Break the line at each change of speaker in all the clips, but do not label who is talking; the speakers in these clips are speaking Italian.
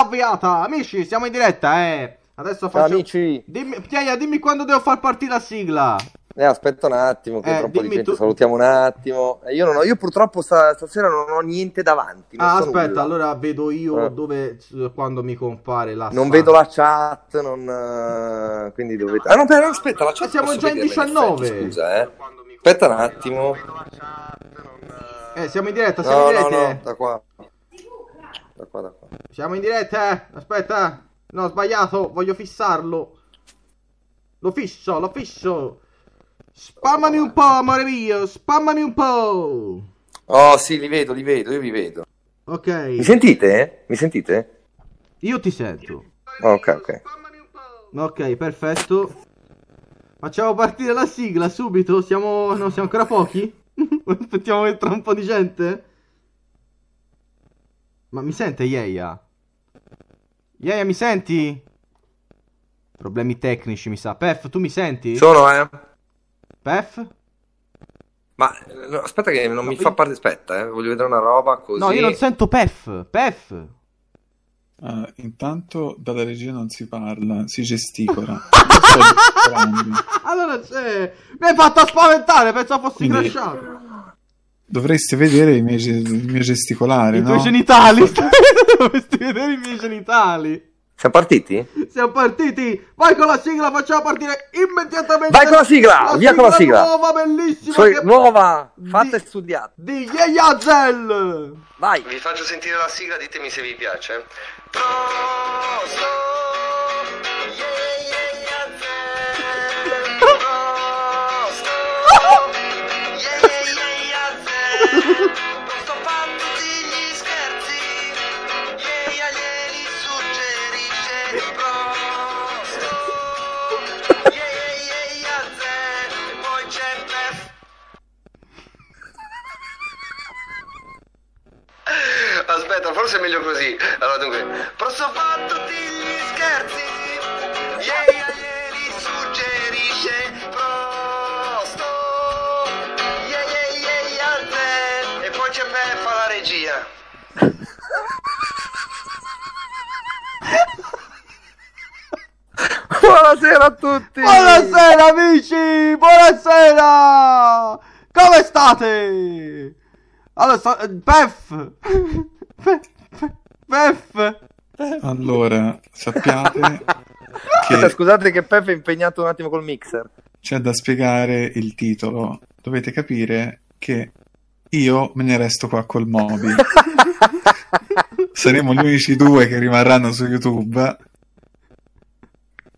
Avviata, amici, siamo in diretta, eh. Adesso
Ciao
faccio.
amici,
Dimmi, Piaia, dimmi quando devo far partire la sigla.
eh, aspetta un attimo, che
Eh,
entra un po' di
dimmi
gente,
tu-
salutiamo un attimo. Eh, Io, non ho- io purtroppo sta- stasera non ho niente davanti. Non
Ah,
so
aspetta,
nulla.
allora vedo io
Eh.
dove quando mi compare la
Non
sa-
vedo la chat, non, eh, quindi dovete... Ah no, però aspetta, la chat
Eh, Siamo
posso
già in
vederla effetti,
19.
scusa, eh. Aspetta un attimo.
Eh, siamo in diretta, siamo
No,
in
no,
diretta.
no, da qua. Da qua, da qua.
Siamo in diretta, eh. Aspetta. No, ho sbagliato, voglio fissarlo. Lo fisso, lo fisso. Spammami un po', amore mio, spammami un po'.
Oh sì, li vedo, li vedo, io vi vedo. Mi
Ok,
sentite? Mi sentite?
io ti sento.
Oh, ok, ok.
Ok, perfetto. Facciamo partire la sigla subito. Siamo, no, siamo ancora pochi? Aspettiamo che entra un po' di gente? Ma mi sente Yeia? Yeia, mi senti? Problemi tecnici, mi sa. Pef, tu mi senti?
Sono, eh.
Pef?
Ma eh, no, aspetta che non mi
io-
fa parte, aspetta, eh. Voglio vedere una roba così.
No, io non sento Pef. Pef.
Ah, intanto dalla regia non si parla, si gesticola. Io sto gesticolando.
allora c'è. Mi hai fatto spaventare, pensavo fossi
Quindi-
crashato.
Dovreste vedere i miei ge- il mio gesticolare,
I tuoi
Eh, no?
genitali. Dovresti vedere i miei genitali.
Siamo partiti?
Siamo partiti! Vai con la sigla, facciamo partire immediatamente!
Vai con la sigla, via con la sigla.
Nuova, bellissima!
Sono
che-
nuova, fatta
di-
e studiata.
Di Yeyazel!
Vai.
Vi faccio sentire la sigla, ditemi se vi piace. Prosto, yeah, yeah, yeah, Prosto, yeah, yeah, yeah, Sto fatto degli scherzi, yeah, yeah, glieli suggerisce. Prosto, yeah, yeah, yeah, Poi c'è Pef. Aspetta, forse è meglio così. Allora dunque, posso fare tutti gli scherzi? Yeah, yeah, yeah, li suggerisce Prosto. Yeah, yeah, yeah, yeah, te. E poi c'è Peppa la regia.
Buonasera a tutti.
Buonasera amici! Buonasera! Come state? Allora, sto... Pef! Pef! Pef!
Allora, sappiate
Aspetta,
che
scusate che Peppe è impegnato un attimo col mixer.
c'è da spiegare il titolo. Dovete capire che io me ne resto qua col Mobi. Saremo gli unici due che rimarranno su YouTube.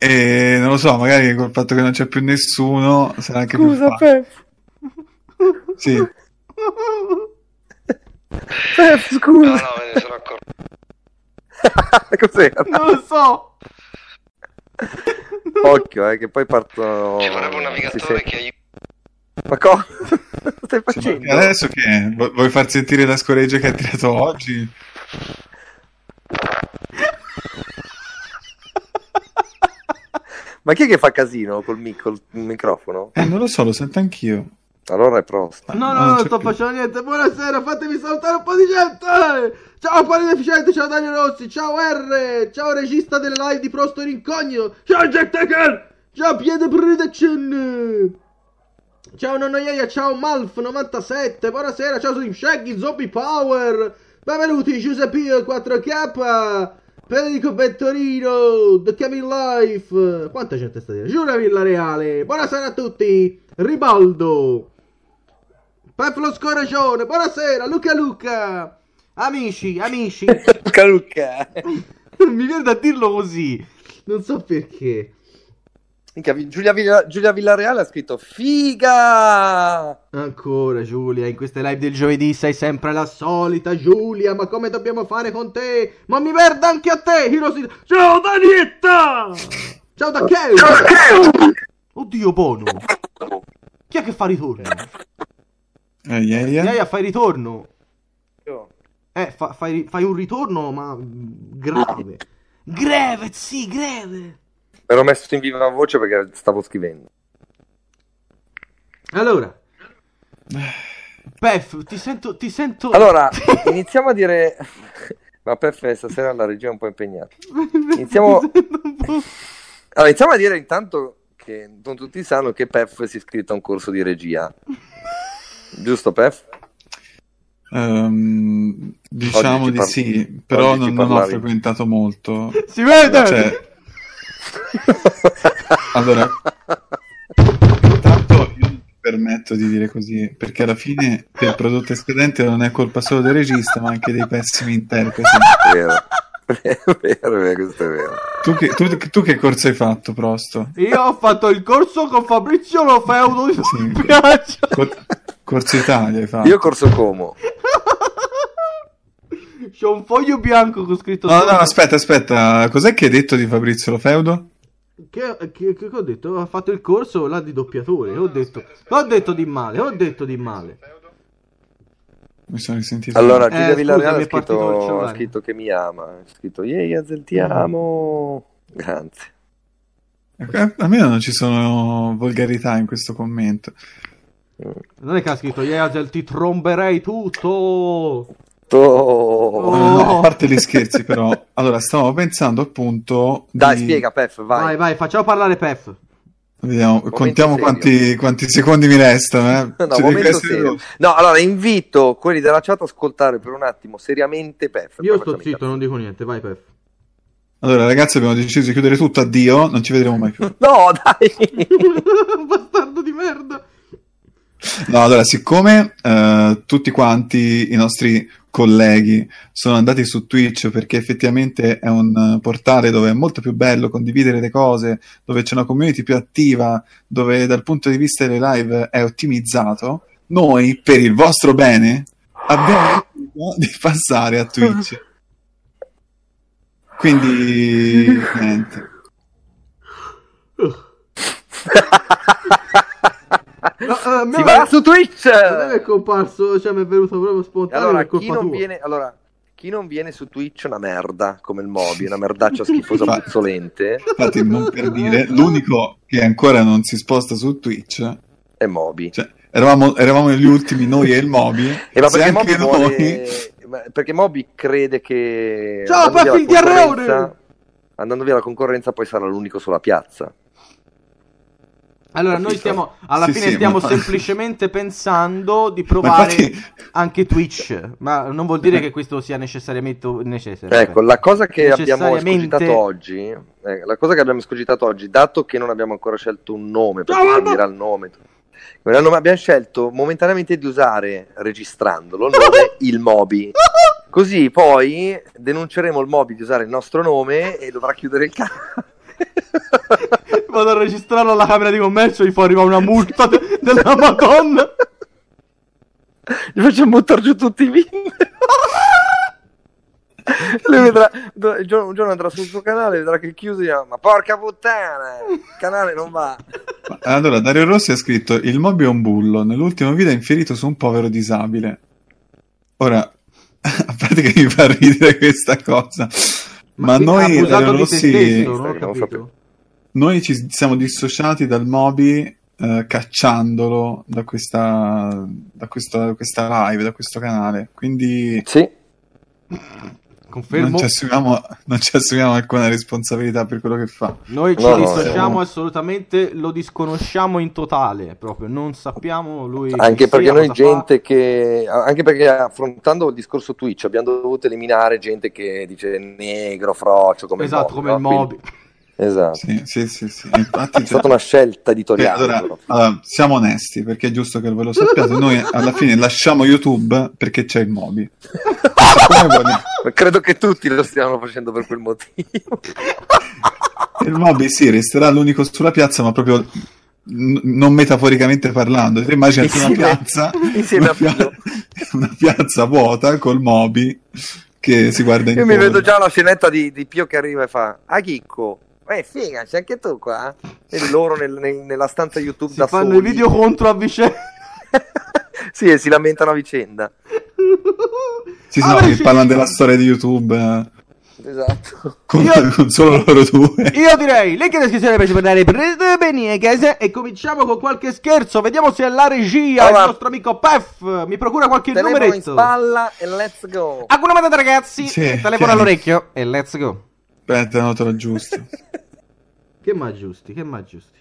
E non lo so, magari col fatto che non c'è più nessuno sarà anche più
Scusa
facile.
Peppe.
Sì.
Peppe,
No,
scusa.
Ah, no, me ne sono accorto.
Cos'era?
Non lo so!
Occhio, eh, che poi parto.
Ci vorrebbe un
Si
navigatore
sente.
che aiuti.
Ma cosa stai
Cioè, ma
facendo?
adesso che è? Vu- vuoi far sentire la scoreggia che ha tirato oggi?
Ma chi è che fa casino col, mic- col microfono?
Eh, non lo so, lo sento anch'io.
Allora è prosto.
No, no,
Ah,
no, non
c'è
sto
più.
facendo niente. Buonasera, fatemi salutare un po' di gente. Ciao, quale deficiente, ciao Daniel Rossi, ciao R, ciao regista delle live di Prosto Rincognito, ciao Jack Tucker, ciao Piede Production, ciao Nonna Iaia, ciao Malf97, buonasera, ciao Slim Shaggy, Zombie Power, benvenuti Giuseppe 4K, Federico Vettorino, The Kevin Life, quanta gente sta dire? Giura Villa Reale, buonasera a tutti, Ribaldo. Peplo Scorregione, buonasera, Luca Luca! Amici, amici,
Luca Luca.
mi viene da dirlo così, non so perché.
Minchia, vi- Giulia, Villa- Giulia Villareale ha scritto Figa!
Ancora Giulia, in queste live del giovedì sei sempre la solita Giulia, ma come dobbiamo fare con te? Ma mi perda anche a te, Hiroshi... Ciao Danietta! Ciao da Keo! Oddio Bono! Chi è che fa ritorno?
Eh, yeah, yeah.
Iaia fai ritorno?
Io.
Eh, fa- fai, fai un ritorno ma mm, grave. Greve, sì, greve!
Ero messo in viva voce perché stavo scrivendo.
Allora,
Eh.
Pef, ti sento, ti sento.
Allora, iniziamo a dire Ma perfetto, stasera la regia è un po' impegnata. Iniziamo- Allora, iniziamo a dire intanto che non tutti sanno che Pef si è iscritto a un corso di regia. Giusto, Pef?
Ehm, diciamo
Oggi ci
di
par-
sì, però
oggi ci
non, non ho
parlavi.
frequentato molto.
Si vede!
Cioè, Allora. Intanto io non ti permetto di dire così, perché alla fine del prodotto escadente non è colpa solo del regista, ma anche dei pessimi interpreti.
Vero. Vero, vero, vero, questo è vero.
Tu che, tu- tu che corso hai fatto, Prosto?
Io ho fatto il corso con Fabrizio Lo Feudo di
Sì.
Piaggio.
Cor- corso Italia hai fatto?
Io corso Como.
C'è un foglio bianco con scritto
No, no,
sopra.
aspetta, aspetta. Cos'è che hai detto di Fabrizio Lofeudo?
Che, che, che ho detto? Ha fatto il corso là di doppiatore. Ho detto, ho detto di male, ho detto di male.
Mi sono risentito.
Allora,
Eh,
Giulia
scusa,
Villareale
mi
ha
è partito il
scritto,
cellulare.
ha scritto che mi ama. Ha scritto, yay, Azel, ti amo. Grazie.
Eh, almeno non ci sono volgarità in questo commento.
Non è che ha scritto, Yeazel, ti tromberei tutto.
To-
No,
Oh.
no, a parte gli scherzi, però. Allora, stavo pensando appunto. di-
Dai, spiega, Pef,
Vai, vai,
vai.
facciamo parlare Pef.
Vediamo, contiamo
serio.
quanti, quanti secondi mi restano. Eh?
No,
Cioè,
momento
deve essere-
serio. No, allora invito quelli della chat ad ascoltare per un attimo seriamente Pef.
Io
Poi
sto
facciamo i
zitto, non dico niente. Vai, Pef.
Allora, ragazzi, abbiamo deciso di chiudere tutto. Addio, non ci vedremo mai più.
cazzi. No, dai.
Bastardo di merda.
No, allora, siccome eh, tutti quanti i nostri colleghi sono andati su Twitch perché effettivamente è un eh, portale dove è molto più bello condividere le cose, dove c'è una community più attiva, dove dal punto di vista delle live è ottimizzato, noi, per il vostro bene, abbiamo deciso di passare a Twitch. Quindi, niente.
Ah, No, eh, a me
si
va-
va su Twitch.
Non è comparso, cioè mi è venuto proprio spontaneo.
Allora
per colpa
chi, non
tua.
viene, allora, chi non viene su Twitch è una merda, come il Mobi, una merdaccia schifosa
Infatti.
puzzolente,
Infatti, non per dire, l'unico che ancora non si sposta su Twitch
è Mobi.
Cioè, eravamo, eravamo gli ultimi noi e il Mobi.
E ma
se
perché Mobi,
anche noi,
vuole- ma- perché Mobi crede che...
Ciao,
andando via
Papi,
la
il diarreone!
concorrenza- Andando via la concorrenza poi sarà l'unico sulla piazza.
Allora, noi
FIFA.
stiamo alla
Sì,
fine
sì,
stiamo
ma-
semplicemente pensando di
ma
provare
infatti,
anche Twitch, ma non vuol dire che questo sia necessariamente necessario.
Ecco, la cosa che abbiamo
Necessariamente-
escogitato oggi, eh, la cosa che abbiamo escogitato oggi, dato che non abbiamo ancora scelto un nome, perché
Ciao,
non
Albo!
dirà il nome, non era il nome, abbiamo scelto momentaneamente di usare, registrandolo, il nome il Mobi. Così poi denunceremo il Mobi di usare il nostro nome e dovrà chiudere il canale.
Vado a registrarlo alla Camera di Commercio, gli fa arrivare una multa de- della Madonna.
Gli facciamo buttare giù tutti i video. Lui vedrà, do- il giorno- un giorno andrà sul suo canale, vedrà che è chiuso e dirà, ma porca puttana, il canale non va.
allora, Dario Rossi ha scritto: Il Mobi è un bullo. Nell'ultimo video ha infierito su un povero disabile. Ora, a parte che mi fa ridere questa cosa, ma,
sì, ha
noi,
abusato
Dario
di te
Rossi,
stesso, non ho
Sì, non so
capito.
noi ci siamo dissociati dal Mobi. eh, cacciandolo da questa, da questa- questa live, da questo canale. Quindi
Sì,
non
Confermo,
ci, assumiamo, non ci assumiamo alcuna responsabilità per quello che fa.
noi ci
No, no,
dissociamo
eh.
assolutamente, lo disconosciamo in totale, proprio non sappiamo lui chi
anche
sia,
perché noi
cosa fa.
gente che, anche perché affrontando il discorso Twitch abbiamo dovuto eliminare gente che dice negro, frocio, come
Esatto,
il
come il
Mobi. no?
Mobi.
Quindi- Esatto,
Sì, sì, sì, sì. Infatti,
è stata una scelta editoriale.
Beh, allora,
però.
allora, siamo onesti perché è giusto che ve lo sappiate. Noi alla fine lasciamo YouTube perché c'è il Mobi. Siccome vogliamo-
Credo che tutti lo stiano facendo per quel motivo.
Il Mobi sì, resterà l'unico sulla piazza, ma proprio n- non metaforicamente parlando. Te immagini una
Insieme-
piazza,
insieme
una,
a Pino.
una piazza vuota col Mobi che si guarda
Io
intorno.
mi vedo già la scenetta di, di Pio che arriva e fa Ah Chicco, eh figa, c'è anche tu qua? eh?" E loro nel- nel- nella stanza YouTube
Si
da
fanno
soli
i video contro a vicenda.
Sì, e si lamentano a vicenda
Sì, sì, no,
Allora,
che
Ah,
sì.
parlano della storia di YouTube. eh.
Esatto.
con,
Io-
con solo loro due.
Io direi, link in descrizione per guardare prendete bene chiese e cominciamo con qualche scherzo, vediamo se la regia,
Allora.
il nostro amico Pef, mi procura qualche
Telefono in
numeretto.
spalla e let's go.
Alcuna matata ragazzi,
Sì,
telefono
chiaro.
all'orecchio e let's go.
Aspetta, no, te lo giusto.
Che ma giusti, che ma giusti.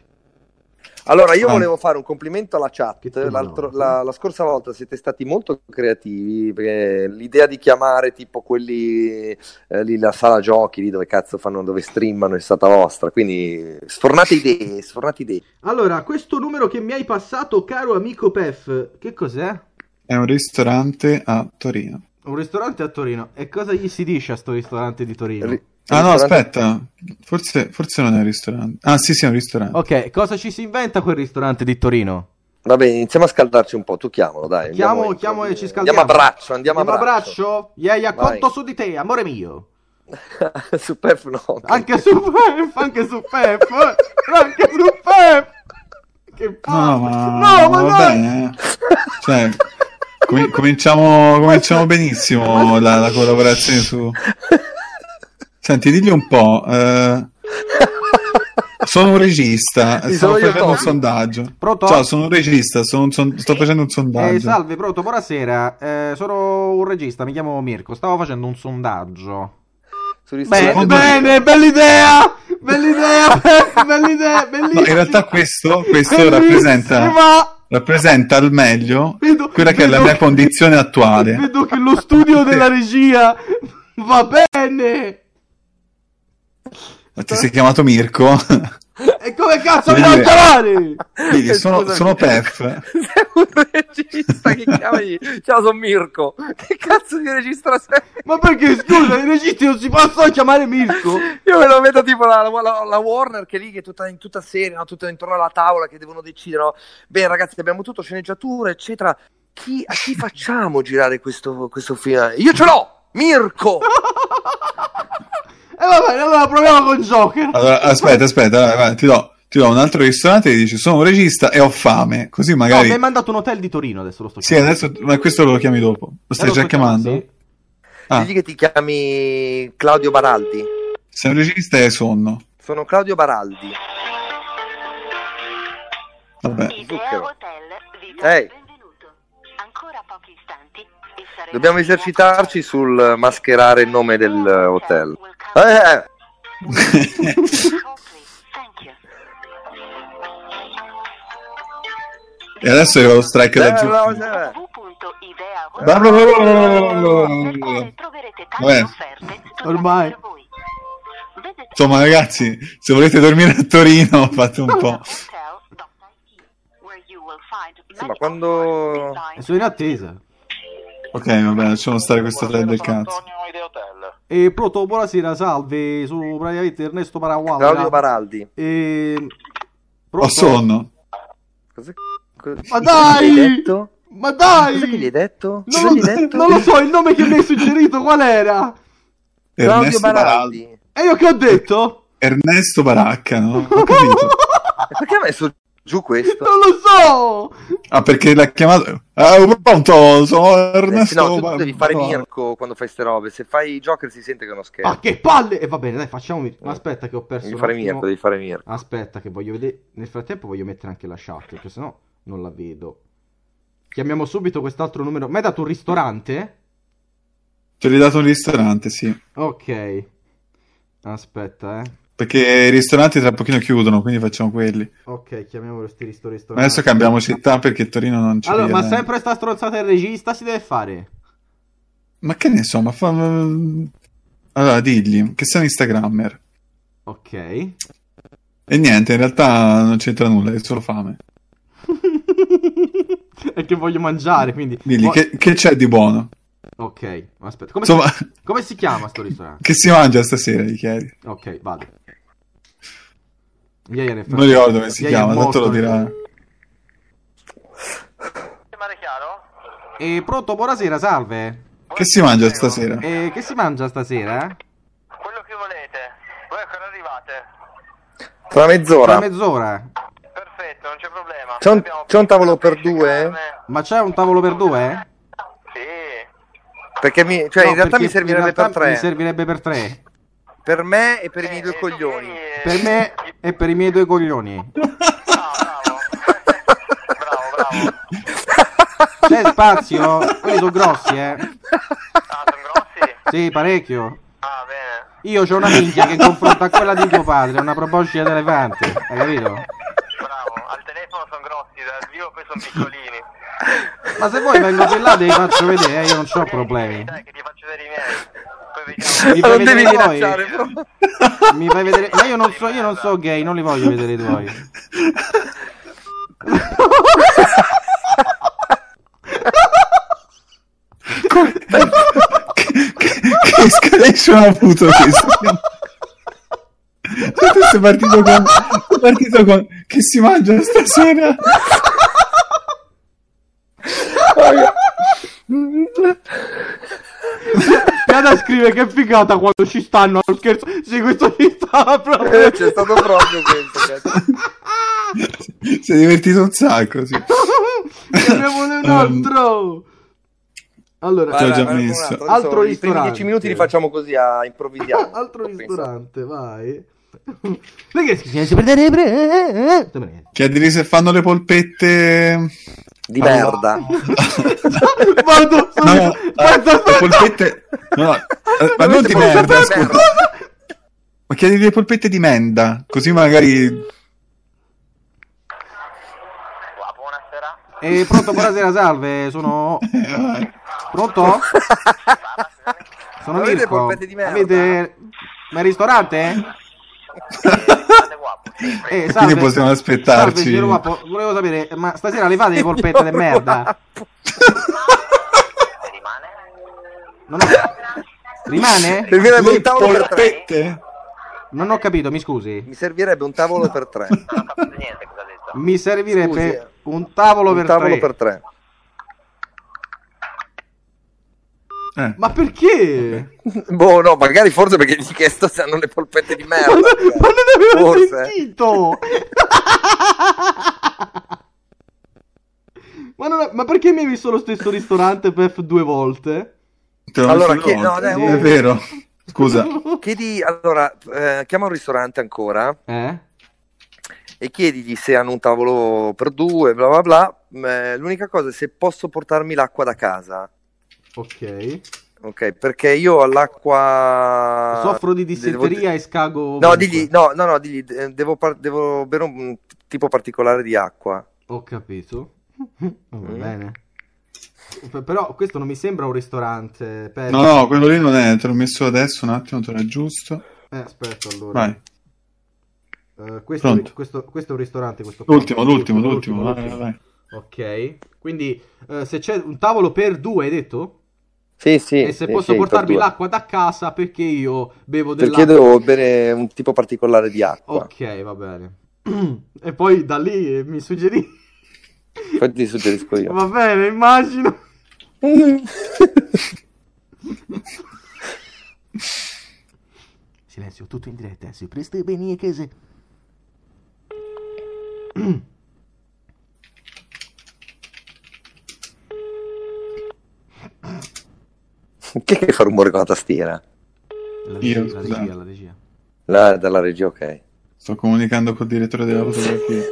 Allora, io
Ah.
volevo fare un complimento alla chat.
Che
L'altro-
no.
la, la scorsa volta siete stati molto creativi. Perché l'idea di chiamare tipo quelli eh, lì, la sala giochi lì dove cazzo fanno, dove streamano è stata vostra. Quindi sfornate idee, sfornate idee.
Allora, questo numero che mi hai passato, caro amico Pef, che cos'è?
È un ristorante a Torino.
Un ristorante a Torino. E cosa gli si dice a sto ristorante di Torino?
Ri-
Ah no,
ristorante-
aspetta, forse, forse non è un ristorante. Ah sì, sì, è un ristorante.
Ok, cosa ci si inventa quel ristorante di Torino?
Vabbè, iniziamo a scaldarci un po'. Tu chiamalo, dai.
Chiamo,
andiamo-
chiamo e ci scaldiamo.
Andiamo a braccio, andiamo,
Andiamo a
braccio.
braccio? Iaia,
Vai.
conto su di te, amore mio.
Superfluo.
Anche su Pep, anche su Pep, anche su Pep. Che palle.
No, ma,
No, ma
va
dai.
bene. eh. Cioè, com- cominciamo, cominciamo benissimo la, la collaborazione su... Senti, digli un po', eh, sono un regista,
Mi
stavo
sono io
facendo un
Toby.
sondaggio.
Pronto?
Ciao, sono un regista, sono un son- sto facendo un sondaggio.
Eh, salve, pronto, buonasera. Eh, sono un regista, mi chiamo Mirko. Stavo facendo un sondaggio.
Su
Bene,
ristorante-
Secondo
bene, bella idea! Bella idea, Pep, bella idea,
No,
bellissima.
in realtà questo, questo
Bellissima.
rappresenta, rappresenta al meglio
Vedo-
quella che è la
vedo-
mia condizione attuale.
Vedo che lo studio della regia va bene.
Ma Ti sei chiamato Mirko?
Eh, E come cazzo mi
Quindi-
devo chiamare?
Quindi sono,
Scusami.
sono Pef.
Sei un regista che chiama gli... Ciao, sono Mirko. Che cazzo di regista sei?
Ma perché scusa, i registi non si possono chiamare Mirko?
Io me lo vedo tipo la, la- la Warner che è lì che è tutta, in tutta serie, no? tutta intorno alla tavola che devono decidere. no? Bene ragazzi, abbiamo tutto, sceneggiatura, eccetera. Chi, a chi facciamo girare questo, questo film? Io ce l'ho! Mirko!
E va bene, allora proviamo con Joker.
Allora, aspetta, aspetta, vai, vai, ti, do, ti do un altro ristorante e dici sono un regista e ho fame, così
No,
magari...
mi hai mandato un hotel di Torino, adesso lo sto
Sì, adesso, ma questo lo chiami dopo. Lo stai
Eh, lo
già
sto chiamando,
chiamando?
sì.
Ah.
Digli che ti chiami Claudio Baraldi.
Sei un regista e hai sonno.
Sono Claudio Baraldi.
Vabbè.
Zucchero.
Idea Hotel vi dà
Ehi.
il benvenuto. Ancora pochi istanti e saremo
Dobbiamo esercitarci sul mascherare il nome del eh, hotel. Eh, eh,
Thank you.
e adesso arriva lo strike da giù.
eh, eh, eh.
www.ideahotel.com
Bla bla bla bla bla bla bla bla.
nel quale troverete
Vabbè.
tante offerte tutte
Ormai.
per voi. Vedete-
Insomma, ragazzi, se volete dormire a Torino, fate un po'.
hotel.it, where you will find
Sì, ma
many
quando-
offers
E Sono in attesa.
Ok, vabbè, lasciamo stare questo hotel del cazzo.
E pronto, buonasera, salve, sono praticamente Ernesto Paraguay.
Claudio Baraldi.
E...
Ho sonno.
Cosa, cosa-
Ma
cosa
dai!
gli hai detto?
Ma dai!
Cosa che gli hai detto?
Non,
Cosa gli
lo,
hai detto?
non lo so, il nome che mi hai suggerito qual era?
Claudio
Ernesto Baraldi.
Baraldi.
E io che ho detto?
Ernesto Baracca, no? Ho capito.
E Perché ha messo giù questo?
Non lo so!
Ah, perché l'ha chiamato... Ah, pronto, sono
Eh, sì,
Ernesto
no, tu
Bar-
devi fare
Baracca.
Mirko quando fai ste robe. Se fai Joker si sente che è uno scherzo.
Ma Ah, che palle! E va bene, dai, facciamo Mirko. Ma aspetta che ho perso
devi
un
fare
attimo.
Mirko, devi fare Mirko.
Aspetta, che voglio vedere. Nel frattempo voglio mettere anche la chat, perché sennò non la vedo. Chiamiamo subito quest'altro numero. Mi hai dato un ristorante?
Te l'hai dato un ristorante, sì.
Ok. Aspetta, eh.
Perché i ristoranti tra pochino chiudono, quindi facciamo quelli.
Ok, chiamiamo questi risto- ristoranti.
Ma adesso cambiamo città perché Torino non c'è.
Allora, ma sempre sta stronzata il regista si deve fare.
Ma che ne so, ma fa... Allora, digli che sei un Instagrammer.
Ok.
E niente, in realtà non c'entra nulla, è solo fame.
È che voglio mangiare, quindi...
Digli
Vo-
che, che c'è di buono.
Ok, aspetta. Come,
Insomma,
si... come si chiama sto ristorante?
che si mangia stasera, gli chiedi.
Ok, vado. Iaia nel
Non ricordo come si
Iaia è
chiama, tanto lo
morto.
dirà.
E pronto, buonasera, salve.
Che si mangia stasera?
E che si mangia stasera?
Quello che volete. Voi ancora arrivate.
Tra mezz'ora.
Tra mezz'ora.
Perfetto, non c'è problema.
C'è un-
Abbiamo
c'è un tavolo per
pesce,
due?
carne.
Ma c'è un tavolo per due?
Sì.
Perché mi, cioè,
No,
in realtà
perché
mi servirebbe
in realtà
per tre.
Mi servirebbe per tre.
Per me e per i
Eh,
miei due
eh, tu
coglioni.
vieni e-
Per me e per i miei due coglioni.
Ah, bravo. bravo, bravo.
C'è spazio? Quelli sono grossi, eh.
Ah, sono grossi?
Sì, parecchio.
Ah, bene.
Io ho una minchia che confronta a quella di tuo padre, è una proboscide d'elefante, hai capito?
Bravo. Al telefono sono grossi, dal vivo poi sono piccolini.
Ma se vuoi vengo di là te li faccio vedere, eh, io non ho
Vieni,
problemi.
vieni, Dai, che ti faccio vedere i
Mi
miei. Poi vediamo.
Ma
fai
non devi
vedere voi?
minacciare, però.
Mi fai vedere. Ma io non so, io non so gay, non li voglio vedere i tuoi.
che, che, che escalation ha avuto questo? Cioè, tu sei partito con, sei partito con che si mangia stasera?
Piada scrive che figata quando ci stanno, non scherzo. Sì, questo ci stava proprio.
Eh, C'è stato proprio questo. cioè. cazzo.
Si è divertito un sacco. Sì.
Ne abbiamo un altro. Allora,
Te l'ho già
eh,
Guarda, guarda, un
messo.
altro, adesso
Altro
I primi
ristorante.
10 minuti li facciamo così a improvvisiamo.
altro
penso.
ristorante, vai. Perché si si
eh,
perdere pre?
Chiedili se fanno le polpette.
Di merda.
Vado,
No,
sono-
eh, le
aspetta, aspetta.
polpette. No, no, eh, ma non
Avete
di
fatto
merda,
polpette?
scusa. Ma chiedili le polpette di menda, così magari.
Ah, Buonasera.
E Eh, pronto, buonasera, salve, sono.
Eh, vai.
Pronto? Sono
Avete
Mirko.
polpette di merda?
Avete. Ma il ristorante?
Grande guapo.
Eh,
E
salve.
quindi possiamo aspettarci.
Salve, signor Guappo, volevo sapere, ma stasera le fate le polpette di merda?
Eh, Rimane?
Non ho- Rimane?
Mi servirebbe un
Le
tavolo per tre.
polpette?
Non ho capito, mi scusi.
Mi servirebbe un tavolo per tre.
Non ho capito niente cosa ha detto.
Mi servirebbe
Scusi, eh.
un tavolo
Un
per
tavolo
tre.
per tre.
Eh.
Ma perché?
Boh, no, magari forse perché gli hai chiesto se hanno le polpette di merda.
ma, non, ma non avevo
Forse.
sentito!
Ma, non- ma perché mi hai visto lo stesso ristorante PEF due volte?
Te l'ho
Allora,
messo
chi-
io,
no, dai,
è
oh.
vero. Scusa,
Chiedi, allora, eh, chiama un ristorante ancora
Eh?
e chiedigli se hanno un tavolo per due, bla bla bla. Mm, eh, l'unica cosa è se posso portarmi l'acqua da casa.
Ok.
Ok, perché io all'acqua...
Soffro di dissenteria
Ah, devo-
e scago.
No,
ovunque.
digli, no, no, no, digli, eh, devo, par- devo bere un tipo particolare di acqua.
Ho capito. Va
Mm.
bene. P- Però questo non mi sembra un ristorante. Pep.
no, no, quello lì non è. Te l'ho messo adesso un attimo, te lo aggiusto.
Eh, aspetta allora.
Vai,
Eh, questo,
Pronto.
questo, questo è un ristorante. Questo qua.
l'ultimo, l'ultimo, l'ultimo. vai,
l'ultimo.
vai, vai.
Ok. Quindi eh, se c'è un tavolo per due, hai detto?
Sì, sì.
e se posso portarvi l'acqua da casa perché io bevo
Perché
dell'acqua.
devo oh, bere un tipo particolare di acqua.
Ok, va bene. e poi da lì eh, mi suggerì. Oh.
Poi ti suggerisco io.
Va bene, immagino. Silenzio, tutto in diretta. Si presta bene chiese.
Chi è che fa rumore con la tastiera?
La
Io,
regia, la
scusate.
regia, la regia.
La, dalla regia, ok.
Sto comunicando col direttore della fotografia.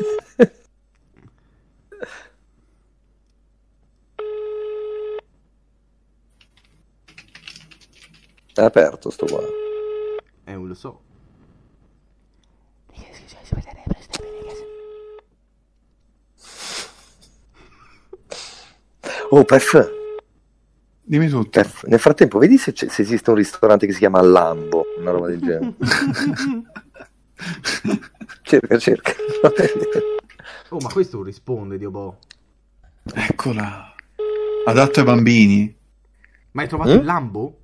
È aperto sto qua.
Eh, lo so.
Oh, Pef,
Dimmi tutto.
Pef, nel frattempo vedi se, c'è- se esiste un ristorante che si chiama Lambo, una roba del genere. cerca, cerca.
Oh, ma questo risponde, Dio boh.
Eccola. Adatto ai bambini.
Ma hai trovato
Eh?
il Lambo?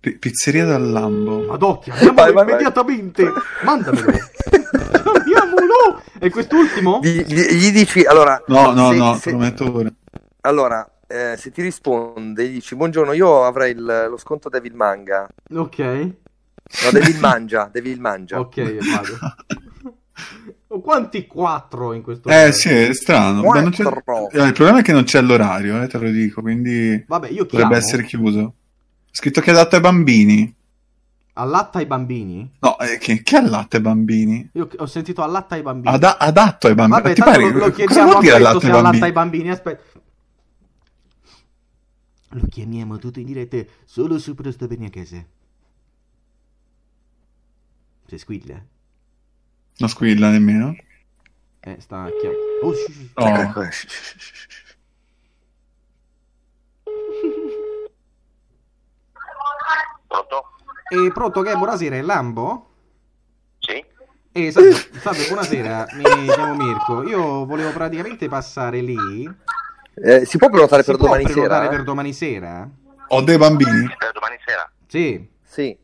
Pi- pizzeria dal Lambo.
Adocchia, andiamolo
Vai, vai, vai.
immediatamente. Mandamelo. Chiamiamolo. E quest'ultimo?
gli, gli- gli dici, allora...
No, no,
se-
no,
se-
te lo metto ora.
Allora, eh, se ti risponde, gli dici, buongiorno, io avrei il- lo sconto Devil Manga.
Ok.
No, Devil Mangia, Devil Mangia.
Ok, vado. Oh, Quanti quattro in questo
Eh
momento?
sì, è strano. ma non c'è-
Quattro.
Eh, il problema è che non c'è l'orario, eh, te lo dico, quindi
Vabbè, io chiamo.
dovrebbe essere chiuso. Scritto che è adatto ai bambini.
Allatta ai bambini?
No, eh, che, che allatta ai bambini?
Io ho sentito allatta ai bambini.
Ada- adatto ai bambini.
Vabbè,
Ti
tanto
pare?
lo, lo
Cosa
chiediamo
vuol
a
dire
questo
allatta
se
ai
allatta ai
bambini?
bambini, aspetta. Lo chiamiamo tutto in diretta solo su Prosto Berniacese. Se squilla.
Non squilla nemmeno.
Eh, sta chiamando. Oh, sì, sì.
No.
Ecco.
Pronto?
E pronto che è? Buonasera, è Lambo?
Sì?
Eh, salve, salve, buonasera, mi chiamo Mirko. Io volevo praticamente passare lì.
Eh, si può prenotare
Si
per
può
domani
prenotare
sera? eh?
per domani sera?
Ho dei bambini.
Per Eh, domani sera?
Sì,
Sì.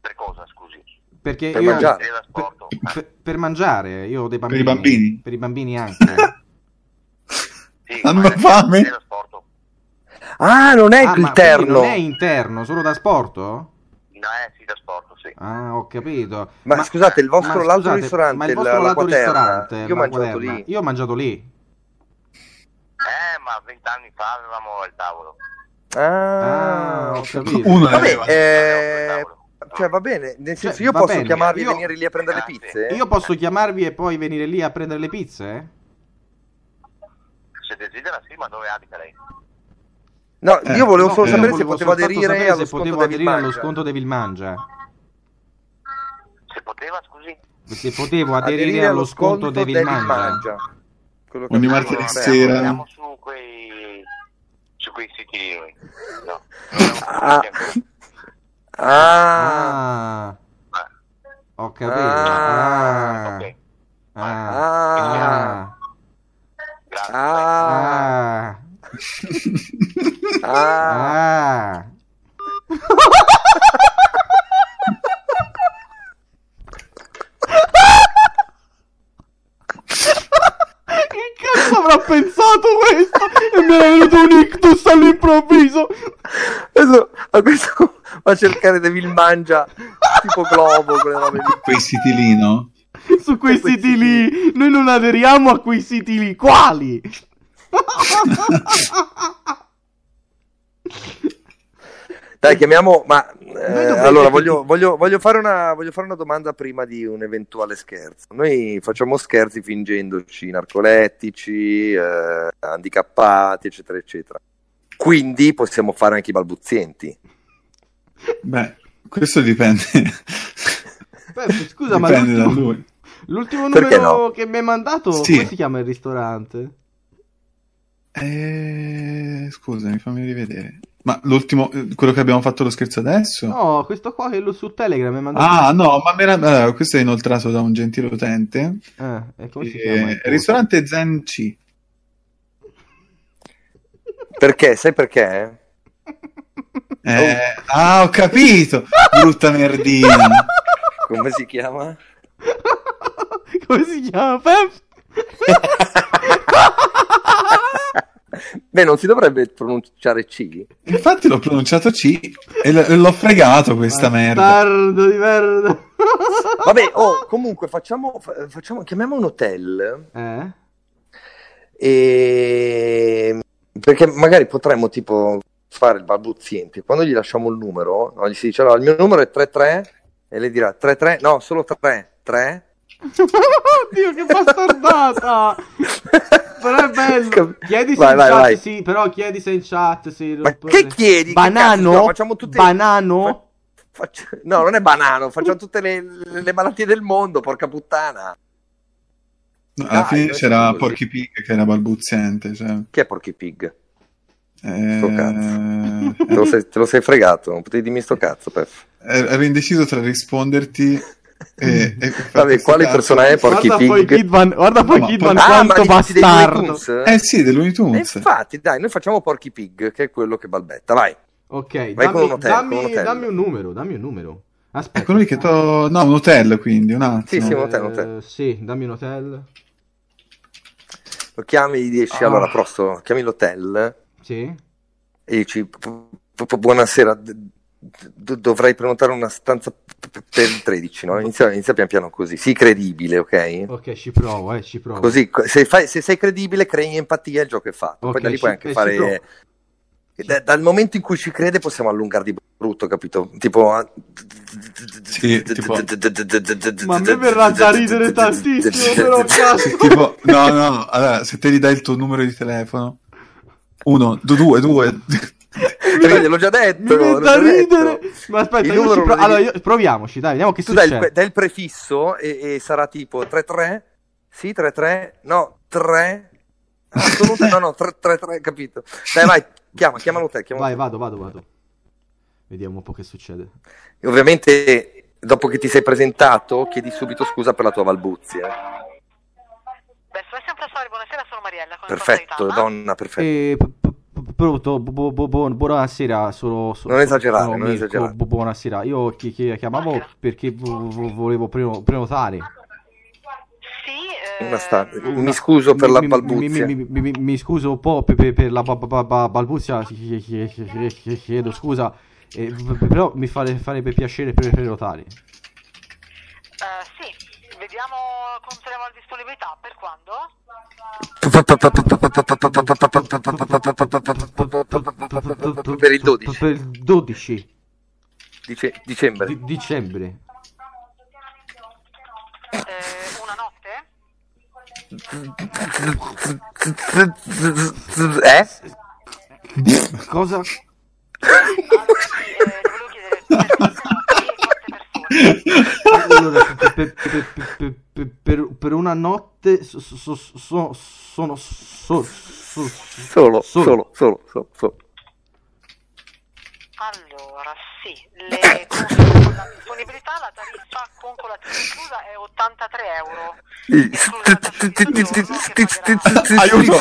Per cosa, scusi?
perché
Per
Eh, io...
mangiare.
Per l'asporto.
Per, per- per mangiare, io ho dei bambini.
i bambini?
Per i bambini anche.
Sì,
Hanno
domani
fame?
Per l'asporto.
Ah, non è
Ah, ma quindi
interno.
non è interno, solo da sport?
No, eh sì, da sport, sì.
Ah, ho capito.
Ma, scusate, il vostro
ma
l'altro
scusate,
ristorante,
ma il vostro
la- la
lato
quaterna,
ristorante,
io ho
la
mangiato
quaterna,
lì.
Io ho mangiato lì.
Eh, ma vent'anni fa avevamo il tavolo.
Ah,
Ah, ho
ok.
capito.
Uno ne
Vabbè,
aveva.
eh, cioè va bene, nel senso io
va
posso
bene,
chiamarvi
io-
e venire lì a prendere le
Grazie.
pizze?
Io posso chiamarvi e poi venire lì a prendere le pizze?
Se desidera, sì, ma dove abita lei?
No,
Eh,
io volevo
No,
solo
io
sapere se
volevo
potevo
soltanto
aderire
sapere
allo
se
sconto
potevo
David
aderire allo
Mangia.
sconto Devil Mangia.
Se poteva, scusi?
Se potevo aderire, allo sconto Devil Mangia.
Quello
Ogni
abbiamo
martedì
aperto.
sera.
Siamo su quei... su quei siti lì noi. No, non abbiamo
Ah.
siti ancora.
Ah,
Ah,
Ma-
ho capito.
Ah,
Ah,
ok,
ah,
grazie.
ah,
ah,
ah.
ah. Che cazzo avrà pensato questo? E mi è venuto un ictus all'improvviso.
Adesso, a questo va a cercare Devil Mangia tipo globo, quelle robe lì.
Quei siti lì, no?
Su quei
quei
siti lì. Noi non aderiamo a quei siti lì. Quali?
Dai, chiamiamo, ma eh,
dovremmo
allora
tutti-
voglio, voglio- voglio fare una, voglio fare una domanda prima di un eventuale scherzo. Noi facciamo scherzi fingendoci narcolettici, eh, handicappati, eccetera, eccetera. Quindi possiamo fare anche i balbuzienti.
Beh, questo dipende.
Beh, scusa, ma
dipende da
l'ultimo-
lui.
L'ultimo
Perché
numero
no?
che mi hai mandato,
Sì.
come si chiama il ristorante?
Eh, scusami, fammi rivedere. Ma l'ultimo, eh, quello che abbiamo fatto lo scherzo adesso?
No, questo qua che lo su Telegram mi hai mandato.
Ah, no, ma me la- allora, questo è inoltrato da un gentile utente.
Eh, e come si
Eh,
chiama? il posto?
ristorante Zen C.
Perché? Sai perché?
Eh,
Oh.
Ah, ho capito! Brutta merdina.
Oh. Come si chiama?
come si chiama? Pep?
Beh, non si dovrebbe pronunciare C.
Infatti l'ho pronunciato C e l- e l'ho fregato questa merda.
Bastardo di merda.
Vabbè, oh, comunque facciamo, fa- facciamo, chiamiamo un hotel
eh?
E... Perché magari potremmo tipo fare il balbuziente. Quando gli lasciamo il numero, no, gli si dice allora il mio numero è 33 e lei dirà 33, no, solo 3, 3.
Oddio, che bastardata! Però è bello.
Cap-
Chiedi se
Vai,
in
vai,
chat,
vai.
sì, però chiedi se in chat, sì.
Ma che chiedi? Che
Banano?
cazzo? No, facciamo tutte...
Banano?
Faccio- No, non è banano, facciamo tutte le, le malattie del mondo, porca puttana.
No, Alla
Dai,
fine
adesso
c'era
così.
Porky Pig che era balbuziente. Cioè,
Chi è Porky Pig?
eh,
Sto cazzo. Te lo sei, te lo sei fregato, non potevi dimmi sto cazzo, Pef.
eh, ero indeciso tra risponderti e, e
Vabbè, quale
cazzo.
persona è Porky
Guarda poi
Pig?
Kidman, guarda poi
No,
Kidman
poi-
Ah, ma
quanto
dici dei Looney
bastardo.
Tunes?
Eh sì, dei Looney
E
Tunes.
infatti, dai, noi facciamo Porky Pig, che è quello che balbetta, vai.
Ok,
Vai
dammi,
con un hotel,
dammi-
con un hotel.
dammi un numero, dammi un numero. Aspetta.
Ecco lui che to... No, un hotel quindi, un attimo.
Sì, sì, un hotel, un
Eh,
hotel.
sì, dammi un hotel.
Lo chiami, gli dici,
Ah.
allora, prosto, chiami l'hotel
Sì.
e dici, "Bu- bu- bu- buonasera, d- d- dovrei prenotare una stanza p- p- per il 13, no? Inizia, inizia pian piano così, sii credibile, ok?
Ok, ci provo, eh, ci provo.
Così, co- se, fai- se sei credibile, crei empatia, il gioco è fatto.
Ok,
Poi da lì
ci-
puoi anche
eh, ci
fare...
provo.
E da- dal momento in cui ci crede possiamo allungare di brutto, capito? Tipo... ah,
Sì, tipo-
Ma a
cioè,
me verrà da ridere tantissimo, però cazzo.
tipo, no, no, allora, se te gli dai il tuo numero di telefono, uno, du- due, due,
Ride, l'ho già
Mi
detto!
viene
l'ho
da
già detto.
ridere. Ma
cioè, Il
aspetta, io
numero
ci pro-
lo devi-
allora, io- proviamoci, dai, vediamo che
Tu dai il,
succede.
pre- dai il prefisso e, e sarà tipo 3-3? Sì, 3-3? No, 3? Assolutamente, no, no, 3-3, capito? Dai, vai, chiama, chiamalo te, chiamalo
Vai,
te.
vado, vado, vado. Vediamo un po' che succede.
E Ovviamente, dopo che ti sei presentato, chiedi subito scusa per la tua balbuzia.
Verso è sempre fuori, buonasera, sono Mariella. Come posso
Perfetto,
aiutarla?
donna, perfetto.
Eh, p- p- p- pronto, bu- bu- bu- buon- buonasera, sono... sono-
Non esagerare,
sono
non
Mirko,
esagerare.
bu- buonasera, io chi- chi- chiamavo
Buonasera.
perché vo- vo- volevo preno- prenotare.
Sì, eh,
Una sta-
Una-
Mi scuso per
mi-
la
mi-
balbuzia.
Mi, mi- mi- mi- mi scuso un po' per, per- per la ba- ba- ba- ba- balbuzia, chi- chi- chi- chi- chi- chi- chiedo scusa, eh, v- v- però mi fare- farebbe piacere per prenotare.
eh, sì, vediamo, conserviamo la disponibilità. Per quando?
Per il 12
Per il 12
dice- dicembre.
di- dicembre.
Eh, una notte?
Eh?
Cosa?
Allora, sì, eh, ti volevo chiedere per quante notti e quante
Allora, per,
persone.
per- per- per- per- per una notte so- so- so- sono so- so-
Solo, solo, solo, solo, solo.
Allora, sì, le, con la disponibilità la tariffa con colazione inclusa è 83 euro. Esclusa la tariffa di soggiorno che pagherà-
Aiuto!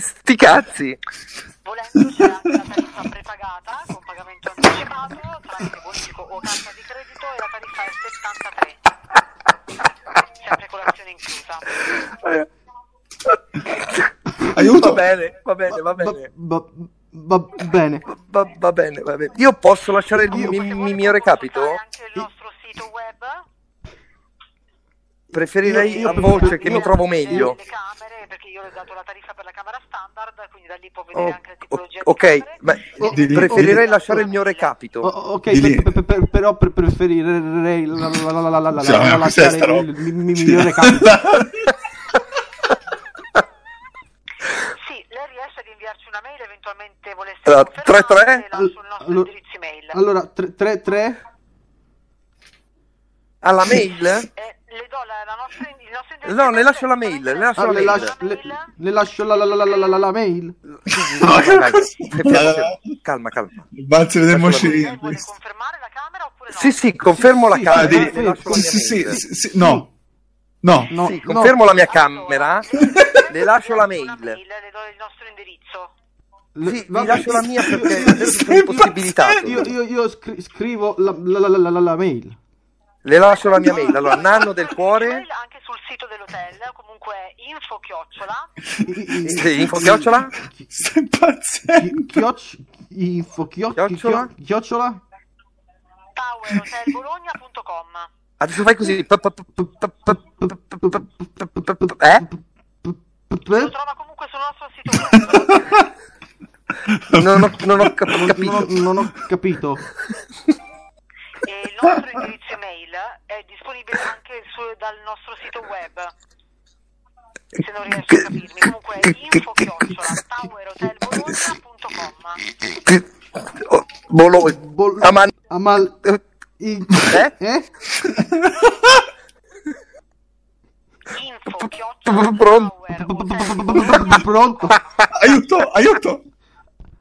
Sti cazzi!
Volendo c'è anche la tariffa prepagata con pagamento anticipato tramite bonifico o carta di credito e la tariffa è 73. Sempre colazione inclusa.
aiuto,
Eh. Va bene, va bene, va bene.
Va, va- va bene.
Va, va bene, va bene. Io posso lasciare il mi-
Comunque,
mi-
se
mi-
vuole,
mio
può
recapito?
consultare anche il nostro sito web.
Preferirei
Io- io
a voce
preferisco-
che
io-
mi
Eh,
trovo meglio.
Le camere, perché io le ho dato la tariffa per la camera standard, quindi da lì può vedere
Oh,
anche la
o-
tipologia di
ok,
camere.
beh,
Oh,
di lì- Oh,
preferirei
di-
lasciare il mio
O-
recapito.
ok,
Di lì.
per- per- per- però pre- preferirei la- la- la- la- la- la- la-
Cioè,
la-
ma cos'è sta
lasciare
roba?
il mi- mi- migliore capito.
Sì, lei riesce ad inviarci una mail, eventualmente volesse
Allora,
confermare,
3-3?
le lancio il nostro
Allora-
indirizzo email.
Allora, 3-3?
Alla mail?
Eh, le do la, la nostra, il nostro indirizzo
No,
email
le lascio la
è
mail, le lascio
Ah,
la
le,
mail.
lascio, le, le lascio la, la, la, la, la- la- la mail?
Vai, vai, vai. Calma, calma.
Il valzer del
Lei
moscerini.
vuole confermare la camera oppure no?
Sì, sì, confermo la
Sì,
Ah,
camera.
di-
e lascio la
sì,
mia
sì, sì,
mail.
sì, sì, no, no,
No,
Sì,
no.
confermo la mia
Allora,
camera,
lei-
le lascio la
le do una
mail.
Le do il nostro indirizzo.
Le-
Sì,
va-
vi lascio la mia
io-
perché adesso sono impossibilitato.
Io, io, io scri- scrivo la, la, la, la, la- la mail.
Le lascio la mia mail. Allora, nanno del cuore,
Mail Anche sul sito dell'hotel, comunque è info chiocciola.
sì, info chiocciola,
stai impazzendo.
Chioc- info, chioc-
Chiocciola?
chioc- chiocciola?
towerhotelbologna.com.
adesso fai così. Pa- pa- pa- pa- pa- pa- pa- pa- pa- pa- pa- Eh?
Eh?
Lo trova comunque sul nostro sito web.
Non ho, non ho cap-
Non ho,
capito.
non ho capito.
e il nostro indirizzo email è disponibile anche su- dal nostro sito web. Se non riesco a capirmi, comunque è info chiocciola towerhotelbologna.com.
Oh, Bolo-
Bol-
Aman-
Amal- i-
Eh?
eh?
Info
Pronto?
chiocciola
Pronto?
Ah,
Aiuto, aiuto.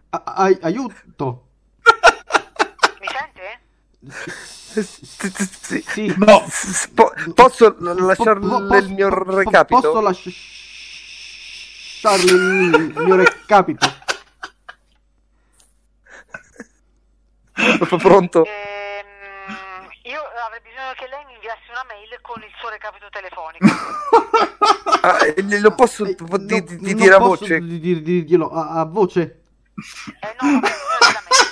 A- ai- aiuto.
Mi sente?
Sì.
No,
Po- posso lasciare
Po- po-
il mio
po-
recapito?
Posso lasciarle il mio recapito?
Pronto?
Eh,
Ehm, io avrei bisogno che lei mi inviasse una mail con il suo recapito telefonico.
Ah, eh, lo posso
Eh,
po- di-
non-
di-
non
dire a
posso
voce?
di- di- dirglielo a, a voce.
Eh no, avrei bisogno della mail.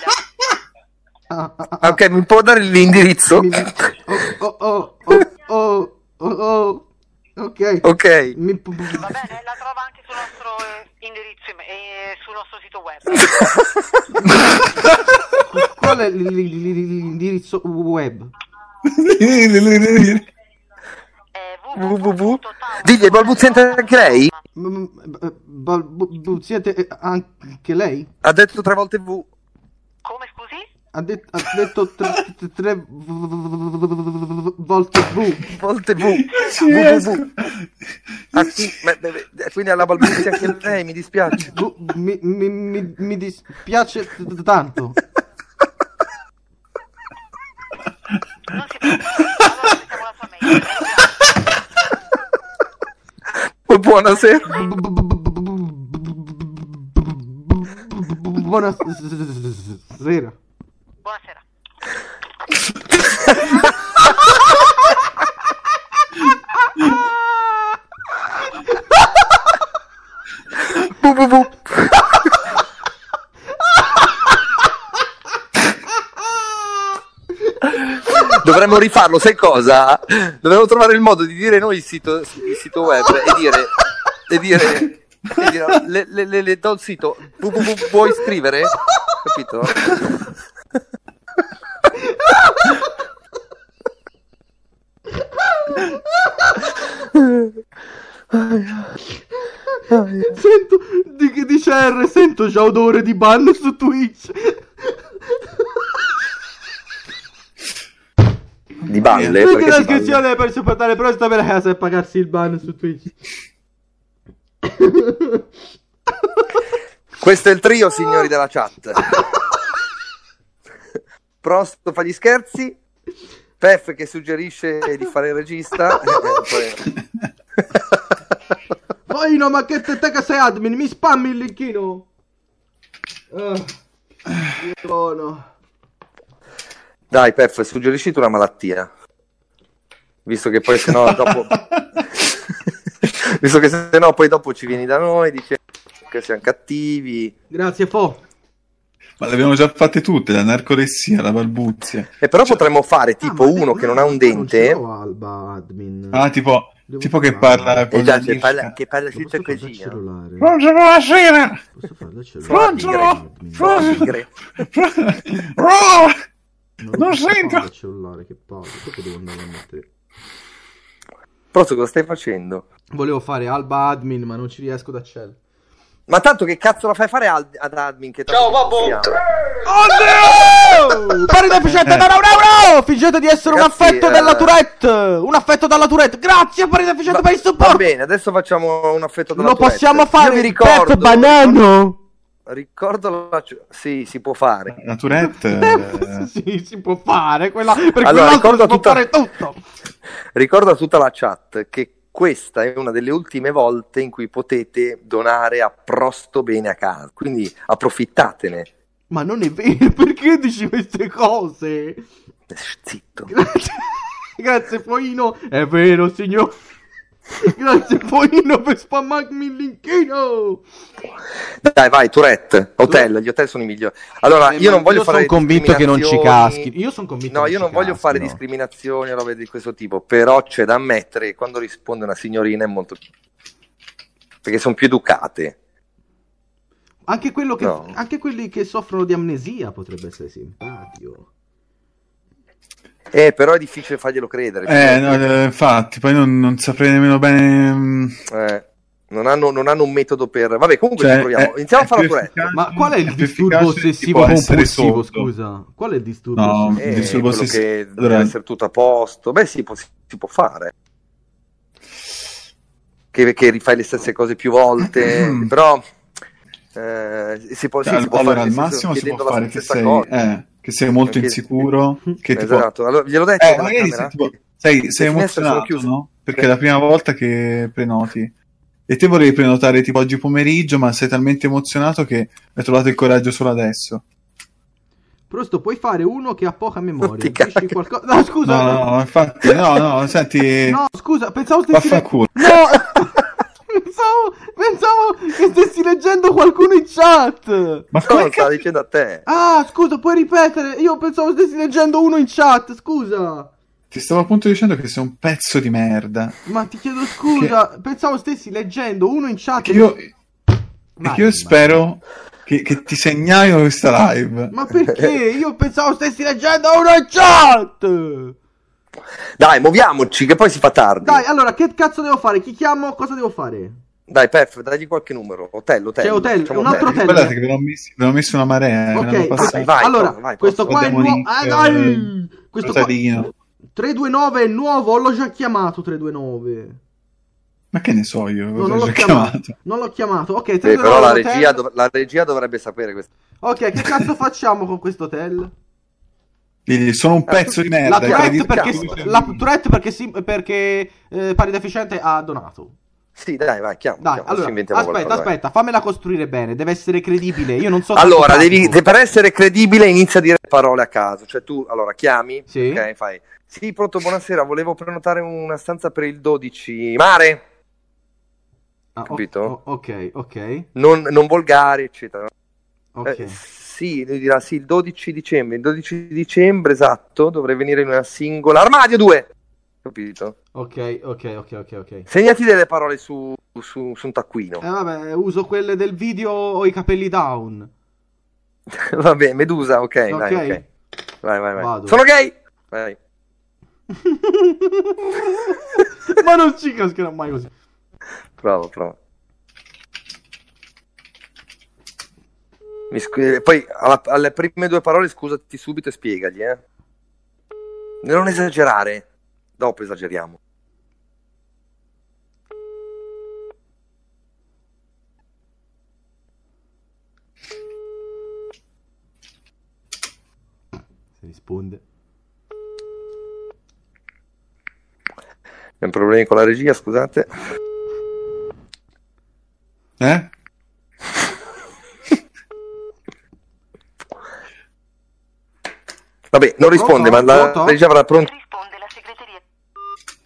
Ah, ah, ah,
Ah, ok, mi può dare l'indirizzo?
mi- mi- oh, oh, oh, oh, oh, oh, oh.
Ok.
Ok.
Mi- p- p-
Va bene, la trova anche sul nostro eh, indirizzo e sul nostro sito web.
Qual è l- l- l- l'indirizzo web?
È
www. Digli, Balbuziente anche lei?
M- m- b- Balbu- bu- Siete eh, anche lei?
Ha detto tre volte V.
Come scusi?
Ha, det- ha detto tre, tre- tre v- v- v- volte V.
Volte V.
Ci riesco.
Ah, sì? Ma- ma- ma- quindi alla balbuzia anche lei, mi dispiace.
V- Mi, mi- mi- mi dispiace t- t- tanto.
Non si preoccupi, allora aspettiamo la sua mail.
Buonasera.
Bu- bu- bu- bu- bu- bu- bu- bu- Buonasera.
Buonasera.
Bu, bu, bu. Dovremmo rifarlo, sai cosa? Dovremmo trovare il modo di dire noi il sito, il sito web e dire, e dire, e dire, le, le, le- le do il sito, Bu, bu, bu, vuoi scrivere? Capito?
Sento di che dice R, sento già odore di ban su Twitch.
Di balle,
Perché
perché
la
si balla?
iscrizione per supportare Prosta per casa e pagarsi il ban su Twitch.
Questo è il trio, signori della chat. Prosto fa gli scherzi. Pef che suggerisce di fare il regista. e poi-
Poi no, ma che te, te che sei admin, mi spammi il linkino.
Ah.
Eh,
Ah.
buono.
Dai, Pef, suggerisci tu una malattia. Visto che poi sennò dopo. Visto che sennò poi dopo ci vieni da noi, dice che siamo cattivi.
Grazie, Fo.
Ma le abbiamo già fatte tutte, la narcolessia, la balbuzia.
E Eh, però potremmo fare
Ah,
tipo uno che non ha un dente.
Non ce l'ho, Alba admin.
Ah, tipo,
Devo
tipo che
provare.
parla con
E Eh, già
la
che parla,
liscia.
che parla
Non
senza
posso fare il
così. eh. no?
cellulare.
Buongiorno, buonasera!
Posso farlo al
Fra
cellulare?
tigre. Fra tigre.
Oh!
Non,
Non
posso
sento.
farlo al cellulare, che palle. Dopo devo andare a mettere.
Prosto, cosa stai facendo?
Volevo fare Alba admin, ma non ci riesco da Cell.
Ma tanto che cazzo la fai fare al- ad admin? Che Ciao babbo!
Cioè, Pari deficiente da un euro! Fingete di essere un
Ragazzi,
affetto
eh,
della Tourette! Un affetto dalla Tourette! Grazie pari deficiente per il
Va
supporto!
bene, adesso facciamo un affetto dalla
Lo
Tourette.
possiamo fare!
Io vi ricordo,
Pet banano!
ricordo la... Sì, si può fare.
La Tourette... eh,
sì, si può fare quella per quell'altro
Allora, ricorda
si può
tutta-
fare tutto.
Ricordo a tutta la chat che questa è una delle ultime volte in cui potete donare a Prosto Bene a casa, quindi approfittatene.
Ma non è vero, perché dici queste cose?
Zitto.
Grazie, grazie Foino, è vero signor. grazie Foino per spammarmi il linkino.
Dai, vai, Tourette, hotel, gli hotel sono i migliori. Allora,
Eh,
io
ma
non voglio
io
fare
sono convinto che non ci
discriminazioni.
caschi. Io sono convinto
No,
che
io
ci
non voglio fare
caschino.
discriminazioni o robe di questo tipo, però c'è da ammettere che quando risponde una signorina è molto... perché sono più educate.
Anche, quello che,
No.
anche quelli che soffrono di amnesia potrebbe essere simpatico.
Eh, però è difficile farglielo credere.
Eh, no, eh, infatti, poi non, non saprei nemmeno bene... mm,
Eh, non, hanno, non hanno un metodo per... Vabbè, comunque
cioè,
ci proviamo.
è-
Iniziamo a
è
fare la
più
Tourette.
efficace-
Ma qual è il
più
disturbo
efficace
ossessivo
tipo essere
compulsivo?
sordo.
Scusa, qual è il disturbo
No,
ossessivo?
il
Eh,
disturbo
quello
ossessivo.
che
Allora-
deve essere tutto a posto. Beh, sì, può- si può fare. Che, che rifai le stesse cose più volte, però... eh, si può, sì,
Cioè,
si può
allora,
fare, nel
al
senso,
massimo si può
chiedendo la
fare che
stessa
sei,
cosa.
eh, che sei molto
Perché-
insicuro, che tipo,
Esatto, allora, gliel'ho detto
eh,
dalla
magari
camera?
sei, tipo, sei, sei
finestre sono
emozionato,
chiuse.
no? Perché è la prima volta che prenoti. E te volevi prenotare tipo oggi pomeriggio, ma sei talmente emozionato che hai trovato il coraggio solo adesso.
Prosto, puoi fare uno che ha poca memoria.
Non ti
dici
cagare.
qualcosa- No, scusa.
No, no, no, infatti, no, no, senti,
No, scusa, pensavo stessi
vaffanculo.
No! pensavo, pensavo che stessi leggendo qualcuno in chat.
Ma
No,
come
lo stava dicendo a te.
Ah, scusa, puoi ripetere? Io pensavo stessi leggendo uno in chat, scusa.
Ti stavo appunto dicendo che sei un pezzo di merda.
Ma ti chiedo scusa, pensavo stessi leggendo uno in chat.
Che io,
Ma-
e che io
ma-
spero che, che ti segnalino questa live.
Ma perché? Io pensavo stessi leggendo uno in chat!
Dai, muoviamoci, che poi si fa tardi.
Dai, allora, che cazzo devo fare? Chi chiamo? Cosa devo fare?
Dai, Perf, dagli qualche numero. Hotel, hotel.
C'è hotel,
Facciamo
un altro hotel.
Guardate che ve l'ho messo, ve l'ho messo una marea. eh, me l'hanno
ok,
passato.
vai, vai,
allora,
vai, vai,
questo qua è il nuovo...
Demonic,
Ah, dai!
eh,
Questo qua...
Rosadino.
329 è nuovo, l'ho già chiamato 329.
Ma che ne so io?
No,
cosa
non
ho
l'ho
già
chiamato.
chiamato.
Non l'ho chiamato. Ok,
Eh, però
329
la
hotel.
regia, dov- la regia dovrebbe sapere questo.
Ok, che cazzo facciamo con questo hotel?
Digli, sono un pezzo di merda.
La
e credi-
Tourette perché,
Cazzo,
la Tourette perché, sì- perché eh, pari deficiente ha donato.
Sì, dai, vai, chiamo.
Dai,
chiamo,
Allora,
ci Diciamo,
aspetta,
inventiamo qualcosa, dai.
aspetta, fammela costruire bene, deve essere credibile. Io non so
Allora,
tanto
devi,
pratico.
per essere credibile inizia a dire parole a caso. Cioè tu, allora, chiami,
Sì.
ok, fai... Sì, pronto, buonasera, volevo prenotare una stanza per il 12 mare,
Ah, o-
capito?
o- ok, ok,
non, non volgare, eccetera.
ok.
Eh, sì, lui dirà sì, il 12 dicembre. Il 12 dicembre, esatto, dovrei venire in una singola... Armadio 2! Capito?
Ok, ok, ok, ok, ok. Eh
Segnati delle parole su, su- su un taccuino.
vabbè, uso quelle del video o i capelli down.
Vabbè, Medusa, ok,
Eh. ok?
Eh, vai, ok. Vai, vai, vai.
Vado.
Sono gay! Vai.
Ma non ci cascherà mai così.
Bravo, bravo. Mi scu- eh, poi alla- alle prime due parole scusati subito e spiegagli, eh. Non esagerare. Dopo esageriamo.
Si risponde.
Abbiamo problemi con la regia, scusate.
Eh?
Vabbè, non risponde,
Pronto?
ma la
Pronto?
regia avrà pronto.
Risponde la segreteria.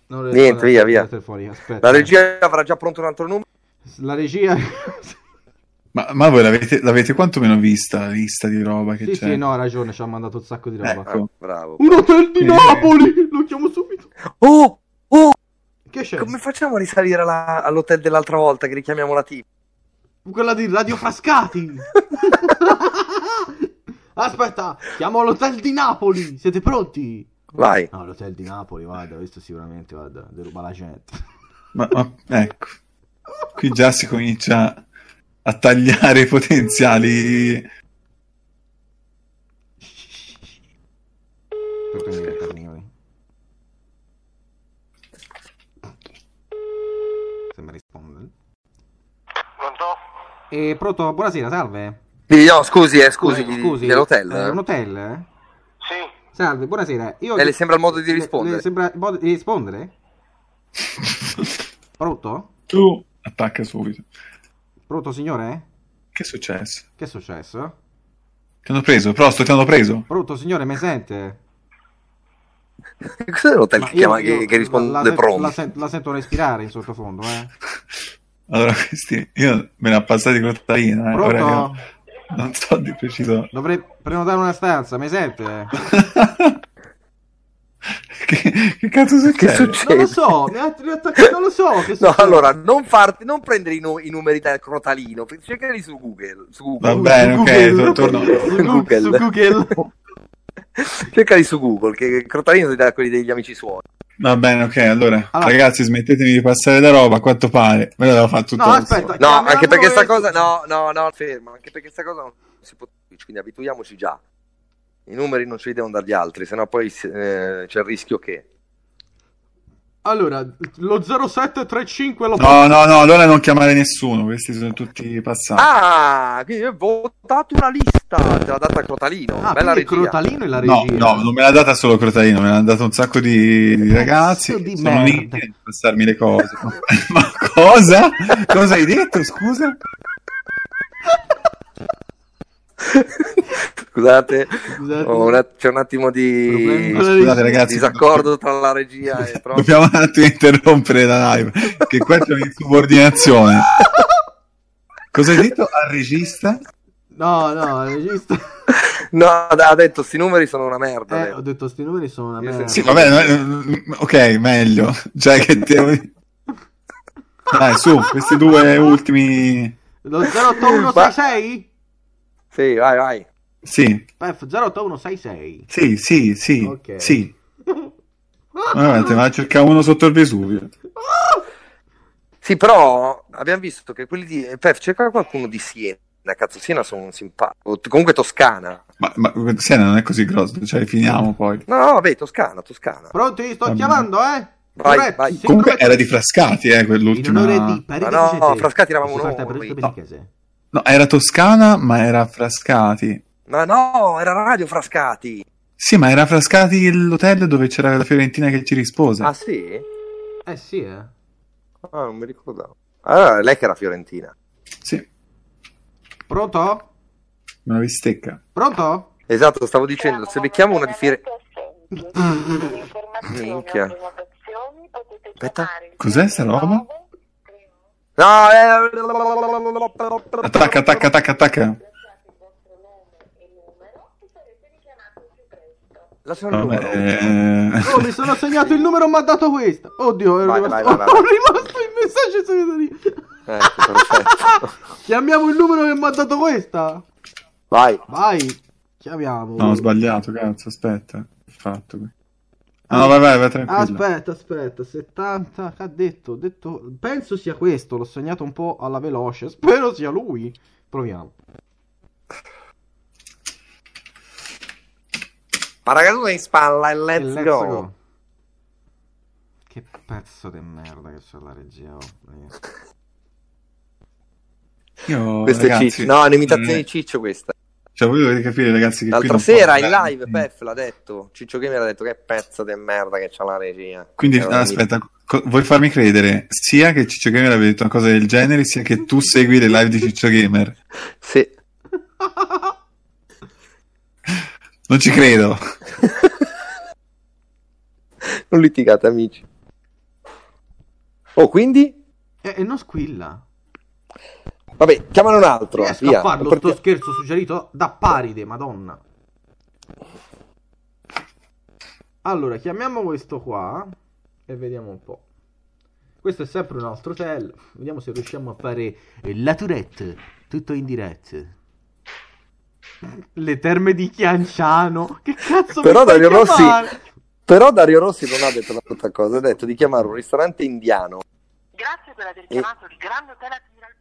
Non
Niente,
risponde alla
via, via.
telefonica, aspetta.
La regia avrà già pronto un altro numero.
La regia...
Ma, ma voi l'avete, l'avete quantomeno vista la lista di roba che
sì,
c'è?
sì, no, ha ragione, ci ha mandato un sacco di roba.
Ecco.
Ah, bravo.
Un hotel di
Eh.
Napoli! Lo chiamo subito.
Oh, oh,
Che c'è?
come facciamo a risalire alla- all'hotel dell'altra volta che richiamiamo la tipa?
Quella di Radio Frascati. Aspetta, chiamo l'hotel di Napoli. Siete pronti?
Vai.
No, l'hotel di Napoli, guarda, questo sicuramente, guarda, deruba la gente.
Ma, ma- ecco, qui già si comincia a tagliare i potenziali.
Sembra rispondere.
Pronto?
E pronto, buonasera, salve.
Sì, no, scusi, eh, scusi,
Eh,
dell'hotel.
eh, un hotel? eh?
Sì,
Salve, buonasera. Io
Eh, le sembra il modo di rispondere?
Le sembra il modo di rispondere? Pronto?
Tu attacca subito.
Pronto, signore?
Che è successo?
Che è successo?
Ti hanno preso, prosto, ti hanno preso.
Pronto, signore, mi sente?
Cos'è l'hotel
Ma
che,
io-
chiama,
io
che, che
la,
risponde
la, sento-
pronto?
la, sento- la sento respirare in sottofondo, eh.
Allora, questi, io me ne ho passati con Tarina, eh, ora
Pronto?
io non so di preciso
Dovrei prenotare una stanza, mi sente?
che, che cazzo succede.
Eh,
Che
Non
succede?
lo so, mi ha mi ha attaccato, non lo so. Che
No,
succede.
allora, non, farti, non prendere i, nu- i numeri del crotalino, cercali su Google. Su
Va
Google.
bene,
Su
ok,
Google.
tor- torno.
Su Google.
Google.
Su Google.
cercali su Google, che il crotalino ti dà quelli degli amici suoi.
Va bene, ok, allora,
Allora.
ragazzi, smettetemi di passare da roba, a quanto pare. Me l'avevo fatto
No,
tutto.
aspetta.
No,
Chiamiamo
anche perché
e-
sta cosa... No, no, no, fermo, anche perché sta cosa non si può... Quindi abituiamoci già. I numeri non ce li devono dare gli altri, sennò poi eh, c'è il rischio che...
Allora, lo 0735 lo
No,
Ah,
no, no, allora non chiamare nessuno, questi sono tutti passati.
Ah, quindi ho votato una lista, te l'ha data Crotalino.
Ah,
Bella
quindi il
regia.
crotalino e la
No,
regia.
no, non me l'ha data solo Crotalino, me l'hanno data un sacco di, di ragazzi.
di
sono
merda.
lì a passarmi le cose. Ma cosa? Cosa hai detto? Scusa?
Scusate,
Scusate.
ho un att- c'è un attimo
Problemi
di
con la
Scusate, ragazzi.
disaccordo tra la regia e proprio.
Dobbiamo un attimo interrompere la live, che qua c'è un'insubordinazione. Cosa hai detto al regista?
No, no, il regista.
No, ha detto, sti numeri sono una merda. ha
Eh,
detto.
ho detto sti numeri sono una
Io
merda.
Sì, vabbè, no, eh, ok, meglio. Cioè, che ti... Dai, su, questi due ultimi...
Lo 08166?
Sì, vai, vai.
Sì,
Pef, 08166.
sì, sì, sì,
Ok.
sì. Vabbè, Ah, te ne va a cercare uno sotto il Vesuvio.
Sì, però abbiamo visto che quelli di... eh, Pef, cerca qualcuno di Siena. Cazzo, Siena sono simpatico. O t- Comunque Toscana.
Ma, ma Siena non è così grosso, cioè finiamo poi.
No, no, vabbè, Toscana, Toscana.
Pronti? Sto
Vabbè.
chiamando, eh?
Vai,
Corretto,
vai.
sì,
Comunque
corretto.
era di Frascati, eh,
In
quell'ultima...
onore di Parigi.
Ma no,
siete-
Frascati eravamo
si parte
noi.
per questo
No.
benichese.
No, era Toscana, ma era Frascati.
Ma no, era la radio Frascati.
Sì, ma era Frascati l'hotel dove c'era la Fiorentina che ci rispose.
Ah, sì?
Eh sì, eh.
Ah, non mi ricordavo. Allora, lei che era fiorentina.
Sì,
Pronto?
una bistecca.
Pronto?
Esatto, stavo dicendo, se becchiamo una di Fire...
Mm,
Minchia. Aspetta.
Cos'è sta roba?
No, eh...
Attacca, attacca, attacca, attacca.
Lascia il numero.
Vabbè, eh,
Oh, mi sono segnato il numero, mi ha dato questo. Oddio, è
Vai,
rimasto,
vai, vai, vai.
è rimasto il messaggio segnato lì.
Ecco, perfetto.
Chiamiamo il numero che mi ha dato questa.
Vai.
Vai, chiamiamo.
No, ho sbagliato, cazzo, aspetta. Ho fatto qui. Ah, no, vai, vai, vai, tranquillo.
Aspetta, aspetta, 70, che ha detto? Ho detto, penso sia questo, l'ho segnato un po' alla veloce, spero sia lui. Proviamo.
Paracadute in spalla e let's,
Let's
go.
go. Che pezzo di merda che c'è la regia. oh. Eh.
Io,
Questo è
ragazzi,
Ciccio. No, è un'imitazione di
eh,
Ciccio questa.
Cioè, voi dovete capire, ragazzi, che qui
L'altra
non
sera
posso-
in live
eh,
Pef l'ha detto. Ciccio Gamer ha detto che pezzo di merda che c'ha la regia.
Quindi,
Eh,
no, aspetta, co- vuoi farmi credere sia che Ciccio Gamer aveva detto una cosa del genere, sia che tu segui le live di Ciccio Gamer?
Sì.
Non ci credo.
non litigate, amici. Oh, quindi?
Eh, E, e non squilla.
Vabbè, chiamano un altro.
Riesco
via.
a farlo
Perché-
sto scherzo suggerito da paride, madonna. Allora, chiamiamo questo qua e vediamo un po'. Questo è sempre un altro hotel. Vediamo se riusciamo a fare eh, la tourette, tutto in diretta. Le terme di Chianciano. Che cazzo
Però
mi fai
Dario Rossi-
chiamare?
Però Dario Rossi non ha detto la stessa cosa, ha detto di chiamare un ristorante indiano.
Grazie per aver chiamato il Grande Hotel Admiral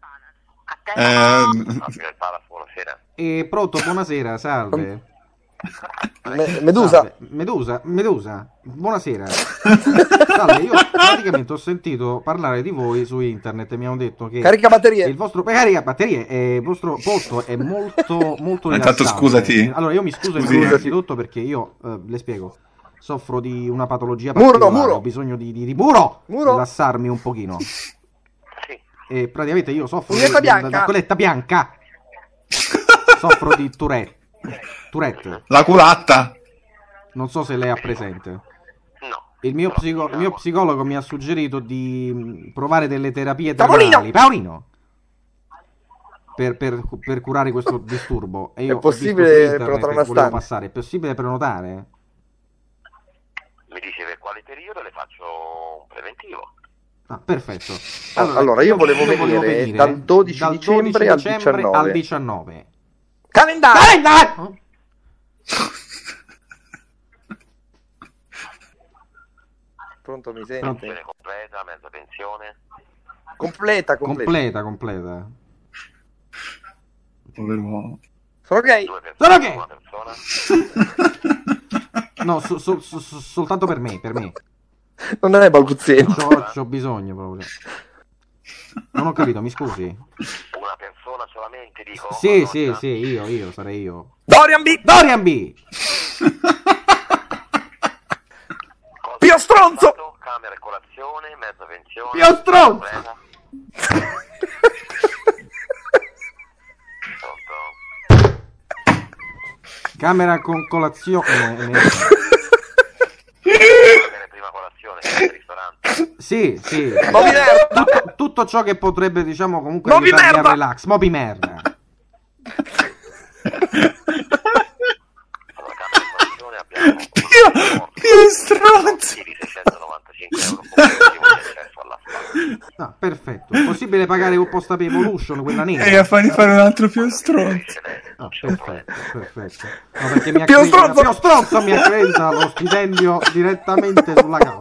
Palace. A te.
Ehm,
Ah, prima il palace, buonasera.
E Eh, pronto, buonasera, salve. Ah, eh,
Me- Medusa,
Salve. Medusa, Medusa, buonasera. Salve, io praticamente ho sentito parlare di voi su internet e mi hanno detto che
carica batterie.
il vostro beh, carica batterie eh, il vostro posto è molto molto
Ma Ah, intanto
rilassante.
scusati.
Allora io mi scuso
Scusi.
innanzitutto perché io eh, le spiego soffro di una patologia
Muro,
particolare,
muro.
ho bisogno di, di, di muro,
Muro.
rilassarmi un pochino.
Sì.
E praticamente io soffro di
Cunetta
di- da-
bianca.
da colletta bianca. soffro di Tourette. Tourette,
la culatta.
non so se lei ha presente.
No.
Il mio,
No, diciamo,
psico- il mio
no.
psicologo mi ha suggerito di mh, provare delle terapie
Paolino!
termali. Paolino! Per, per- per curare questo disturbo. E io
È possibile
ho visto su internet
prenotare
che
una
volevo
stanza?
passare. È possibile prenotare?
Mi dice per quale periodo le faccio un preventivo.
Ah, perfetto.
Allora, io volevo venire dal 12
dal
dicembre al Ah, 19.
al 19.
Calendario!
Calendario!
eh, Pronto, mi
Pensione
sente?
completa, mezza pensione.
Completa,
Completa,
completa.
completa.
Povero uomo.
Sono gay.
Due persone.
Sono gay!
Una persona.
No, so- so- so- so- soltanto per me, per me.
Non è balbuziente.
C'ho, c'ho bisogno proprio. Non ho capito, mi scusi.
Una persona solamente, dico.
Sì,
Madonna.
sì, sì, io, io, sarei io.
Dorian B.
Dorian B!
Cosa
Pio
ho
stronzo!
fatto? Camera e colazione, mezza pensione.
Pio stronzo!
Completa. Pronto?
Camera con colazione.
Camera e prima colazione, camera e ristorante.
Sì, sì.
Moby merda.
Tutto, tutto ciò che potrebbe, diciamo, comunque
Moby
aiutarmi
merda!
al relax. Moby merda.
Dio! Che stronzo!
Ieri 695 euro con un accesso alla
No, perfetto. È possibile pagare con posta per Evolution, quella nera.
E Eh, a fargli fare un altro più stronzo.
Ah, perfetto, perfetto. No, perché mi
Pio
accredita-
Strozzo!
Pio Strozzo mi accredita lo stipendio direttamente sulla casa.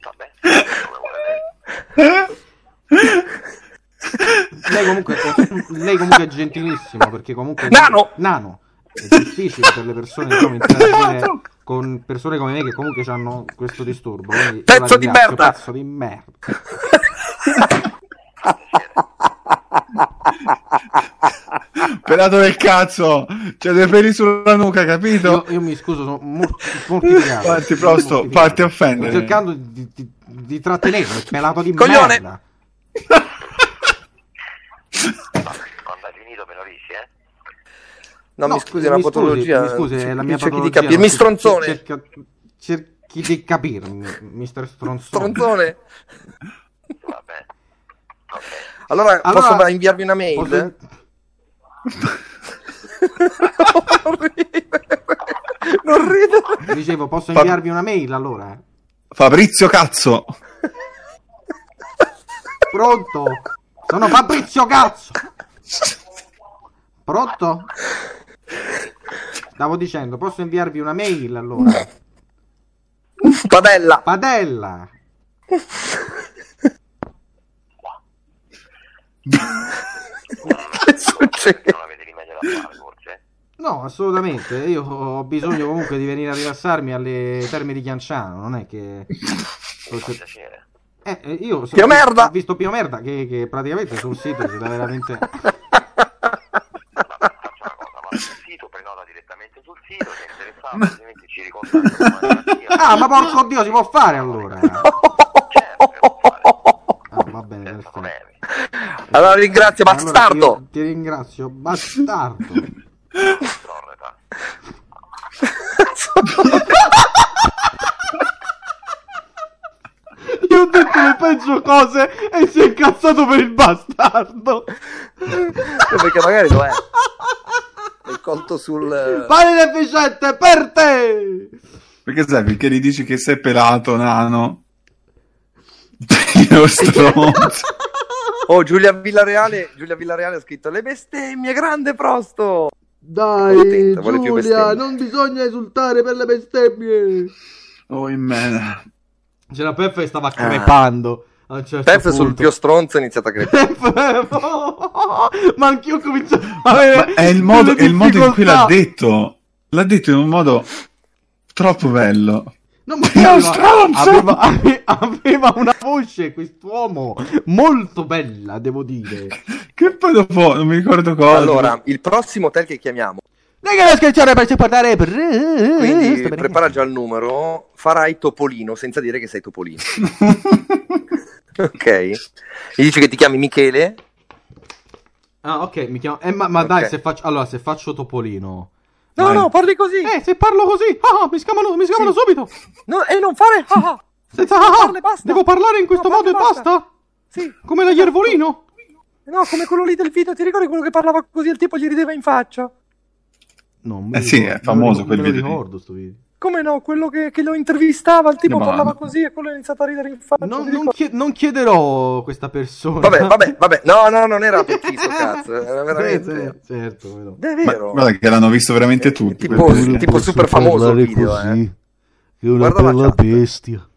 Vabbè, come vuole lei.
Lei comunque, lei comunque è gentilissima perché comunque...
Nano! Esatto.
Nano! È difficile per le persone diciamo, interagire con persone come me che comunque hanno questo disturbo. quindi
Pezzo
la ringrazio,
di merda!
Pezzo di merda!
Pelato del cazzo! C'è dei peli sulla nuca, capito?
Io, io mi scuso, sono mor- mortificato.
Parti presto,
Mortificato.
parti a offendere.
Sto cercando di, di, di trattenerlo, è pelato di
Coglione!
merda.
Vabbè, quando hai finito me lo dici, eh?
No, mi scusi, è una
mi
patologia.
Mi scusi, è la mia
cerchi
patologia.
di capire.
no,
Mi
cer-
stronzone.
cerca- cerchi di capirmi, mister stronzone.
Stronzone.
Vabbè. Ok.
Allora,
Allora,
posso inviarvi una mail?
posso-
non ridere. Non ridere.
Dicevo, posso
Fa-
inviarvi una mail allora?
Fabrizio cazzo!
Pronto? Sono Fabrizio Cazzo! Pronto? Stavo dicendo, posso inviarvi una mail allora?
Padella.
Padella!
Che succede?
Non avete rimedio da fare, forse?
No, assolutamente, io ho bisogno comunque di venire a rilassarmi alle terme di Chianciano, non è che...
Mi fa piacere.
Eh, eh, io so-
Pio merda!
ho visto Pio Merda che, che praticamente sul sito si dà veramente...
Vabbè, faccio una cosa, vado sul sito, prenota direttamente sul sito, se è interessato, ovviamente ci ricontatto domani mattina.
Ah, ma porco Dio, si può fare allora!
Certo, che lo fare.
Ah, va bene,
Senza
perfetto.
problemi.
Allora ringrazio,
Allora,
bastardo.
io ti ringrazio, bastardo!
Prorroga.
Io ho detto le peggio cose e si è incazzato per il bastardo!
Perché magari lo è. È colto sul...
Pane deficiente per te!
Perché sai, perché gli dici che sei pelato, nano? Io stronzo!
Oh, Giulia Villareale, Giulia Villareale ha scritto le bestemmie, grande prosto.
Dai,
Contenta, vuole più
Giulia,
bestemmie.
non bisogna esultare per le bestemmie.
Oh, in me.
C'era Peff che
Ah.
stava crepando. a un certo
Pef sul
punto.
pio stronzo ha iniziato a credere.
Peff! Ma anch'io ho cominciato a
Ma
avere
è il modo,
delle
è il modo in cui l'ha
difficoltà.
detto. L'ha detto in un modo troppo bello.
No, ma
Io
aveva-
stronzo!
Aveva, ave- aveva una voce quest'uomo molto bella, devo dire.
Che poi dopo non mi ricordo cosa.
Allora, il prossimo hotel che chiamiamo,
Lega la scherzione per supportare per...
quindi prepara già il numero, farai Topolino senza dire che sei Topolino. ok? Gli dici che ti chiami Michele?
Ah, ok, mi chiamo... eh, ma, ma dai,
Ok.
se faccio... Allora, se faccio Topolino...
No,
Vai.
no, parli così.
Eh, se parlo così! Ah, mi scamano, mi scamano subito!
No, e non fare... ah, ah.
Senza...
Non
ah,
parli, basta.
Devo parlare in questo
Non
modo
parli,
e basta?
Sì.
Come la Iervolino?
No, come quello lì del video, ti ricordi quello che parlava così il tipo gli rideva in faccia?
No,
Eh sì, è famoso quel video
Me
lì.
lo ricordo sto video.
Come no, quello che, che lo intervistava, il tipo
No, ma-
parlava così e quello ha iniziato a ridere in faccia.
Non,
ti
non
ricordi?
chie- non chiederò questa persona.
Vabbè, vabbè, vabbè. No, no, non era pecchito, cazzo. Era veramente...
Certo, certo, come no.
È
Ma
vero.
guarda che l'hanno visto veramente tutti.
Eh, tipo-
quel video.
tipo super famoso il video, eh.
Che una
Guarda la
bella
chat.
bestia.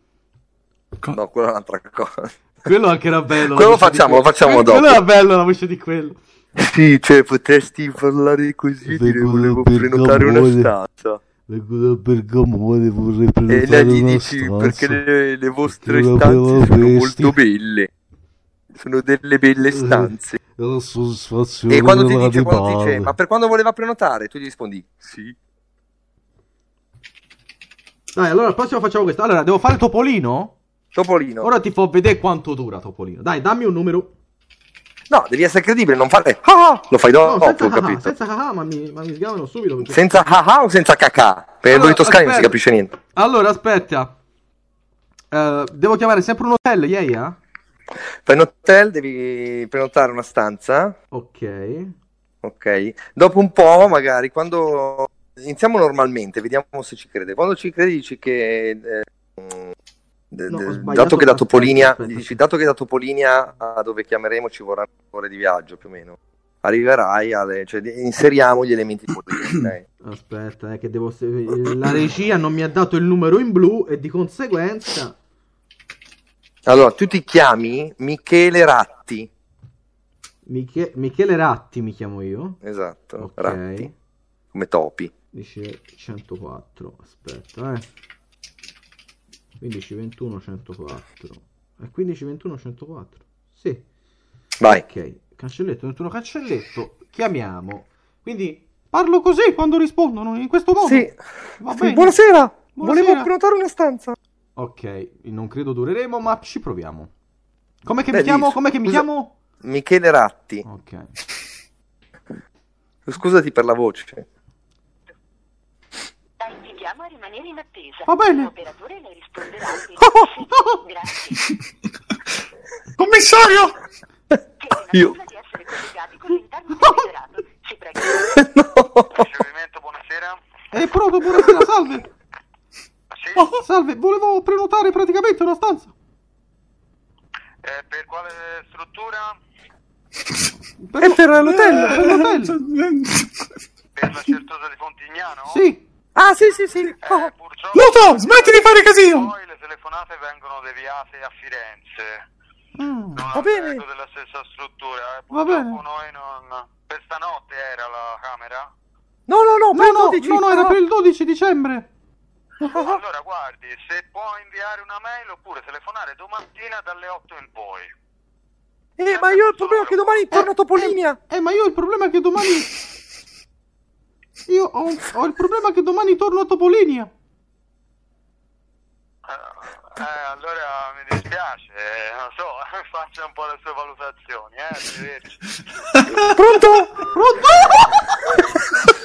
No, quella è un'altra cosa.
Quello anche era bello. la
Quello lo
voce di
facciamo, lo
quello.
facciamo
Quello
dopo.
era bello la voce di quello.
Sì, cioè potresti parlare così,
Vengo
dire volevo
da
prenotare una
Bergamo,
stanza.
Vengo da Bergamo e vorrei
E
prenotare
Eh, lei gli
una
dici
stanza.
perché le, le vostre
Perché
stanze
l'avevo
sono
visti.
molto belle. Sono delle belle stanze.
La soddisfazione
E quando ti
della
dice, quando ti dice,
ribelle.
ma per quando voleva prenotare, tu gli rispondi sì.
Dai, allora al prossimo facciamo questo. Allora, devo fare Topolino?
Topolino.
Ora ti fo vedere quanto dura Topolino. Dai, dammi un numero.
No, devi essere credibile, non fare ah, ah, lo fai
No,
dopo,
senza haha,
capito?
senza haha, ma mi, ma mi sgamano subito. perché-
Senza ah ah o senza cacà? Per
Allora,
noi toscani non si
aspetta.
capisce niente.
Allora, aspetta. Eh, devo chiamare sempre un hotel, yeah, yeah?
Fai un hotel, devi prenotare una stanza,
Ok.
ok? Dopo un po', magari, quando iniziamo normalmente, vediamo se ci crede. Quando ci crede dici che... eh, mh, d-
No, ho
d-
sbagliato
dato, che da
aspetta,
Topolinia,
aspetta.
dici, dato che da Topolinia a dove chiameremo ci vorranno ore di viaggio più o meno. Arriverai alle... cioè, inseriamo gli elementi di Topolinia, ok?
Aspetta, eh, che devo. se- La regia non mi ha dato il numero in blu e di conseguenza.
Allora, tu ti chiami Michele Ratti.
Miche- Michele Ratti mi chiamo io.
Esatto,
Ok.
Ratti. Come topi.
Dice 104. Aspetta, eh. 15, 21, 104. Eh, 15, 21, 104. Sì.
Vai.
Ok. Cancelletto, 21 cancelletto. Chiamiamo. Quindi parlo così quando rispondono in questo modo.
Sì.
Va
Sì,
bene.
Buonasera.
Buonasera.
Volevo prenotare una stanza.
Ok, non credo dureremo, ma ci proviamo. Come che
Beh,
mi chiamo?
dici,
Come che mi
scusa-
chiamo?
Michele Ratti.
Ok.
Scusati per la voce.
La invitiamo a rimanere in attesa.
Va bene.
L'operatore le risponderà. in- Grazie.
Commissario!
Tiene
Io-
in attesa di essere collegati con l'interno desiderato. Si prego.
No.
Ricevimento, buonasera. Ah,
È pronto, buonasera, salve.
Sì,
Oh. Salve, volevo prenotare praticamente una stanza.
eh, per quale struttura?
Per, è per l'hotel. Per l'hotel.
Per la certosa di Fontignano?
Sì. Oh.
Ah, sì, sì, sì.
Eh, purtroppo
Luto, smetti di fare casino!
poi le telefonate vengono deviate a Firenze.
Ah,
Non
Va bene.
all'albergo della stessa struttura. eh.
Va
Purtroppo
bene.
noi non... Per stanotte era la camera?
No, no, Ah. no,
No, no,
prenoteci.
no, no, era per il 12 dicembre.
Uh-huh.
Allora, guardi, se può inviare una mail oppure telefonare domattina dalle 8 in poi.
Eh, ma io ho il problema che domani torno a Topolinia.
Eh, ma io ho il problema che domani... Io ho, ho il problema che domani torno a Topolinia.
Eh, eh, allora mi dispiace, eh, non so, faccia un po' le sue valutazioni, eh, arrivederci.
Pronto?
Pronto?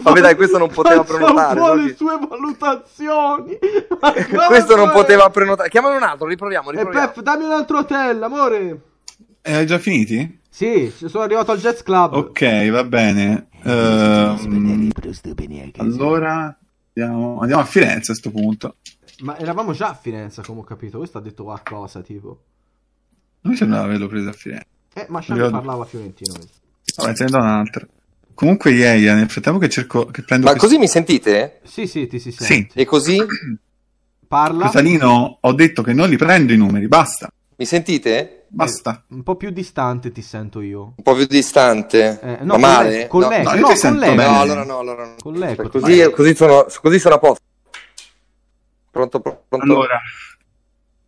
Vabbè, dai, questo non poteva
Faccia
prenotare.
un po'
no?
le sue valutazioni. Ma
Questo non
guarda,
poteva prenotare. Chiamalo un altro, riproviamo,
E
riproviamo.
Pef, Eh, dammi un altro hotel, amore.
Eh, hai già finiti?
Sì, sono arrivato al jazz club.
Ok, va bene. Ehm, allora andiamo, andiamo a Firenze a sto punto.
Ma eravamo già a Firenze, come ho capito. Questo ha detto qualcosa, tipo.
Non mi sembrava averlo preso a Firenze.
Eh, ma Sciami
Io-
parlava fiorentino. questo.
Vabbè, te ne do un'altra. Comunque, Iaia, nel frattempo che cerco, che prendo
Ma
questo-
così mi sentite?
Sì, sì, ti si sente.
Sì,
E così?
Parla
Catalino, ho detto che non li prendo i numeri, basta,
Mi sentite?
basta.
un po' più distante, ti sento io.
Un po' più distante.
Eh,
Ma
no,
male?
Con
No,
lei,
no, io
no,
ti
con
sento
lei.
No,
bene.
allora no, allora no.
Con l'eco,
Cioè, così,
vai.
così sono, così sono a posto. Pronto, pronto.
Allora,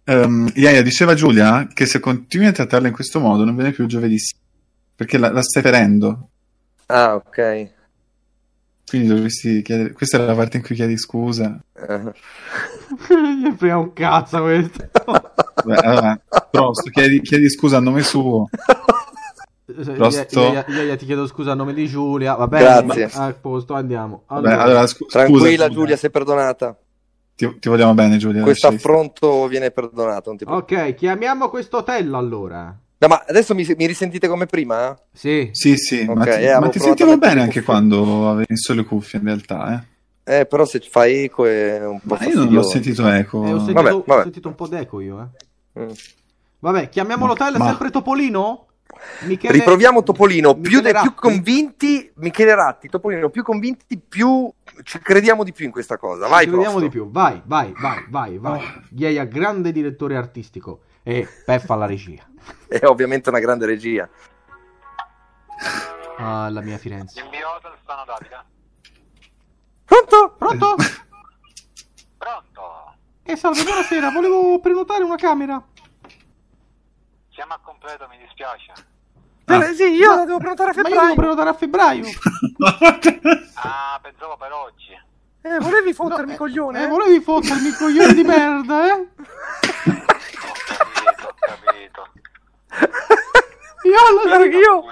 ehm, Iaia, diceva Giulia che se continui a trattarla in questo modo non viene più giovedì, perché la, la stai ferendo.
Ah, ok. Eh.
Quindi dovresti chiedere. Questa era la parte in cui chiedi scusa.
Gli frega un cazzo questo.
Beh, allora, Prosto, chiedi, chiedi scusa a nome suo.
Cioè,
Prosto.
Io, io- io ti chiedo scusa a nome di Giulia. Va bene, eh,
Grazie.
a posto, andiamo.
Vabbè, allora, scu-
Tranquilla,
scusa, Eh,
Giulia, sei perdonata.
Ti, ti vogliamo bene, Giulia.
Questo
lasci-
affronto viene perdonato. non ti
Ah.
preoccupare.
Ok, chiamiamo questo hotel allora.
No, ma adesso mi, mi risentite come prima?
Sì.
Sì, sì, ma
Ok,
ti,
eh,
ma
avevo provato
ti
a
sentivo
mettere
bene
le
anche
cuffie.
quando avevi solo le cuffie, in realtà. Eh.
Eh, però se fa eco è un po'
Ma io non ho
fastidioso.
sentito eco.
Eh, ho, sentito,
Vabbè, vabbè.
ho sentito un po' d'eco io, eh.
Mm.
Vabbè, chiamiamo l'hotel
Ma-
sempre Topolino? Michele-
Riproviamo Topolino, più,
Michele
de- più
Ratti?
convinti, Michele Ratti, Topolino, più convinti, più ci crediamo di più in questa cosa. Vai,
Ci vediamo
Prosto.
di più. Vai, vai, vai, vai, vai. Ghiaia, grande direttore artistico. E Peffa alla regia.
È ovviamente una grande regia.
Ah, la mia Firenze.
L'inviato del Stano Davida.
Pronto?
Pronto?
Pronto?
E salve, buonasera. Volevo prenotare una camera.
Siamo al completo, mi dispiace.
Eh, sì, io la devo prenotare a
Ma io devo prenotare a febbraio.
Ah, pensavo per oggi.
Eh, volevi fottermi,
eh,
coglione?
Eh, volevi fottermi il coglione di merda, eh?
Ho capito, ho capito.
Io alla...
io...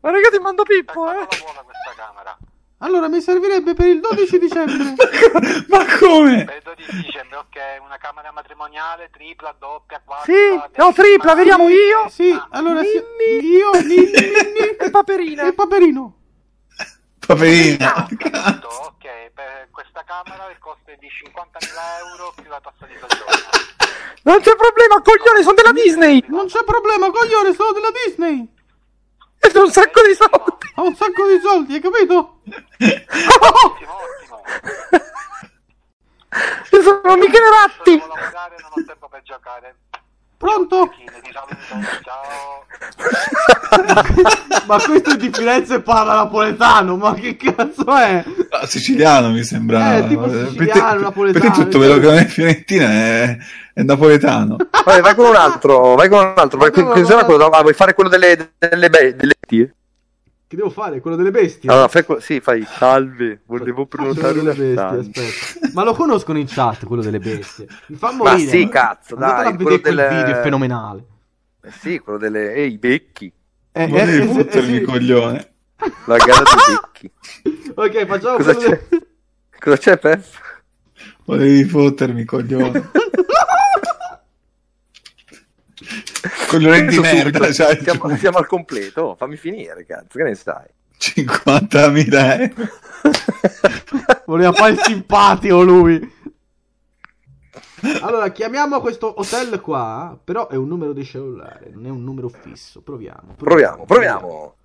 Guarda che io ti mando Pippo, eh.
Quando la vuole questa camera?
Allora, mi servirebbe per il 12 dicembre.
Ma come?
Per il 12 dicembre, ok, una camera matrimoniale, tripla, doppia, quadra.
Sì, no, tripla, vediamo io
Sì, allora... sì, io, Ninni, Ninni
e Paperina.
e Paperino.
Paperina.
Capito? Esatto, Ok, per questa camera il costo è di 50.000 euro più la tassa di soggiorno.
Non c'è problema, coglione, sono della Disney!
Non c'è problema, coglione, sono della Disney.
E sono un sacco di soldi!
Ho un sacco di soldi, hai capito?
Ottimo, ottimo.
E sono Michele Ratti!
Devo lavorare, non ho tempo per giocare.
Pronto?
Chine, ti saluto, ciao.
Ma questo è di Firenze e parla napoletano, ma che cazzo è?
Ah, siciliano mi sembrava.
Eh, tipo
Per te-
siciliano, napoletano,
Per te tutto
cioè.
quello che non è fiorentina è, è napoletano.
Vabbè, vai con un altro, vai con un altro. Vai,
Ma dove-
che sarà quello- ah, vuoi fare quello delle, delle, be- delle bestie?
Che devo fare? Quello delle bestie?
Allora, fai que- sì, fai salve, Ah, volevo prenotare
Quello
una
delle bestie,
stanza.
aspetta. Ma lo conoscono in chat quello delle bestie. Mi fa
Ma
morire.
sì, cazzo,
Andatelo
dai,
a vedere
quello
quel
del...
video, è fenomenale.
Eh Sì, quello delle... Ehi, becchi.
Eh, eh,
Volevi
eh, sì,
buttermi,
eh, sì.
coglione.
La gara dei becchi.
Ok, facciamo
Cosa
quello
c'è?
delle-
Cosa c'è, Pef?
Volevi fottermi, coglione. coglione di
Penso subito.
merda, cioè,
siamo, siamo al completo, fammi finire, cazzo, che ne sai?
50.000 euro.
Voleva fare il simpatico lui. Allora, chiamiamo questo hotel qua, però è un numero di cellulare, non è un numero fisso. Proviamo.
Proviamo, proviamo.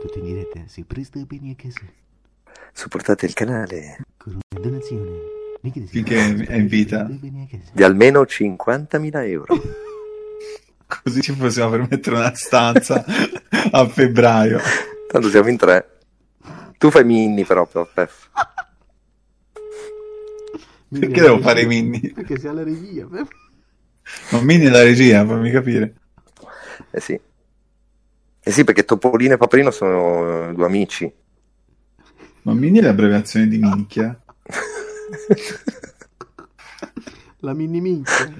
Tutti in diretta, se presto bene a casa,
Supportate il canale
con una donazione. Michele si-
Finché è in vita.
Presto bene a casa.
di almeno 50.000 euro.
Così ci possiamo permettere una stanza a febbraio.
Tanto siamo in tre. Tu fai mini però, Pef.
Minchia,
Perché devo
la
fare i
regia?
mini?
Perché sei alla regia.
Ma mini è la regia, fammi capire.
Eh sì. Eh sì, perché Topolino e Paperino sono eh, due amici.
Ma mini è l'abbreviazione di minchia.
La mini minchia.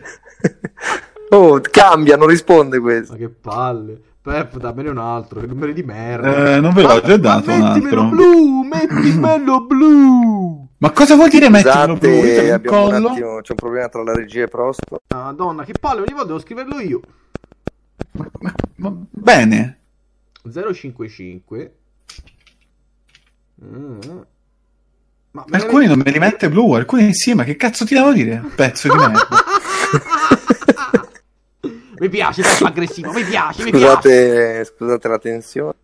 oh, cambia, non risponde questo.
Ma che palle. Pep, dammene un altro, che numeri di merda.
Eh, non ve l'ho già dato un
mettimelo
altro.
blu, mettimelo blu.
Ma cosa vuol dire metterlo blu? Io
Scusate,
sono in
abbiamo un
collo.
attimo, c'è un problema tra la regia e Prosto.
Madonna, che palle, ogni volta devo scriverlo io.
Ma- ma- ma- bene.
055. Mm. Ma me ne-
Alcuni non me li mette blu, alcuni sì, ma che cazzo ti devo dire? Pezzo di merda.
Mi piace, Pep aggressivo, mi piace, mi piace.
Scusate, scusate la tensione.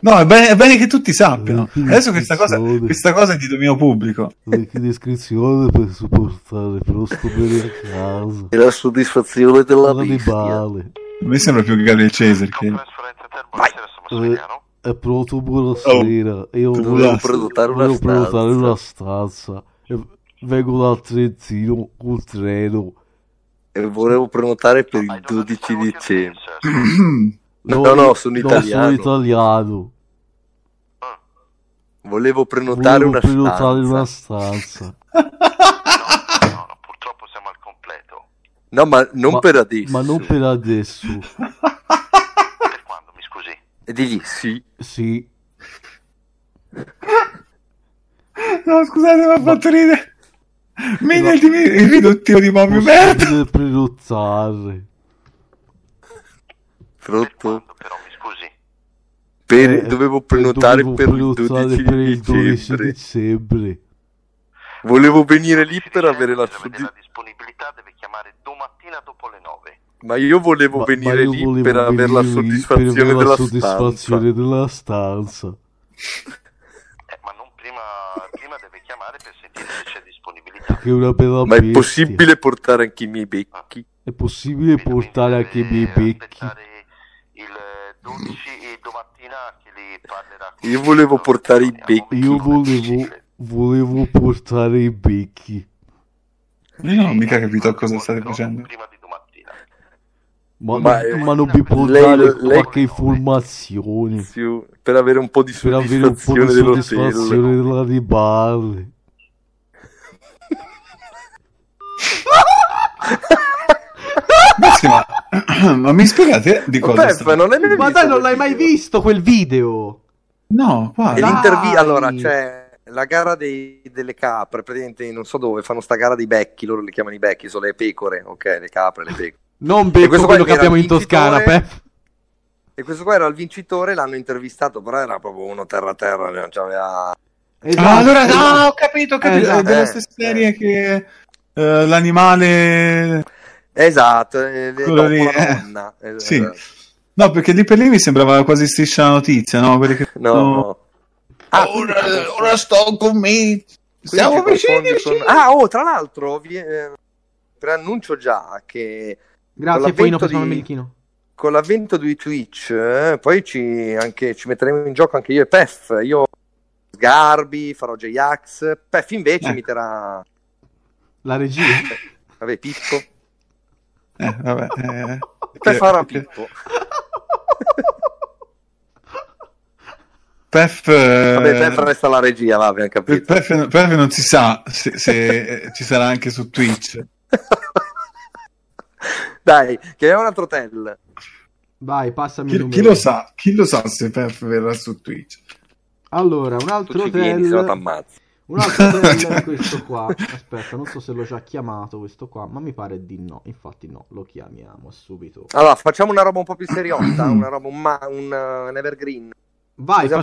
No, è bene, è bene che tutti sappiano.
Eh,
Adesso questa cosa,
attenzione.
questa cosa è di dominio pubblico.
Link in descrizione per supportare Presto bene a casa.
E la soddisfazione della bestia.
L'animale.
Mi sembra più che Gabriel Cesare. Che...
Complesso Renzi Ter, buonasera, sono Massimiliano.
È pronto, buonasera. Io
Oh. tu
volevo,
vuoi
prenotare una
volevo prenotare
stanza.
una stanza. E vengo da Trentino col treno.
E volevo prenotare per
Hai
il
donato
12
un
dicembre.
servizio.
No, no,
um
sono italiano.
sono italiano.
Volevo prenotare
Volevo
una
prenotare
stanza.
una stanza.
No, no, no, purtroppo siamo al completo.
No, ma non
Ma-
per adesso.
Ma non per adesso.
Per quando, mi scusi?
E digli sì.
Sì.
No, scusate, mi ha fatto ridere. Mini è il, dimin- il riduttivo di Bobby Merda.
Possibile prenotare.
Per
Pronto?
quando, però, mi scusi?
Per-
Eh,
dovevo prenotare
dovevo
per il
prenotare
12
per il 12
dicembre.
dicembre.
Volevo venire lì per
Sì,
avere la
se avete
soddisfazione.
disponibilità deve chiamare domattina dopo le 9.
Ma io volevo
Ma- ma
venire
io
lì
volevo
per avere la
venire lì per
soddisfazione
avere la
della
soddisfazione della stanza.
Eh, ma non prima, prima deve chiamare per sentire se c'è disponibilità.
Che è una bella
stanza. Ma è
bestia.
possibile portare anche i miei becchi?
È possibile
Quindi
portare
dovete
anche i miei becchi.
Eh, Aspettare il eh, 12 e domattina che li parlerà. con-
Io volevo portare i becchi.
Io
Come
volevo,
dice.
volevo portare i becchi.
Io non ho mica
Sì,
capito cosa
ma
state
non
facendo.
Prima di domattina.
Ma,
Ma,
non,
eh,
ma non vi può
lei-
dare
lei-
qualche informazione
Sì, Per avere un po' di
per avere un po'
soddisfazione
di soddisfazione
dell'hotel.
della ribale.
Sì, ma... ma mi spiegate di cosa
Peppa,
state
Oh, non è
Ma dai, non l'hai mai visto quel video?
No, qua.
E
Dai!
l'intervi- allora c'è la gara dei- delle capre, praticamente non so dove, fanno sta gara dei becchi, loro le chiamano i becchi, sono le pecore, ok, le capre, le pecore.
Non
E
becco
questo qua
quello che
era
abbiamo in
vincitore.
Toscana, Pep.
E questo qua era il vincitore, l'hanno intervistato, però era proprio uno terra-terra, cioè, non c'aveva...
Ah, allora no,
Esatto.
ho capito, ho capito.
Esatto.
È della
Eh,
stessa
eh.
serie che eh, l'animale.
Esatto, eh,
Quello
dopo
lì,
la
eh.
donna. eh,
Sì.
eh,
No, perché lì per lì mi sembrava quasi striscia la notizia, no? Quelli che
No,
fanno-
no. Ah, quindi-
ora, ora sto con me.
Quindi
Siamo
ci
vicini.
confondi con-
vicini.
Ah, oh, tra l'altro, vi, eh, preannuncio già che
Grazie,
Con
poi no,
l'avvento
sono
di-
Melchino.
con l'avvento di Twitch, eh, poi ci, anche, ci metteremo in gioco anche io e Pef. Io Sgarbi, farò J-Ax, Pef invece
Ecco.
Eh.
mi terrà,
La regia.
vabbè, Pippo.
Eh, vabbè, eh,
Pef
che-
farà Pippo.
Pef,
Vabbè,
eh,
Pef resta la regia, va, abbiamo
Pef,
capito.
Pef- Pef non si sa se, se, eh, ci sarà anche su Twitch.
Dai, chiamiamo un altro hotel.
Vai, passami il
Chi, chi
numero.
lo sa? Chi lo sa se Pef verrà su Twitch?
Allora, un
Tu
altro
ci vieni, se no ti
hotel.
ammazzo.
Un altro hotel è questo qua. Aspetta, non so se lo ci ha chiamato questo qua, ma mi pare di no. Infatti no, lo chiamiamo subito.
Allora, facciamo una roba un po' più seriotta, una roba, un, ma- un, eh, un evergreen.
Vai,
Possiamo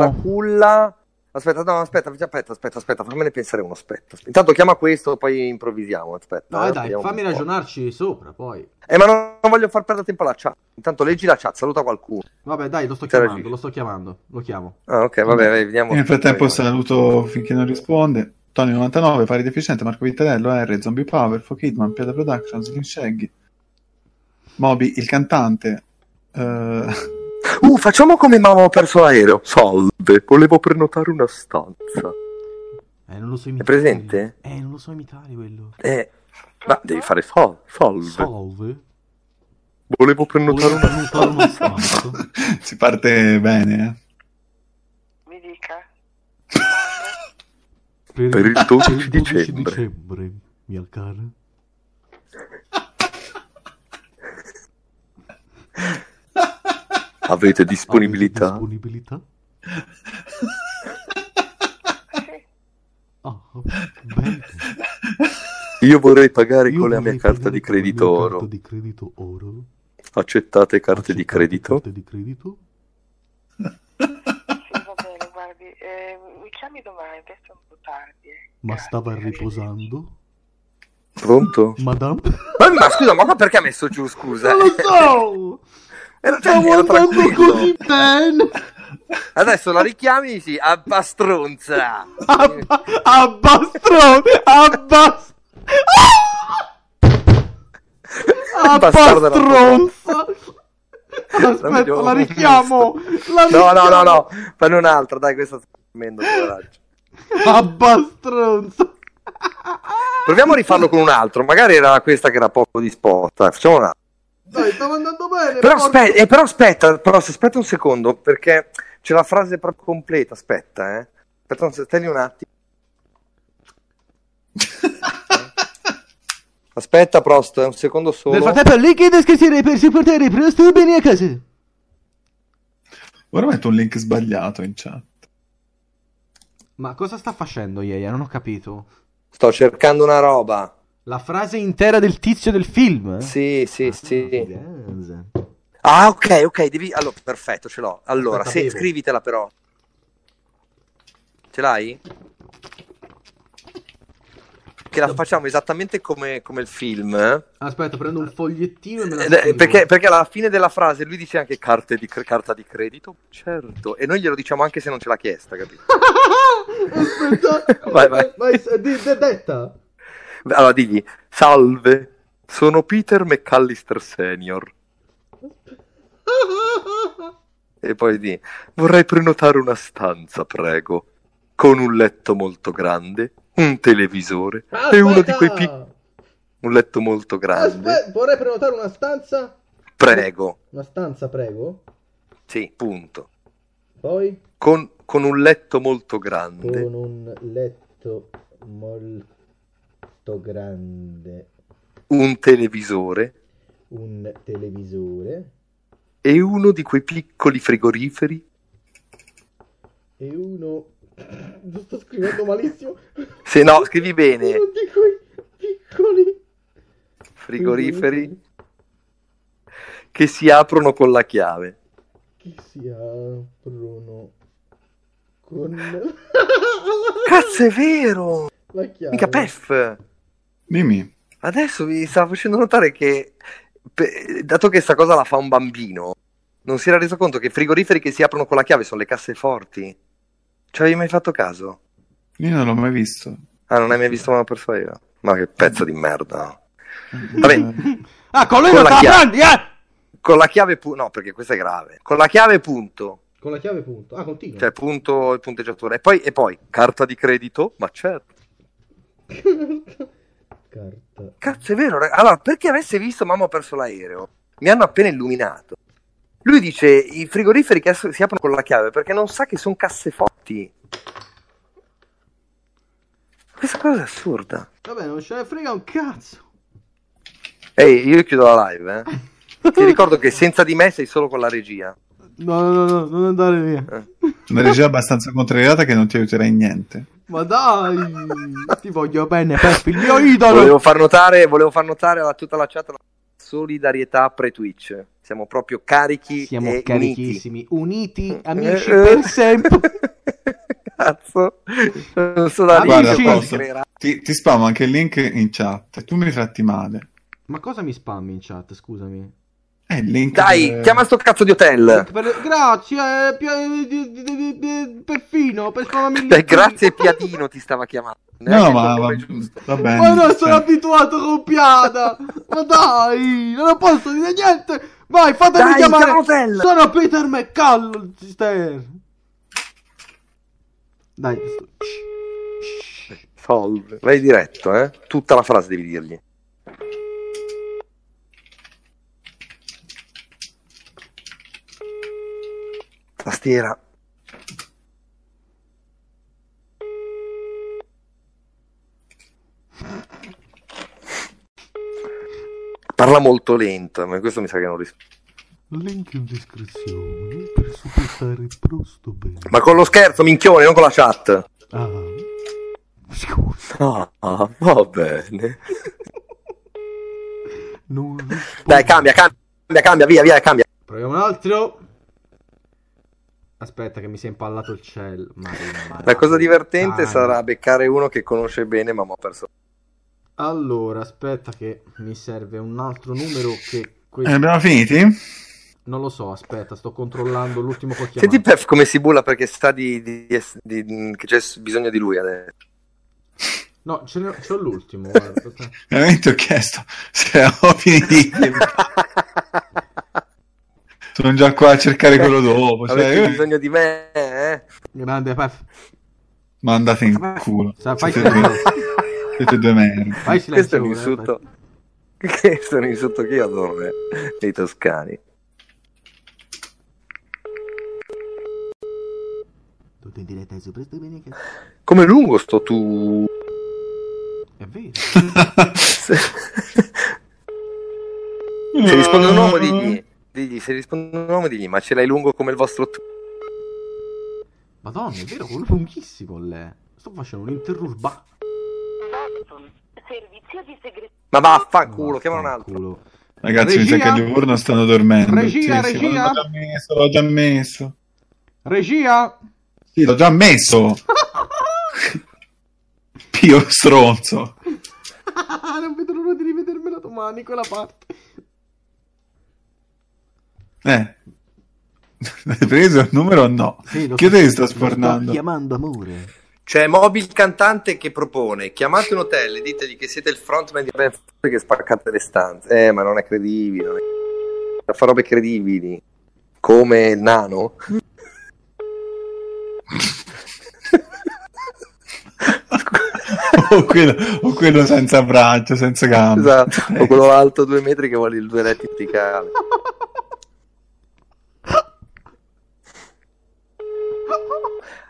fare quello della
facciamo
culla. Aspetta, no, aspetta, aspetta, aspetta, aspetta, fammene pensare uno, aspetta. Intanto chiama questo, poi improvvisiamo, aspetta.
Dai,
eh,
dai,
vediamo un
fammi
po'.
ragionarci sopra, poi.
Eh, ma non, non voglio far perdere tempo alla chat. Intanto leggi la chat, saluta qualcuno.
Vabbè, dai, lo sto
Te la
chiamando,
giro.
lo sto chiamando, lo chiamo.
Ah, ok, vabbè, vai, vediamo.
Nel frattempo
Vai,
saluto finché non risponde. Tony99, Pari Deficiente, Marco Vittarello, R, Zombie Power, Fokidman, Piada Productions, Slim Shaggy, Moby, il cantante, eh,
vai. Uh, facciamo come mamma ho perso l'aereo. Salve, volevo prenotare una stanza.
Eh, non lo so imitare.
presente?
Eh, non lo so imitare quello.
Eh, ma devi fare sol, salve.
Salve.
Volevo prenotare
Volevo
una
prenotare uno stanco.
si parte bene. eh.
Mi dica.
per il 12 dicembre.
dicembre, mia cara.
Avete disponibilità?
Avete disponibilità? Ah, bene.
Io vorrei pagare
Io
con la
vorrei
mia carta di
pagare con la mia
credito oro.
Carta di credito oro.
Accettate carte di
Accettate
credito?
Carte di credito?
Sì, va bene, guardi. eh, mi chiami domani, adesso è un po' tardi. eh.
Ma
Grazie,
stava
arrivederci.
riposando?
Pronto?
Madame?
Ma, ma scusa, ma qua perché ha messo giù, scusa?
Non lo so!
Era, cioè,
Stavo
era
andando
tranquillo.
così bene!
Adesso la richiami e dici, abba stronza.
Abba- Abbastrone! Abbas... Ah,
Bastardo era proprio-
Abbastronza! Aspetta, la richiamo! La
No, no, no,
richiamo.
no, fanne un'altra, dai, questa sta tremendo, coraggio.
Abbastronza!
Proviamo a rifarlo con un altro, magari era questa che era poco disposta, facciamo un'altra.
Dai, stavo andando bene!
Però,
porca-
aspe- eh, però aspetta, però aspetta un secondo, perché c'è la frase proprio completa, aspetta, eh. Aspetta, un se- stai un attimo. Aspetta, Prost, un secondo solo.
Nel frattempo, link in descrizione per supportare presto bene a casa.
Ora metto un link sbagliato in chat.
Ma cosa sta facendo Iaia? Non ho capito.
Sto cercando una roba.
La frase intera del tizio del film?
Sì, sì,
Ah,
sì.
fidanza.
Ah, ok, ok, devi... Allora, perfetto, ce l'ho. Allora,
Aspetta,
se-
bevo.
scrivitela però. Ce l'hai? Che la facciamo esattamente come, come il film. eh?
Aspetta, prendo un fogliettino e me la
Ed è-
scrivo.
Eh, Perché, perché alla fine della frase lui dice anche carte di cre- carta di credito, certo, e noi glielo diciamo anche se non ce l'ha chiesta, capito?
Aspetta.
Vai, vai.
Vai, s- di- de- detta.
Beh, Allora digli, salve, sono Peter McAllister Senior. E poi di, vorrei prenotare una stanza, prego, con un letto molto grande, un televisore
Ah,
e uno di quei piccoli... Un letto molto grande,
Aspetta, vorrei prenotare una stanza.
prego,
Una stanza, prego.
sì, punto.
Poi
Con, con un letto molto grande.
con un letto molto grande,
un televisore
un televisore
e uno di quei piccoli frigoriferi
e uno... Lo sto scrivendo malissimo.
Se no, scrivi bene.
Uno di quei piccoli...
Frigoriferi che si aprono con la chiave.
Che si aprono con...
Cazzo, è vero!
la chiave.
Mica Pef!
Dimmi.
Adesso vi stavo facendo notare che, pe- dato che sta cosa la fa un bambino, non si era reso conto che i frigoriferi che si aprono con la chiave sono le casseforti. Ci avevi mai fatto caso?
Io non l'ho mai visto.
Ah, non hai mai visto una persona io? Ma che pezzo di merda. Vabbè,
Eh,
Ah, con lui
Con
non
la
te la
chiave.
prendi, eh!
con la chiave punto... No, perché questa è grave. Con la chiave punto.
Con la chiave punto. Ah, continua.
Cioè punto il punteggiatore. E poi, e poi, carta di credito? Ma certo.
Carta.
Cazzo, è vero. rag- Allora, per chi avesse visto Mamma ho perso l'aereo, mi hanno appena illuminato. Lui dice i frigoriferi che adesso si aprono con la chiave perché non sa che sono cassefotti. Questa cosa è assurda.
Vabbè, non ce ne frega un cazzo.
Ehi, io chiudo la live, eh. Ti ricordo che senza di me sei solo con la regia.
No, no, no, non andare via.
Una regia abbastanza contrariata che non ti aiuterà in niente.
Ma dai, ti voglio bene, Peppi, il mio idolo.
Volevo far notare, volevo far notare a tutta la chat la solidarietà pre-Twitch. Siamo proprio carichi
Siamo
e uniti.
carichissimi, uniti, amici
Eh, eh.
per sempre.
Cazzo, non so da
Guarda,
dire cosa si
posso.
creerà.
Ti, ti spammo anche il link in chat. Tu mi tratti male.
Ma cosa mi spammi in chat, scusami?
Eh, il link.
Dai,
per-
chiama sto cazzo di hotel.
Per- Grazie, eh, Pia- di- di- di- di- Perfino, per spammarmi il
Eh, Beh,
link.
grazie Piadino ti stava chiamando. Eh,
No,
Neanche
ma
il
va,
nome cioè, giusto. Oh,
va bene.
Ma non sono
Cioè,
abituato con Piada. Ma dai, non posso dire niente. Vai, fatemi
Dai,
chiamare.
chiama l'hotel.
Sono Peter McCallister. Dai, sto-
Solve. Vai diretto, eh. Tutta la frase devi dirgli. Tastiera. Parla molto lenta, ma questo mi sa che non risponde.
Link in descrizione per supportare Prosto Bene.
Ma con lo scherzo, minchione, non con la chat.
Ah, scusa,
Ah, ah, va bene.
non rispondo.
Dai, cambia, cambia, cambia, via, via, cambia.
proviamo un altro. Aspetta, che mi si è impallato il cielo. Marina,
La cosa divertente
dai.
sarà beccare uno che conosce bene, ma ho perso.
Allora, aspetta, che mi serve un altro numero. Che
eh,
questo-
abbiamo finiti?
non lo so. Aspetta, sto controllando l'ultimo che ho chiamato.
Senti Pef come si bulla perché sta di, di- di- di- che c'è s- bisogno di lui adesso.
No, ce n'ho- c'ho l'ultimo. guarda, aspetta.
Veramente ho chiesto se ho finito. Sono già qua a cercare quello dopo. Cioè,
Avete
eh,
bisogno di me, eh?
Grande, Pef.
Ma andate in culo.
Sa- fai
siete, due,
silenzio.
siete due merda.
Fai
Questo
silenzio.
è un
eh,
insulto.
Pef.
Questo è un insulto che io adoro eh, dei toscani.
Tutto in diretta su Presto Bene che-
Come lungo sto tu?
È vero.
Se se risponde un uomo, digli, digli, se risponde un uomo, digli, ma ce l'hai lungo come il vostro tu?
Madonna, è vero, quello è lunghissimo. Le... Sto facendo un interurba.
Servizio di segreto.
Ma vaffanculo, chiama un altro.
Vaffanculo.
Ragazzi, mi
Regia?
sa che di Livorno stanno dormendo.
Regia,
Sì, sì,
regia?
L'ho già messo, l'ho già messo.
Regia!
Sì, l'ho già messo. Pio stronzo.
non vedo l'ora di rivedermela domani quella parte.
Eh. Hai preso il numero o no?
Sì, lo
Chi
sto-
te li sta
lo
sfornando?
Sto chiamando amore.
C'è Mobil Cioè, cantante che propone: chiamate un hotel e ditegli che siete il frontman di Ben Folli che spaccate le stanze. Eh, ma non è credibile. non è- Da fa robe credibili. Come il nano.
o, quello, o quello senza braccio, senza gambe.
Esatto. O quello alto due metri che vuole il due letti verticale.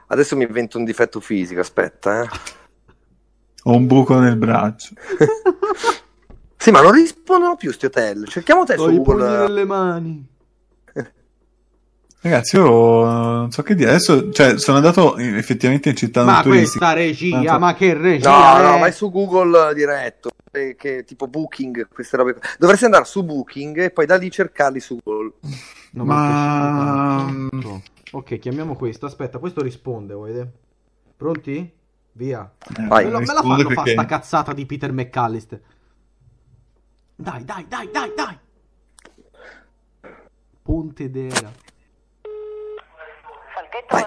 Adesso mi invento un difetto fisico, aspetta, eh.
Ho un buco nel braccio.
Sì, ma non rispondono più sti hotel. Cerchiamo te su
Ho i pugni
Google.
nelle mani.
Ragazzi, io eh, non so che dire. Adesso, cioè, sono andato eh, effettivamente in città
Ma
non turistica.
questa regia,
Tanto-
ma che regia! eh?
No, no,
eh.
è?
vai su Google diretto, eh, che, tipo Booking, queste robe. qua. Dovresti andare su Booking e poi da lì cercarli su Google.
No,
Ma-
che schifo, tanto. mm, Ok, chiamiamo questo. Aspetta, questo risponde, vuoi vedere? Pronti? Via.
Eh,
Vai.
Me, lo- me la
rispondo
fanno fa
perché-
sta cazzata di Peter McAllister. Dai, dai, dai, dai, dai. Ponte d'Era.
Salvetto,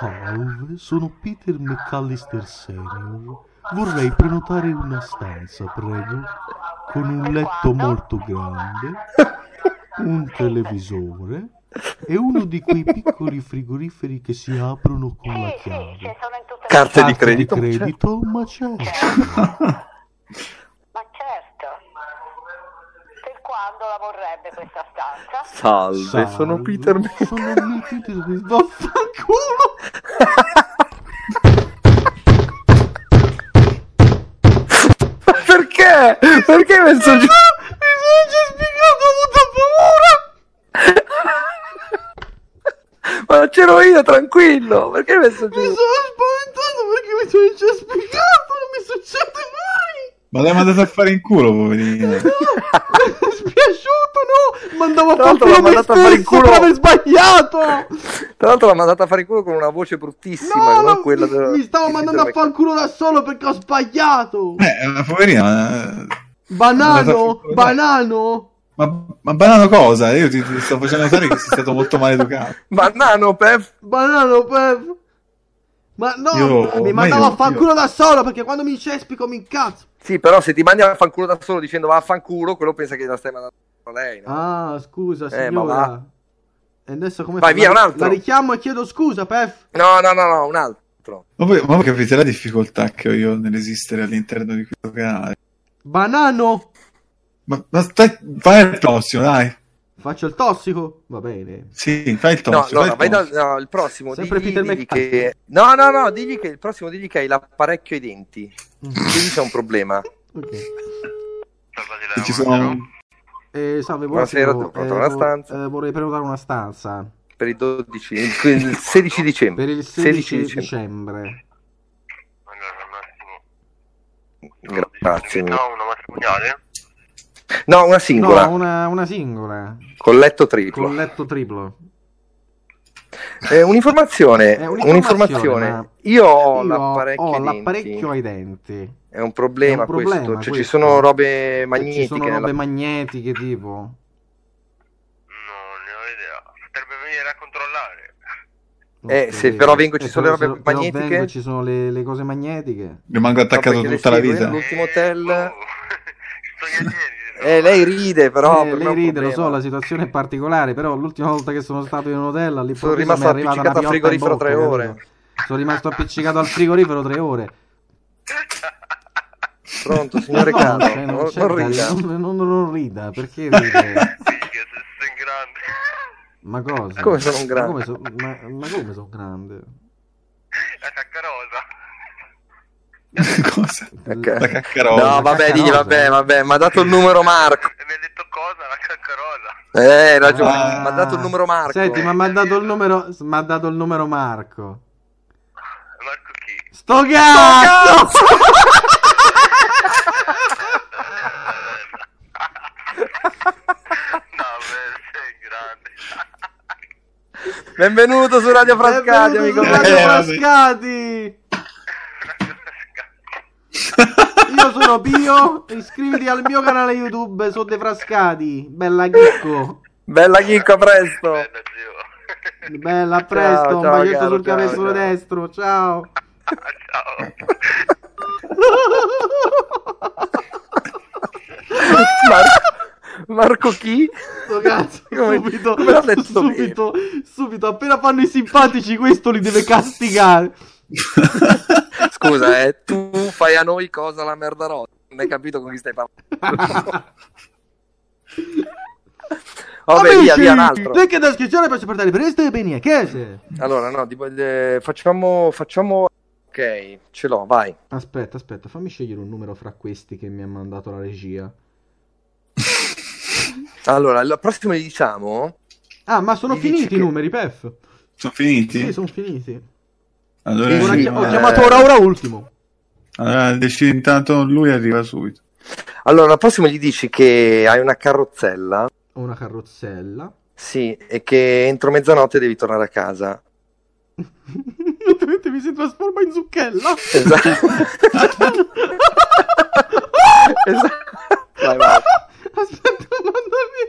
buonasera.
Salve, sono Peter McAllister Senior. Vorrei prenotare una stanza, prego, con un letto molto grande, un televisore e uno di quei piccoli frigoriferi che si aprono con la
Sì, sì, ce
chiave.
sono in tutte le
Carte
Carte
di credito.
di credito, ma certo.
Ma certo. Per quando la vorrebbe questa stanza?
Salve, sono
Salve,
Peter.
Sono io, Peter Mac- Vaffanculo!
Perché? Perché hai messo giù?
Mi sono già spiegato, ho avuto paura!
Ma c'ero io, tranquillo. Perché hai messo giù?
spaventato perché mi sono già spiegato, non mi succede mai!
Ma l'hai mandato a fare in culo, poverina.
Mi è spiaciuto, no! Mandavo a
Tra l'altro l'ha mandato a fare in culo.
sbagliato!
Tra l'altro l'ha mandata a fare in culo con una voce bruttissima,
No,
non
no,
quella
mi-
della-
mi stavo
di
mandando a
Peter Mac-
fanculo da solo perché ho sbagliato.
Eh, ma poverina. eh,
Banano,
Ma-
banano.
Ma, ma banano cosa? Io ti, ti sto facendo notare che sei stato molto maleducato.
Banano, Pef.
Banano, Pef. Ma no,
Io-
mi
ma
mandavo
io-
a fanculo da solo perché quando mi incespico mi incazzo.
Sì, però se ti mandi a fanculo da solo dicendo va a fanculo, quello pensa che la stai mandando a lei. no?
Ah, scusa,
Eh, ma
signora.
va.
E adesso come
Vai,
fa-
via, un
la-
altro.
La richiamo e chiedo scusa, Pef.
No, no, no, no, un altro.
Ma voi, ma voi capite la difficoltà che ho io nell'esistere all'interno di questo canale?
Banano.
Ma, ma stai, fai il prossimo, dai.
Faccio il tossico. Va bene.
Sì, fai il
No,
tossico.
no, no,
fai il
vai dal,
tossico.
no, il prossimo.
Sempre
digli,
Peter
digli
McCarthy.
che... No, no, no, digli che il prossimo digli che hai l'apparecchio ai denti.
Mm.
Quindi c'è un problema.
Ok.
Salvati
Se ci sono...
Eh, salve, buonasera.
Buonasera, devo prenotare una
vor-
stanza.
eh, vorrei prenotare una stanza
Per il 12, il- il 16 dicembre.
per il 16, dicembre.
Allora, un attimo.
dicembre. Grazie. mille.
No, una matrimoniale?
No, una singola,
No, una, una singola
con letto triplo.
con letto triplo.
Eh, un'informazione,
È
un'informazione.
ma
Io
io
ho l'apparecchio,
ho
ai denti.
l'apparecchio ai denti.
È un problema,
È un problema
questo. Cioè, ci
questo.
sono robe
Ci
magnetiche.
sono robe
nella-
magnetiche tipo.
Non ne ho idea. Potrebbe venire a controllare.
Eh,
Ok.
se però vengo ci
Eh,
sono le
però
robe
se- però
magnetiche?
vengo ci sono le, le cose magnetiche.
Rimango attaccato
perché le
tutta la
scrivo
vita.
io, L'ultimo hotel.
Eh, boh. Sto ieri.
Eh, lei ride, però.
Eh,
per me è
lei
un
ride, lo so,
problema.
la situazione è particolare, però l'ultima volta che sono stato in un hotel all'improvviso
rimasto
mi è arrivata una
appiccicato al
piotta in
frigorifero
bocca,
tre
capito?
ore.
Sono rimasto appiccicato al frigorifero tre ore.
Pronto, signore
No,
Carlo.
cioè,
non,
c'è
non
da-
rida.
non- non- non rida, perché ride?
Minchia, se sei in grande.
Ma cosa?
Come sono un grande?
Ma come, so- ma- ma come sono grande?
La caccarosa.
Cosa?
Ok.
La caccarola.
No, vabbè, digli,
caccarosa.
vabbè, vabbè, mi ha dato il numero Marco.
Mi ha detto cosa? La caccarosa.
Eh, hai ragione,
Ah.
mi ha dato il numero Marco. eh.
Senti, ma mi ha dato il numero, mi ha dato il numero Marco.
Marco chi?
Sto cazzo!
No, beh, sei in grande.
Benvenuto su Radio Frascati, amico
Benvenuto su
mio.
Radio
Eh, vabbè.
Frascati! Io sono Pio, iscriviti al mio canale YouTube, sono De Frascati. Bella chicco.
Bella chicca, presto.
Bella zio.
Bella, a presto,
ciao,
un baglietto
caro,
sul
ciao,
capezzolo
ciao.
destro, ciao.
Ciao.
Mar- Marco chi?
Sto cazzo,
Come-
subito,
come l'ha detto
subito, subito, appena fanno i simpatici questo li deve castigare.
Scusa, eh, tu fai a noi cosa la merda rotta. Non hai capito con chi stai parlando. Vabbè, via, via un altro.
Perché da schiacciare per portare presto e beniachese.
Allora, no, tipo, eh, facciamo, facciamo... Ok, ce l'ho, vai.
Aspetta, aspetta, fammi scegliere un numero fra questi che mi ha mandato la regia.
Allora, al prossimo gli diciamo
Ah, ma sono
Gli dici
finiti i
che-
numeri, Pef.
Sono finiti?
Sì, sono finiti.
Allora,
Sì,
Ora
Eh, sì,
chi-
arriva-
ho
eh.
chiamato ora ora ultimo.
allora decidi intanto lui arriva subito.
Allora, la prossima gli dici che hai una carrozzella,
Ho una carrozzella.
sì, e che entro mezzanotte devi tornare a casa.
Altrimenti mi si trasforma in zucchella.
Esatto. Esatto. Vai, vai.
Aspetta, mandami.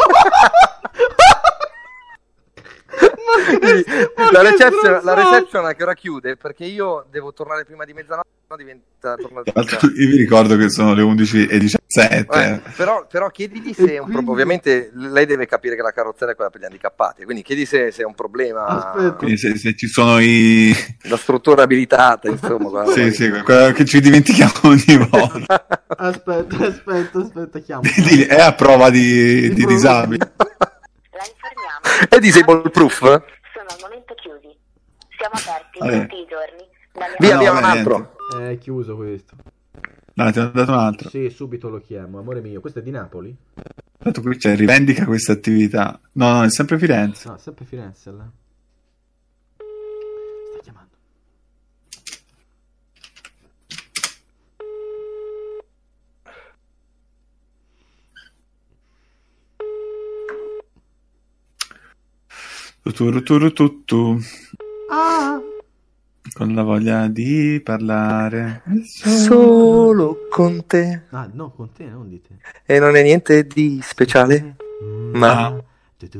ma
Quindi
che, ma
la,
che
reception, la
stronzata.
reception a che ora chiude? Perché io devo tornare prima di mezzanotte, no diventa tornata.
Tra l'altro, io vi ricordo che sono le 11 e 17.
Eh, però, però chiedigli se è un pro-
quindi-
ovviamente lei deve capire che la carrozzella è quella per gli handicappati, quindi chiedi se, se è un problema
Aspetta.
Quindi se, se ci sono i...
la struttura abilitata, insomma. guarda,
Sì,
guarda.
sì, quello che ci dimentichiamo ogni volta.
Aspetta, aspetta, aspetta, chiamo.
Quindi È a prova di, di
Di-
disabili.
La informiamo.
È disable proof?
Sono al momento chiusi. Siamo aperti
Vabbè.
tutti i giorni. Dalle
Via,
No,
via,
vabbè,
un altro.
È chiuso questo.
No, ti ho dato un altro.
Sì, subito lo chiamo, amore mio. Questo è di Napoli?
Tanto qui c'è rivendica questa attività. No, no, è sempre Firenze.
No, è Ah, sempre Firenze là. Sta chiamando.
Tuturuturututtu,
Ah!
Con la voglia di parlare.
Solo con te.
Ah, no, con te, non di te.
E non è niente di speciale.
Ah.
Ma-
Mm.
Questo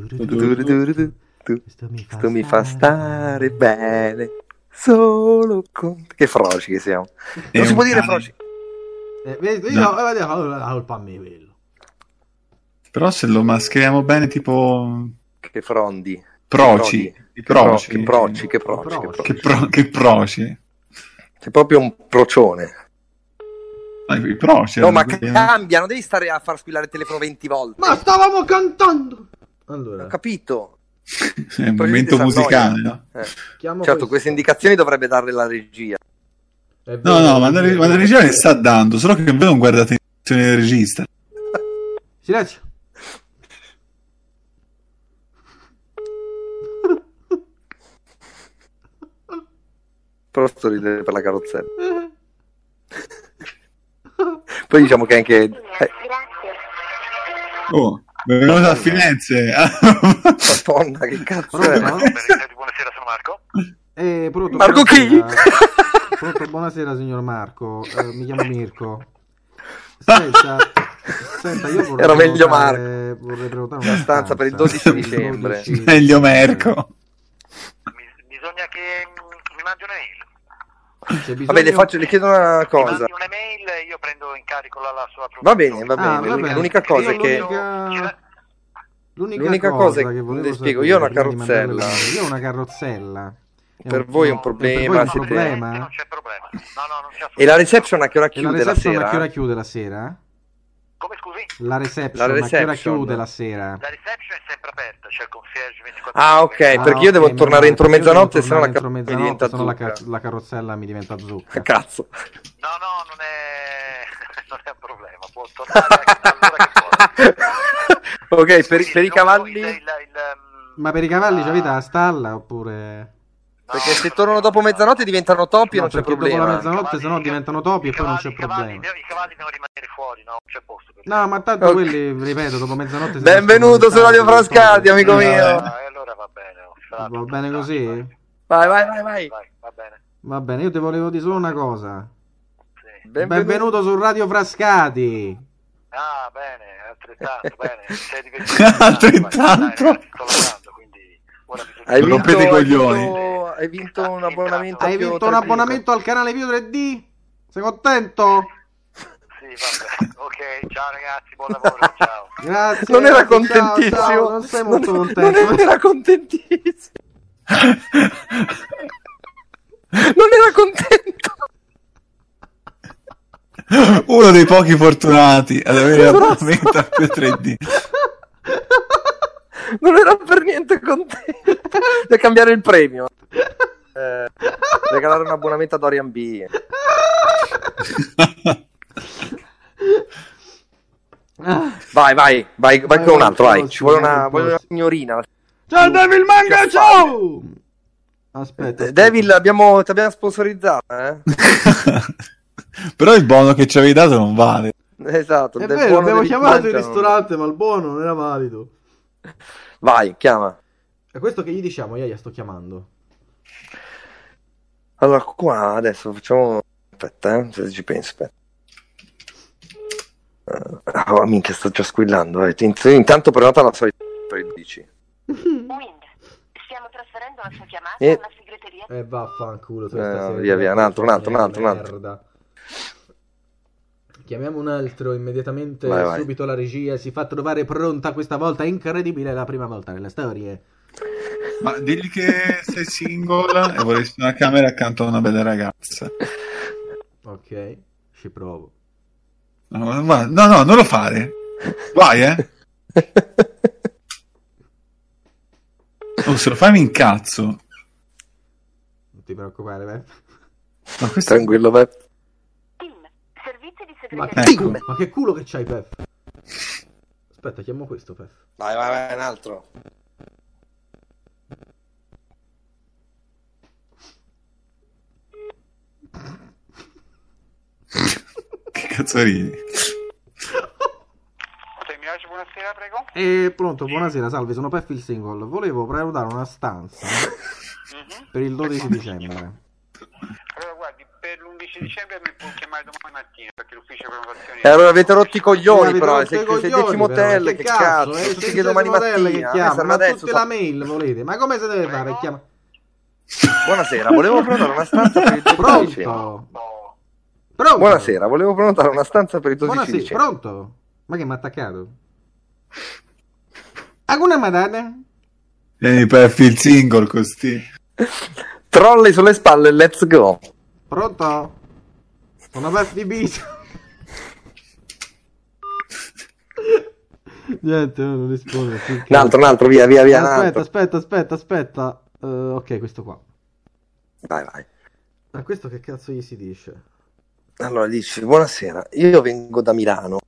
mi fa,
Questo mi fa stare bene. Solo con te. Che froci che siamo.
È
Non si
un
può dire
cane.
froci.
Eh, vedi,
No.
no, eh, vedi, allora la colpa a me quello.
Però se lo mascheriamo bene, tipo
Che frondi.
proci.
Che proci.
I proci.
Che proci. Che
Proci.
proci. Che proci.
Che, pro- che proci.
Sei proprio un procione.
No, Ah, I proci. eh,
No, ma
quelli-
cambia. Non devi stare a far squillare il telefono 20 volte.
Ma stavamo cantando!
Allora,
Ho capito.
È un momento
Probabilmente
musicale,
s'annoia.
no?
Eh,
chiamo
Certo, queste indicazioni dovrebbe darle la regia.
No, no, ma la ma la regia le sta dando, solo che voi non guardate in del regista.
Silenzio.
Però sto ridere per la carrozzella. Poi diciamo che anche... eh,
Grazie.
Oh, benvenuto a Firenze.
Madonna, che cazzo è?
Pronto?
Benissimo, Buonasera, sono Marco.
Eh, pronto,
Marco chi?
buonasera. Pronto, buonasera signor Marco, Eh, mi chiamo Mirko. Senta, senta, io vorrei
Era meglio
prenotare- vorrei prenotare una
La stanza per il 12 dicembre.
Meglio Merco.
Mi- bisogna che mm, mi mandi un'email.
C'è bisogno- Eh,
Vabbè, le, faccio, le chiedo una
Mi
cosa.
mandi un'email e io prendo in carico la, la sua Cioè,
Va bene, va
Ah,
bene.
va
l'unica,
bene.
l'unica cosa è
Io
che...
l'unica- L'unica,
l'unica
cosa,
cosa
che
che
volevo
le spiego,
sapere
io ho una
prima di mandarle
carrozzella.
la- Io ho una carrozzella. È
Per voi è un
no,
problema,
Per voi è un
siete-
problema?
Non c'è problema. No, no, non c'è
E la reception a che ora
E la
chiude la
reception
sera?
a che ora chiude la sera?
Come scusi?
La reception,
La
a che ora
reception.
chiude la sera?
La reception è sempre aperta, c'è il concierge 24
Ah, ok,
Ah,
perché io
ok,
devo
meno
tornare
male,
entro
perché io devo
mezzanotte,
tornare
sennò la
entro
ca- mi
mezzanotte,
diventa
sennò la,
zucca.
ca- la carrozzella mi diventa zucca.
Ah, Cazzo.
No, no, non è, non è un problema, può tornare allora che vuole.
ok, per,
Quindi
per i
non-
cavalli...
il- il- il, mm,
Ma per i cavalli
ah,
c'è avete la stalla oppure...
no,
Perché se
no,
tornano
no,
dopo
no.
mezzanotte diventano topi e
No,
non c'è
perché dopo la
problema. eh.
mezzanotte- sennò
i-
diventano topi e
i
poi non c'è
cavalli- i cavalli
problema.
de- I cavalli devono rimanere fuori, no? Non c'è posto per
No, ma tanto
Ok.
quelli, ripeto, dopo mezzanotte... se
Benvenuto
ne
su
sono
Radio
diventati,
Frascati,
sono-
amico
Eh,
mio.
Ah, e allora va bene. ho fatto
Va
tutto
bene
il
così?
Vai, vai, vai,
dai,
vai.
vai, va bene.
Va bene, io ti volevo dire solo una cosa.
sì.
Benvenuto.
Benvenuto su Radio Frascati.
Ah, bene, altrettanto, bene. mi sei divertito.
Altrettanto.
Dai, ragazzi, sto lavorando, quindi ora bisogna...
Hai vinto,
Rompete i
hai,
coglioni.
vinto, hai vinto un abbonamento. a
Hai
Pio
vinto un
Treppico.
abbonamento al canale Pio 3D? Sei contento?
Sì, va bene. Ok, ciao ragazzi, buon lavoro, ciao.
Grazie.
Non era
grazie, ciao, ciao,
contentissimo.
diciamo, non sei molto
Non-
contento.
Non era contentissimo. Non era contento.
Uno dei pochi fortunati ad avere l'abbonamento a più 3D.
Non era per niente contento. Deve cambiare il premio. Eh, regalare un abbonamento a Dorian B. Vai, vai, vai, vai con un altro, vai. Ci vuole una,
Vai, vai,
voglio una signorina.
Ciao Devil Manga,
Cazzo.
ciao!
Aspetta,
Eh,
aspetta.
Devil, abbiamo, ti abbiamo sponsorizzata, eh?
Però il bono che ci avevi dato non vale.
Esatto.
È
del
vero,
buono
abbiamo
del
chiamato il
mangiano.
ristorante, ma il buono non era valido.
Vai, chiama.
È questo che gli diciamo, Iaia, sto chiamando.
Allora, qua adesso facciamo. Aspetta, eh, se ci penso. Aspetta. Eh, oh, minchia, sto già squillando. eh. Int- Intanto prenota la solita per il 10.
Wind, stiamo trasferendo la sua chiamata
Eh.
alla segreteria.
E eh, vaffanculo. tu
Eh,
stasera
via,
diretta,
via, un altro, un altro, un altro, un altro.
merda. Chiamiamo un altro immediatamente,
Vai, vai.
subito la regia si fa trovare pronta questa volta, incredibile, è la prima volta nella storia.
Ma digli che sei single e vorresti una camera accanto a una bella ragazza.
Ok, ci provo.
No, guarda- no, no, non lo fare. Vai, eh. Oh, se lo fai mi incazzo.
Non ti preoccupare, beh.
Ma questo
Tranquillo, beh.
Tim, servizi di
Ma
segreteria.
che,
Ecco.
culo, ma che culo che c'hai, Pef. Aspetta, chiamo questo, Pef.
Vai, vai, vai, un altro.
che cazzo ridi?
Se mi piace, buonasera, prego.
E pronto, buonasera, salve, sono Pef il single. Volevo prenotare una stanza
Mhm.
per il 12 dicembre.
Allora, guardi, per l'11 dicembre mi può chiamare domani mattina perché l'ufficio prenotazioni.
E allora avete rotti i
Eh,
coglioni, però.
avete
Se,
rotto i
se
coglioni,
decimo
però,
hotel, che cazzo.
eh?
tutti
C'è
che domani
Giorgio Morelli
mattina.
che
a me
chiama,
serve
ma
adesso,
tutte la
so-
mail volete, ma come si deve fare?
Prego?
Chiama...
Buonasera, volevo prenotare una stanza per il 12 dicembre.
Pronto?
Oh,
Pronto?
Buonasera, volevo prenotare una stanza per il 12
Buonasera,
dicembre.
pronto? Ma che mi ha attaccato? Alguna madonna?
Vieni per il single così.
Trolley sulle spalle, let's go.
Pronto? Sono Pef di Biso. Niente, non risponde. sì,
Un altro, un altro, via, via, via. un
aspetta,
altro.
aspetta, aspetta, aspetta. Eh, ok, questo qua.
Vai, vai.
Ma questo che cazzo gli si dice?
Allora dici, buonasera, io vengo da Milano.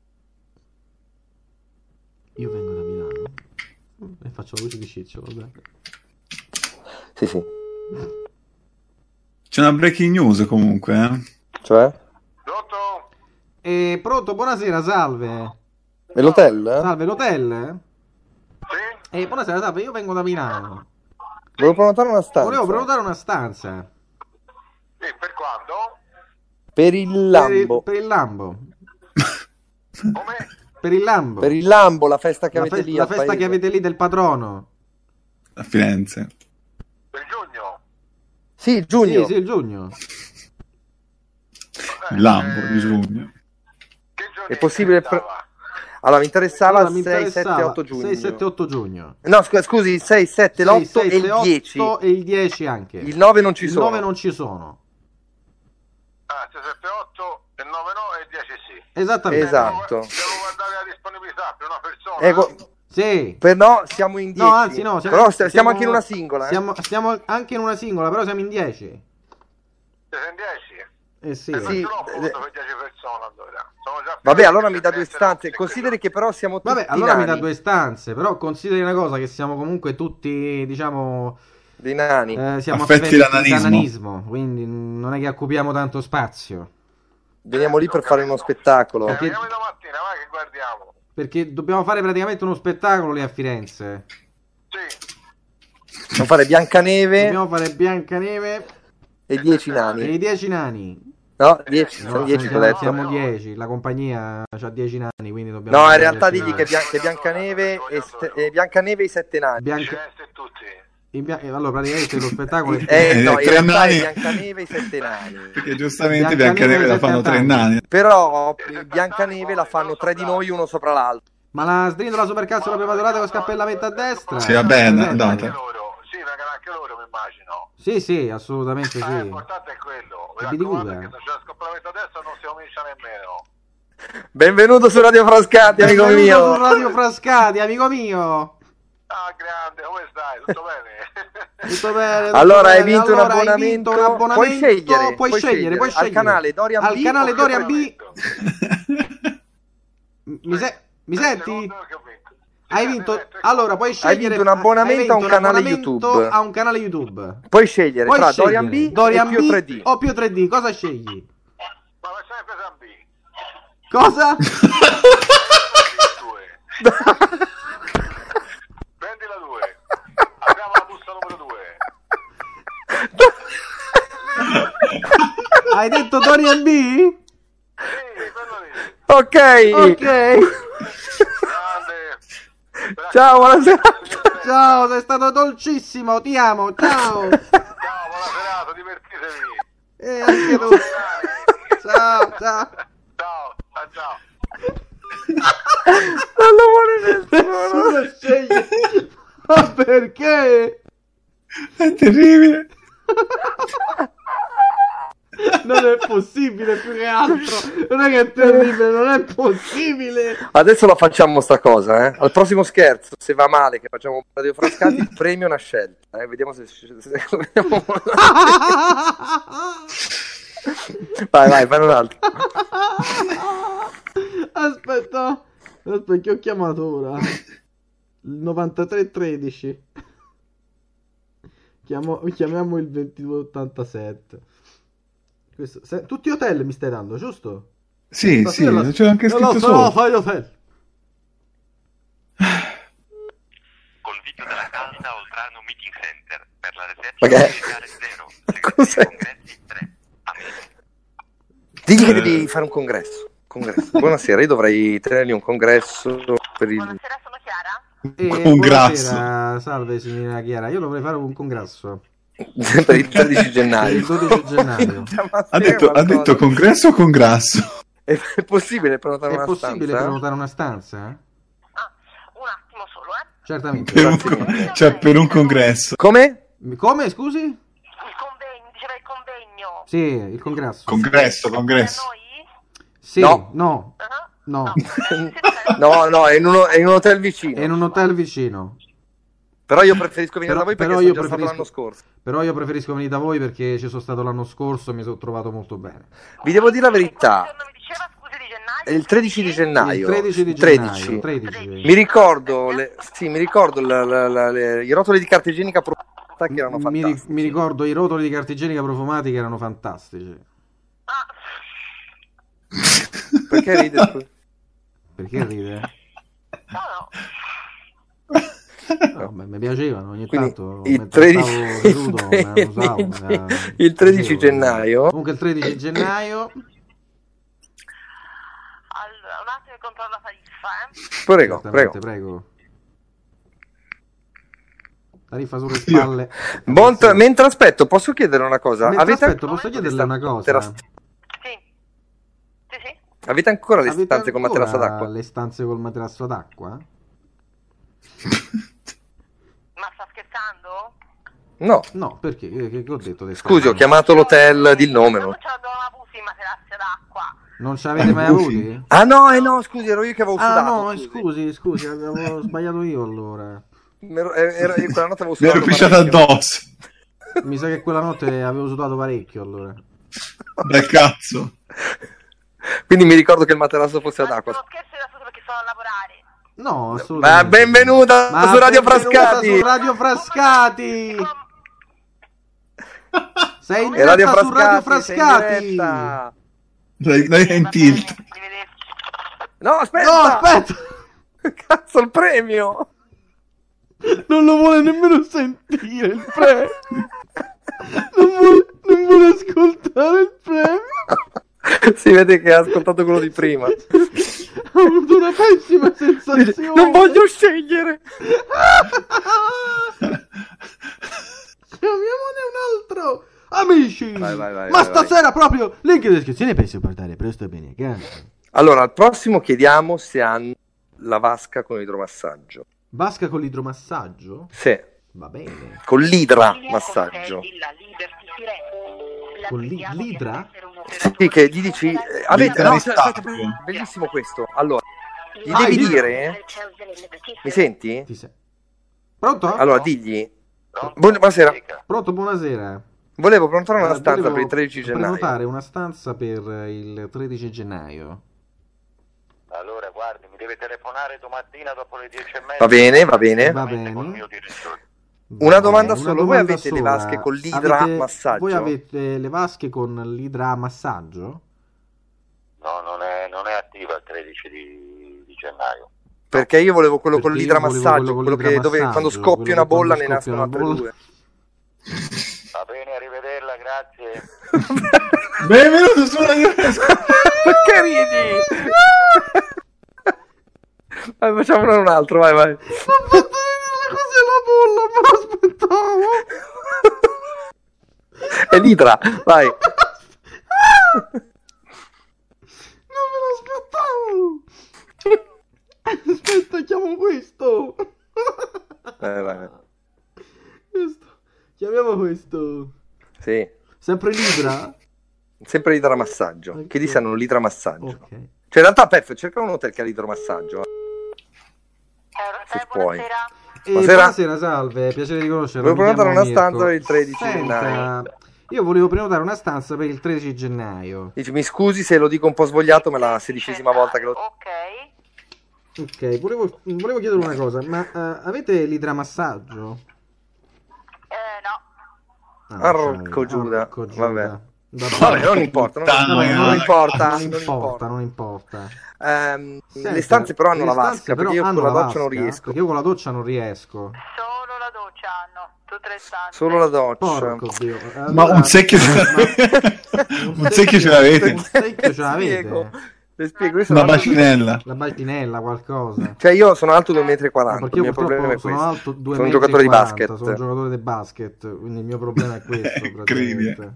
Io vengo da Milano. E faccio la voce di Ciccio, vabbè.
Sì, sì.
C'è una breaking news comunque, eh.
Cioè?
Pronto?
E pronto, buonasera, salve.
Nell'hotel? Eh?
Salve, l'hotel?
Sì?
E buonasera, salve, io vengo da Milano.
Volevo prenotare una stanza.
Volevo prenotare una stanza.
Sì, per quando?
Per il
Per il-
Lambo.
Per il Lambo.
Come?
Per il Lambo.
Per il Lambo, la festa che
la,
avete
fe-
lì
la
al
festa
paese.
che avete lì del patrono.
A Firenze.
Per giugno?
Sì, giugno.
Sì, sì, il giugno.
Vabbè,
Il Lambo
eh,
di giugno.
Che giorno
È possibile pre-
interessava?
Allora, mi interessava
Allora, mi
6, 7,
interessava
8 giugno.
6, 7, 8 giugno.
No, scu- scusi, 6, 7, l'8
6,
e il
7,
10.
8 e il 10 anche.
Il 9 non ci
Il
sono.
9 non ci sono.
Ah, 678 e 9 no e 10 sì.
Esattamente.
Esatto.
Devo, devo guardare la disponibilità per una persona.
Eh, gu-
Sì.
per no, siamo in 10.
No, anzi, no. Siamo,
Però st- siamo, anche in una singola. eh.
Siamo, siamo anche in una singola, però siamo in 10.
Siete in 10?
Eh sì.
Eh, non
Sì.
ce l'ho
eh,
posto per 10 persone allora. Sono già
Vabbè,
finito,
allora mi dà
se
due
avete
stanze.
notte,
Consideri
quello-
che però siamo tutti
Vabbè, allora mi dà
nani.
due stanze, però consideri una cosa che siamo comunque tutti, diciamo,
Dei nani.
eh, siamo
Affetti da nanismo.
nanismo, quindi non è che occupiamo tanto spazio,
Veniamo lì per fare uno spettacolo.
Eh, vediamo domattina, vai che guardiamo.
perché dobbiamo fare praticamente uno spettacolo lì a Firenze.
Sì,
Dobbiamo fare Biancaneve
Dobbiamo fare Biancaneve
e 10
e
nani.
i 10 nani.
No, 10, sono
No,
10
siamo-
ho detto.
Siamo 10, la compagnia ha 10 nani, quindi dobbiamo
No, in
fare
realtà
dieci
digli
nani.
che, Bian- che Biancaneve, e st- e Biancaneve e i sette nani.
ci
Bianca-
resta tutti.
in Bia- eh, allora praticamente lo spettacolo è
Eh, no, in
tre
realtà è
nani.
Biancaneve e i sette nani.
Perché giustamente
Biancaneve
Biancaneve la fanno tre nani.
Però eh, Biancaneve la fanno tre di noi, uno sopra l'altro.
Ma la strindola supercazzo l'abbiamo adorata con scappellamento a destra. Eh,
Sì, vabbè, è
Presente?
andata.
Anche loro, sì, vengono anche loro, mi immagino.
Sì, sì, assolutamente
Ah,
sì.
l'importante è quello.
E
Mi
vi
raccomando
dico, eh.
che se c'è lo scopplamento adesso non si comincia nemmeno.
Benvenuto su Radio Frascati, amico
Benvenuto
mio.
su Radio Frascati, amico mio.
Ah, grande, come stai? Tutto bene?
Tutto bene. tutto
Allora hai
bene.
vinto un
Allora, hai
abbonamento.
vinto un abbonamento.
Puoi scegliere,
puoi scegliere, puoi
al
scegliere.
canale Dorian
Al
B
canale
o-
Dorian B. Mi, se- mi Mi
Nel
senti?
secondo che ho vinto. Sì,
Hai
mi
vinto.
sento, ecco.
Allora, puoi scegliere.
vinto un abbonamento
hai vinto
a un canale
abbonamento
YouTube.
A un canale YouTube.
Puoi scegliere
Puoi
tra
scegliere
Dorian B
Dorian
e Pio
B oh.
3D.
o Pio 3D. Cosa scegli?
Ma lasciare cosa B?
Cosa?
Due. Prendi la 2. Abbiamo la busta numero 2.
Hai detto Dorian B?
Sì, quello lì.
Ok.
Ok.
Grande.
Ciao, buona serata.
Ciao, sei stato dolcissimo. Ti amo. Ciao.
Ciao, buona serata, divertitevi.
E anche tu. Ciao, ciao.
Ciao, ciao, ciao.
Non lo vuole nessuno.
Cosa scegli? Ma perché?
È terribile.
Non è possibile più che altro. Non è che è terribile, non è possibile.
Adesso la facciamo sta cosa, eh. Al prossimo scherzo, se va male, che facciamo un radio frascati, il premio è una scelta. Eh. Vediamo se... se- se- vai, vai, fai un altro.
Aspetta, aspetta, che ho chiamato ora? Il 9313. Chiamo, chiamiamo il 2287. Questo, se- tutti hotel mi stai dando, giusto?
Sì, sì,
Stasera la-
c'è anche
No, no,
scritto
sono
sopra.
fai hotel.
Col video della casa Oltrano Meeting Center per la
Ok.
reserva militare 0, segreteria
Cos'è?
congressi 3.
Digli che devi fare un congresso. Congresso. Buonasera, io dovrei tenergli un congresso per il...
Buonasera, sono Chiara.
E
Un grasso.
Eh, buonasera, salve signora Chiara, io dovrei fare un congresso.
per il 13 gennaio.
Il 12 gennaio.
Ha detto, ha detto congresso o congrasso?
È è possibile prenotare
È
una
possibile
stanza?
prenotare una stanza?
Ah, un attimo solo, eh.
Certamente.
Per un con- cioè, per un congresso.
Come?
Come, scusi?
Il convegno, diceva il convegno.
Sì, il congresso.
Congresso,
Da
congresso.
noi?
Sì,
No.
no,
Ah,
no.
No, no, è in, uno- è in un hotel vicino.
È in un hotel vicino.
Però io preferisco venire
Però-
da voi perché
però
sono
io
già stato l'anno
preferisco-
scorso.
Però io preferisco venire da voi perché ci sono stato l'anno scorso e mi sono trovato molto bene.
Vi devo dire la verità.
Non mi diceva scusi di gennaio?
È il 13 di gennaio.
Il 13 di
13.
gennaio. 13.
Mi ricordo, le- sì, mi ricordo la- la- la- le- i rotoli di carta igienica profumata che erano
Mi ri-
fantastici.
mi ricordo i rotoli di carta igienica profumati che erano fantastici.
Ah,
Perché ride? scusa?
Perché ride?
no, no.
No, ma Eh, mi piacevano ogni
Quindi
tanto.
il
mentre
13,
stavo seduto, me la usavo, me la-
il 13
facevo.
gennaio.
Comunque il 13 gennaio.
Allora, un attimo che controllo la tariffa, eh.
Prego,
Esattamente,
prego.
prego. Tariffa sulle
Io-
spalle.
Bon- mentre aspetto, posso chiedere una cosa?
Mentre
Avete
aspetto,
ancora
posso
le
chiederle una
stanze con
cosa?
terrazza-
Sì. Sì, sì.
Avete ancora le
Avete
stanze con
ancora
materasso d'acqua?
Le stanze col materasso d'acqua?
Ma sta scherzando?
No.
No, perché? Che, che- che ho detto? delle
Scusi, ho
stanze?
chiamato l'hotel, di il nome. no?
Non ce l'abbiamo avuto in materazze d'acqua.
Non ce l'avete mai avuti?
Ah no, eh no, scusi, ero io che avevo
Ah
sudato.
no, scusi, scusi, avevo sbagliato io allora.
Mi ero- eh, ero- io quella notte avevo
Mi
sudato.
ero pisciato
parecchio.
addosso.
Mi sa che quella notte avevo sudato parecchio allora.
Bel cazzo.
Quindi mi ricordo che il materasso fosse ad
Ma
acqua.
Non scherzo era solo perché sono a lavorare.
No, assolutamente.
Ma benvenuta
Ma
su Radio
benvenuta
Frascati.
su Radio Frascati! Sei in
E
diretta
Radio
su Radio
Frascati. sei
Frascati!
in
No,
diretta.
L'hai, l'hai in tilt.
No, aspetta.
aspetta!
Cazzo, il premio.
Non lo vuole nemmeno sentire il premio! Non vuole, non vuole ascoltare il premio!
si vede che ha ascoltato quello di prima.
Ho avuto una pessima sensazione!
Non voglio scegliere.
Chiamiamone un altro! Amici!
Vai, vai, vai,
Ma
vai,
stasera proprio link in descrizione per supportare presto e bene. Grazie.
Allora, al prossimo chiediamo se hanno la vasca con idromassaggio.
Vasca con l'idromassaggio?
Sì,
Va bene.
con l'idra massaggio.
Con l'i- l'idra?
Sì, che gli dici. eh, Avete,
L'idra
no,
di
aspetta, aspetta,
stacco.
bellissimo questo. Allora, gli
Ah,
devi
il-
dire. Mi senti?
Ti sei- Pronto?
Allora, digli.
No?
Buon- buonasera.
Mica.
Pronto, buonasera.
Volevo prenotare una
Allora,
stanza
Eh, volevo
per il 13 gennaio.
Prenotare una stanza per eh, il 13 gennaio.
Allora, guardi, mi deve telefonare domattina dopo le 10 e mezza.
Va bene, va bene.
Va bene.
Col mio direttore.
Una domanda
Eh,
solo, voi
domanda
avete le vasche con l'idra massaggio?
Voi avete le vasche con l'idra massaggio?
No, non è, non è attiva il 13 di, di gennaio.
Perché io volevo quello con
Perché io volevo
l'idramassaggio,
quello
quello,
con
che dove
l'idramassaggio,
quando scoppia
quello
una
che quando
bolla ne
scoppia
nascono
una
altre
bolla.
due.
Va bene, arrivederla, grazie.
Benvenuto su Radio
Perché ridi? Vai, facciamone un altro, vai, vai.
fatto vedere la cosa della bolla, me l'aspettavo.
È l'idra, vai.
Non me l'aspettavo! Aspetta, chiamo questo!
Eh, vai, vai.
Questo. Chiamiamo questo.
Sì,
Sempre l'idra?
sempre l'idramassaggio. Che lì
Ok.
sanno l'idramassaggio.
Ok.
Cioè, in realtà, Pef, cerca un hotel che ha l'idromassaggio.
Eurotel,
puoi.
buonasera.
Eh,
Buonasera.
buonasera, salve, piacere di conoscerla.
Volevo
mi
prenotare
chiamo
una stanza per
Mirko.
il 13
Senta,
gennaio.
Io volevo prenotare una stanza per il 13 gennaio.
Dici, mi scusi se lo dico un po' svogliato, ma è la sedicesima volta che lo...
Ok.
Ok, volevo, volevo chiedere una cosa, ma eh, avete l'idramassaggio?
Eh, no.
Arco Giuda.
Ah, Arco Giuda.
Vabbè.
Vabbè.
Vabbè, non importa, non, non-
Puttana,
non
Ah, ragazzi.
importa,
Non importa, non importa.
Ehm,
Senta,
le stanze però hanno
le
la
stanze
vasca,
però
perché io con
hanno
la doccia non
vasca,
riesco.
perché io con la doccia non riesco.
Solo la doccia hanno, tutte le stanze.
Solo la doccia.
Porco Dio. Allora-
Ma un secchio, un secchio ce l'avete?
Un secchio ce
Spiego.
l'avete?
Le spiego, io sono
Una
alto-
bacinella.
La baltinella, qualcosa.
Cioè io sono alto 2,40
Ma
m,
perché
il
io
mio problema
purtroppo
è questo.
sono alto 2
sono un giocatore di basket.
Sono un giocatore di basket, quindi il mio problema è questo. praticamente.
Incredibile.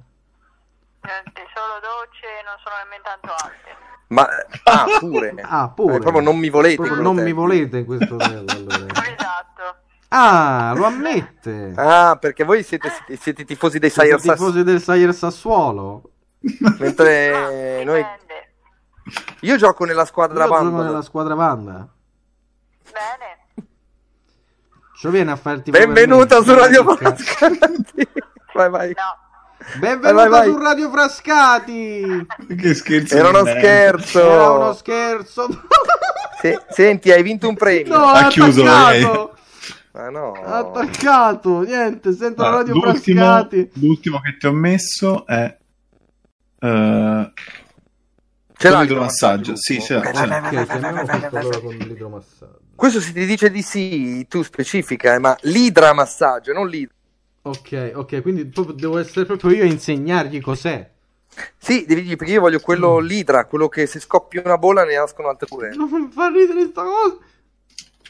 Niente, solo docce, non sono nemmeno tanto alte.
Ma ah, pure.
Ah, pure.
Eh, proprio non mi volete.
Proprio
in
non
quell'hotel.
mi volete in questo hotel, allora.
Esatto.
Ah, lo ammette.
Ah, perché voi siete, siete tifosi dei
Siete
Sayer Sass-
tifosi del Sayer Sassuolo.
Ah,
mentre noi
dipende.
io gioco nella
Io
squadra
gioco
bambola.
nella squadra Vanda.
Bene.
Ci viene Cioè, a farti
Benvenuta su Radio Frascati. vai vai.
No.
Benvenuta
Vai, vai, vai.
su Radio Frascati.
Che scherzo.
Era uno
di merda.
scherzo.
Era uno scherzo.
Se- senti, hai vinto un premio.
No,
Ha
ha
chiuso
attaccato.
eh. Ma no.
Ha attaccato. Niente, sento
Ah,
Allora,
Radio
l'ultimo,
Frascati.
l'ultimo che ti ho messo è... eh,
Ce
quello
l'ha il
del massaggio. Sì, ce l'ha,
gruppo?
ce l'ha.
Ok, chiamiamo questo allora con l'idromassaggio.
Questo se ti dice di sì, tu specifica, eh, ma l'idra massaggio, non l'idra.
Ok, ok, quindi proprio- devo essere proprio io a insegnargli cos'è.
Sì, devi dire perché io voglio quello
Mm.
l'idra, quello che se scoppia una bolla ne nascono altre pure.
Non mi fa ridere sta cosa.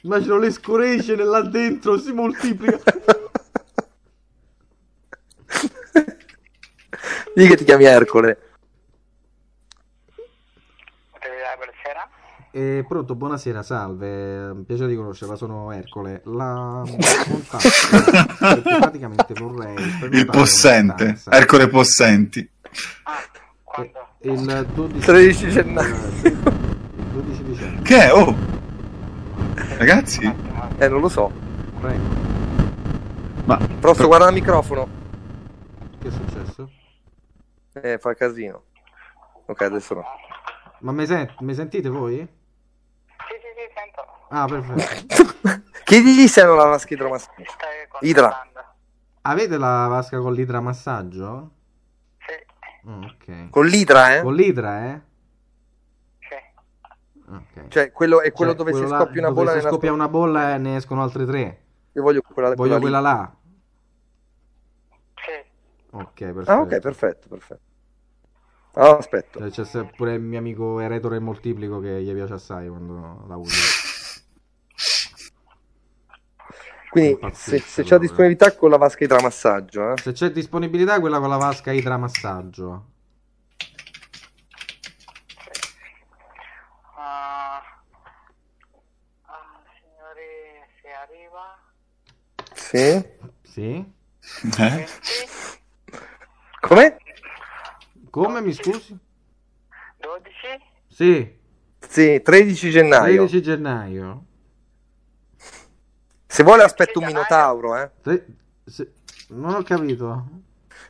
Immagino le scorescene là dentro si moltiplica.
Dì che ti chiami Ercole.
Eh, Buonasera.
Eh, pronto, buonasera, salve. Un piacere di conoscerla, sono Ercole. La contatto perché praticamente vorrei prenotare
Il
una
possente.
stanza.
Ercole Possenti.
Quando?
Il 12
13 gennaio.
Il 12 dicembre,
Che è? Oh! Ragazzi,
Eh, non lo so.
prego.
ma...
Prosto, guarda il microfono.
Che è successo?
Eh, fa casino. Ok, adesso no.
Ma mi, sent- mi sentite voi?
Sì, sì, sì, sento.
Ah, perfetto.
Chiedigli se hanno la vasca idromassaggio.
Stai
Idra.
Avete la vasca con l'idramassaggio?
Sì,
Mm, ok.
Con l'idra, eh?
Con l'idra, eh?
sì.
Ok.
Cioè, quello è quello
Cioè,
dove si
là
scoppia una
dove se
bolla ne nascono-
scoppia una bolla e ne escono altre tre.
Io voglio quella,
Voglio
lì.
quella là.
Sì.
Ok, perfetto.
Ah, ok, perfetto, perfetto. Ah, aspetto.
Cioè, C'è se- pure il mio amico eretore moltiplico che gli piace assai quando la usa.
Quindi
Impazzisce
se, se c'è
proprio.
disponibilità con la vasca idramassaggio, eh?
Se c'è disponibilità, quella con la vasca idramassaggio.
Ah, ah, signore, se arriva...
Sì.
Sì?
Eh?
Come?
Come mi scusi?
12?
Sì,
Sì, 13 gennaio.
13 gennaio.
Se vuole aspetto un
13
minotauro, eh.
Tre- se- Non ho capito.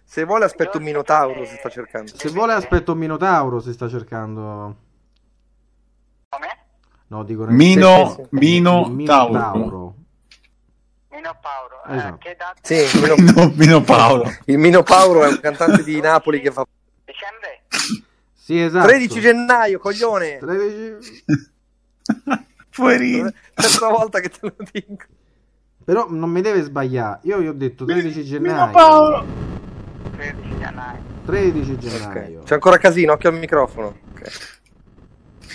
Se vuole aspetto un minotauro, si sta cercando.
Se vuole aspetto un minotauro, si sta cercando.
Come?
No, dicono
Mino,
Sì, sì, sì.
Mino, Tauro.
Mino Paolo, eh,
Esatto.
che da
Sì, il Mino,
Mino, Mino Paolo.
il Mino Paolo è un cantante di
Esatto.
Napoli che fa...
dicembre?
Sì, esatto.
13 gennaio, coglione!
13
Poverino.
Terza volta che te lo dico.
Però non mi deve sbagliare. Io gli ho detto 13
Mino
gennaio.
Paolo.
13 gennaio.
13 gennaio.
Ok. Cioè, C'è ancora casino, occhio al microfono. Ok.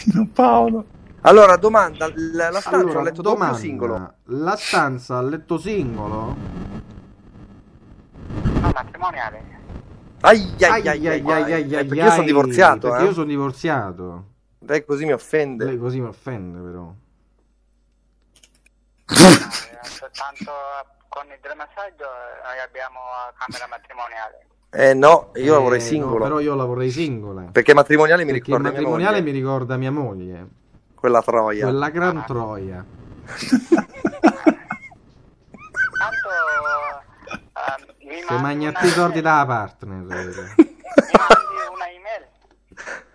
Mino Paolo.
Allora, domanda, l- la stanza
Allora,
ho letto
domanda,
doppio o singolo?
La stanza a letto singolo?
No, matrimoniale.
Ai ai
Ai,
ai ai, ai,
ai, ai,
Eh,
ai,
perché io sono
ai,
divorziato,
Perché
eh.
io sono divorziato.
Dai, così mi offende.
Lei così mi offende, però.
Eh, Soltanto con il messaggio noi abbiamo la camera matrimoniale.
Eh no, io la vorrei
Eh, no,
singolo.
però io la vorrei singola.
Perché matrimoniale mi
Perché il
ricorda mia
matrimoniale
moglie,
mi ricorda mia moglie.
quella troia.
Quella gran troia.
Tanto ehm, mi
Che
mandi
magna
una
più sordi
email.
da partner.
Mi mandi una email.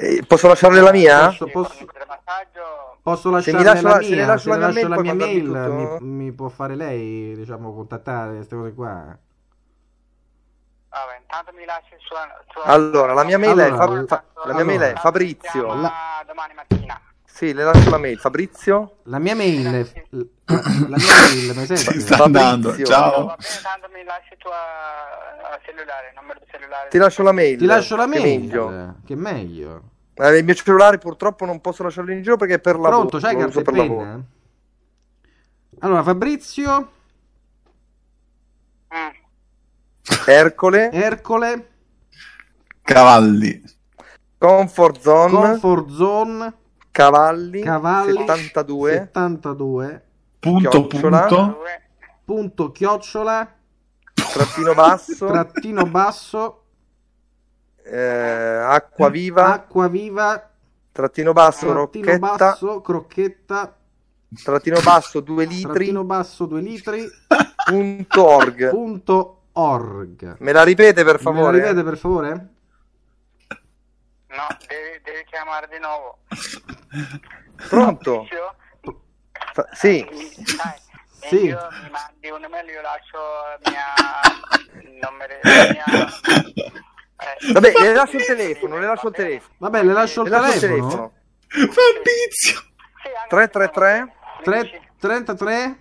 Eh, posso lasciarle la mia?
Posso-
Sì,
posso-
Con il messaggio
Posso
Se
lasciarle
mi lascio
la
la- se le
mia,
lascio
se
la
le lascio
mia
la mia
mail, poi
mail,
guarda tutto?
mi, mi può fare lei, diciamo, contattare queste cose qua.
Vabbè, intanto mi lasci il suo... il suo-
Allora, la mia mail è,
Allora,
Fa- Fa- la mia
allora.
mail è
Ci
Fabrizio.
vediamo domani mattina.
Sì, le lascio la mail. Fabrizio?
La mia mail, la, la mia mail, mi senti?
Sta andando.
Fabrizio.
No,
Ciao.
va bene, tanto mi lasci il tuo eh, cellulare, numero di cellulare.
Ti lascio la mail.
Ti lascio la
che è
mail,
meglio.
che è meglio.
Eh, il mio cellulare purtroppo non posso lasciarlo in giro perché è per lavoro.
Pronto, c'hai
lo
carta
uso
e
per lavoro.
penna? Allora, Fabrizio,
Mm.
Ercole,
Eh? Ercole,
Cavalli.
Comfort Zone,
Comfort Zone,
Cavalli,
Cavalli,
72,
72,
Punto,
Chiocciola.
punto.
Due,
punto chiocciola,
trattino basso,
trattino basso,
eh, acqua viva,
acqua viva,
trattino basso,
trattino
rocchetta,
basso, crocchetta,
trattino basso 2 litri,
trattino basso 2 litri,
punto org.
punto org.
Me la ripete per
Me lo
favore?
ripete per favore?
No, devi, devi chiamare di nuovo.
Pronto?
Io,
Fa- sì,
dai,
Sì.
io mi mandi un'email, io lascio la mia... il numero, la mia... eh,
vabbè, le lascio il telefono, le lascio il telefono.
Vabbè, le lascio
Le
il
lascio il
telefono.
telefono.
Fabrizio.
Sì, anche
333?
se-
Tre- 33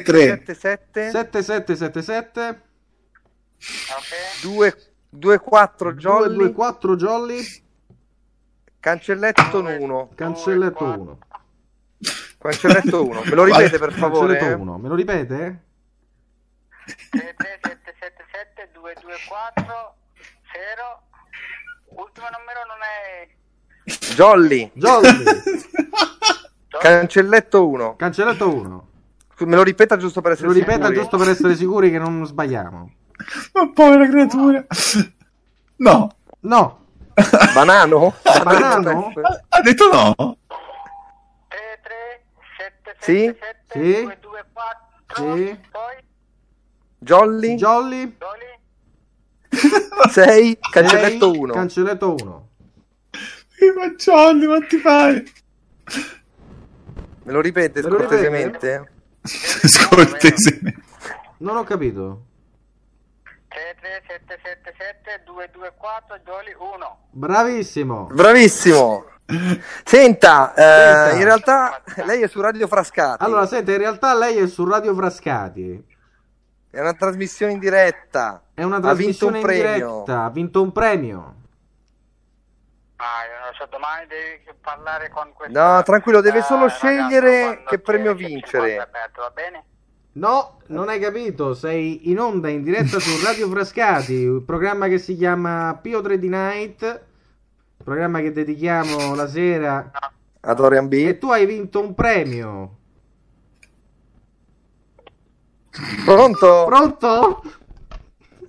33-3.
377
7777
Ok.
24 Jolly,
224 Jolly,
cancelletto 1.
cancelletto 1.
Cancelletto 1. Me lo ripete per favore?
Cancelletto
eh?
1, me lo ripete?
33777 224 0 Ultimo numero non è
Jolly,
Jolly,
cancelletto 1.
cancelletto 1.
Me lo ripeta giusto per
Se
essere
lo ripeta
sicuri.
giusto per essere sicuri che non sbagliamo.
Ma povera creatura. No.
No,
Banano?
Banano?
Ha ha detto no.
33777
Sì?
224
Sì?
Poi
Jolly
Jolly,
Doli
6 cancelletto
sei,
1.
Cancelletto 1.
Ma Johnny, ma ti fai?
Me lo ripete
Me lo ripete?
cortesemente?
Scortesemente.
Non ho capito.
33777 224 Doli 1
Bravissimo.
Bravissimo. Senta, eh,
Senta.
in realtà lei è su Radio Frascati.
Allora, senta, in realtà lei è su Radio Frascati.
è una trasmissione in diretta.
È una
Ha vinto un
trasmissione in
premio.
diretta, ha vinto un premio.
Ah, io non lo so, domani devi parlare con questo
No, tranquillo, deve
eh,
solo
ragazzo
scegliere
quando
che premio
chiede
vincere.
50 aperto, va bene?
No, non hai capito, sei in onda in diretta su Radio Frascati, un programma che si chiama PO3 di Night, programma che dedichiamo la sera
Ad Orion B.
e tu hai vinto un premio.
Pronto?
Pronto?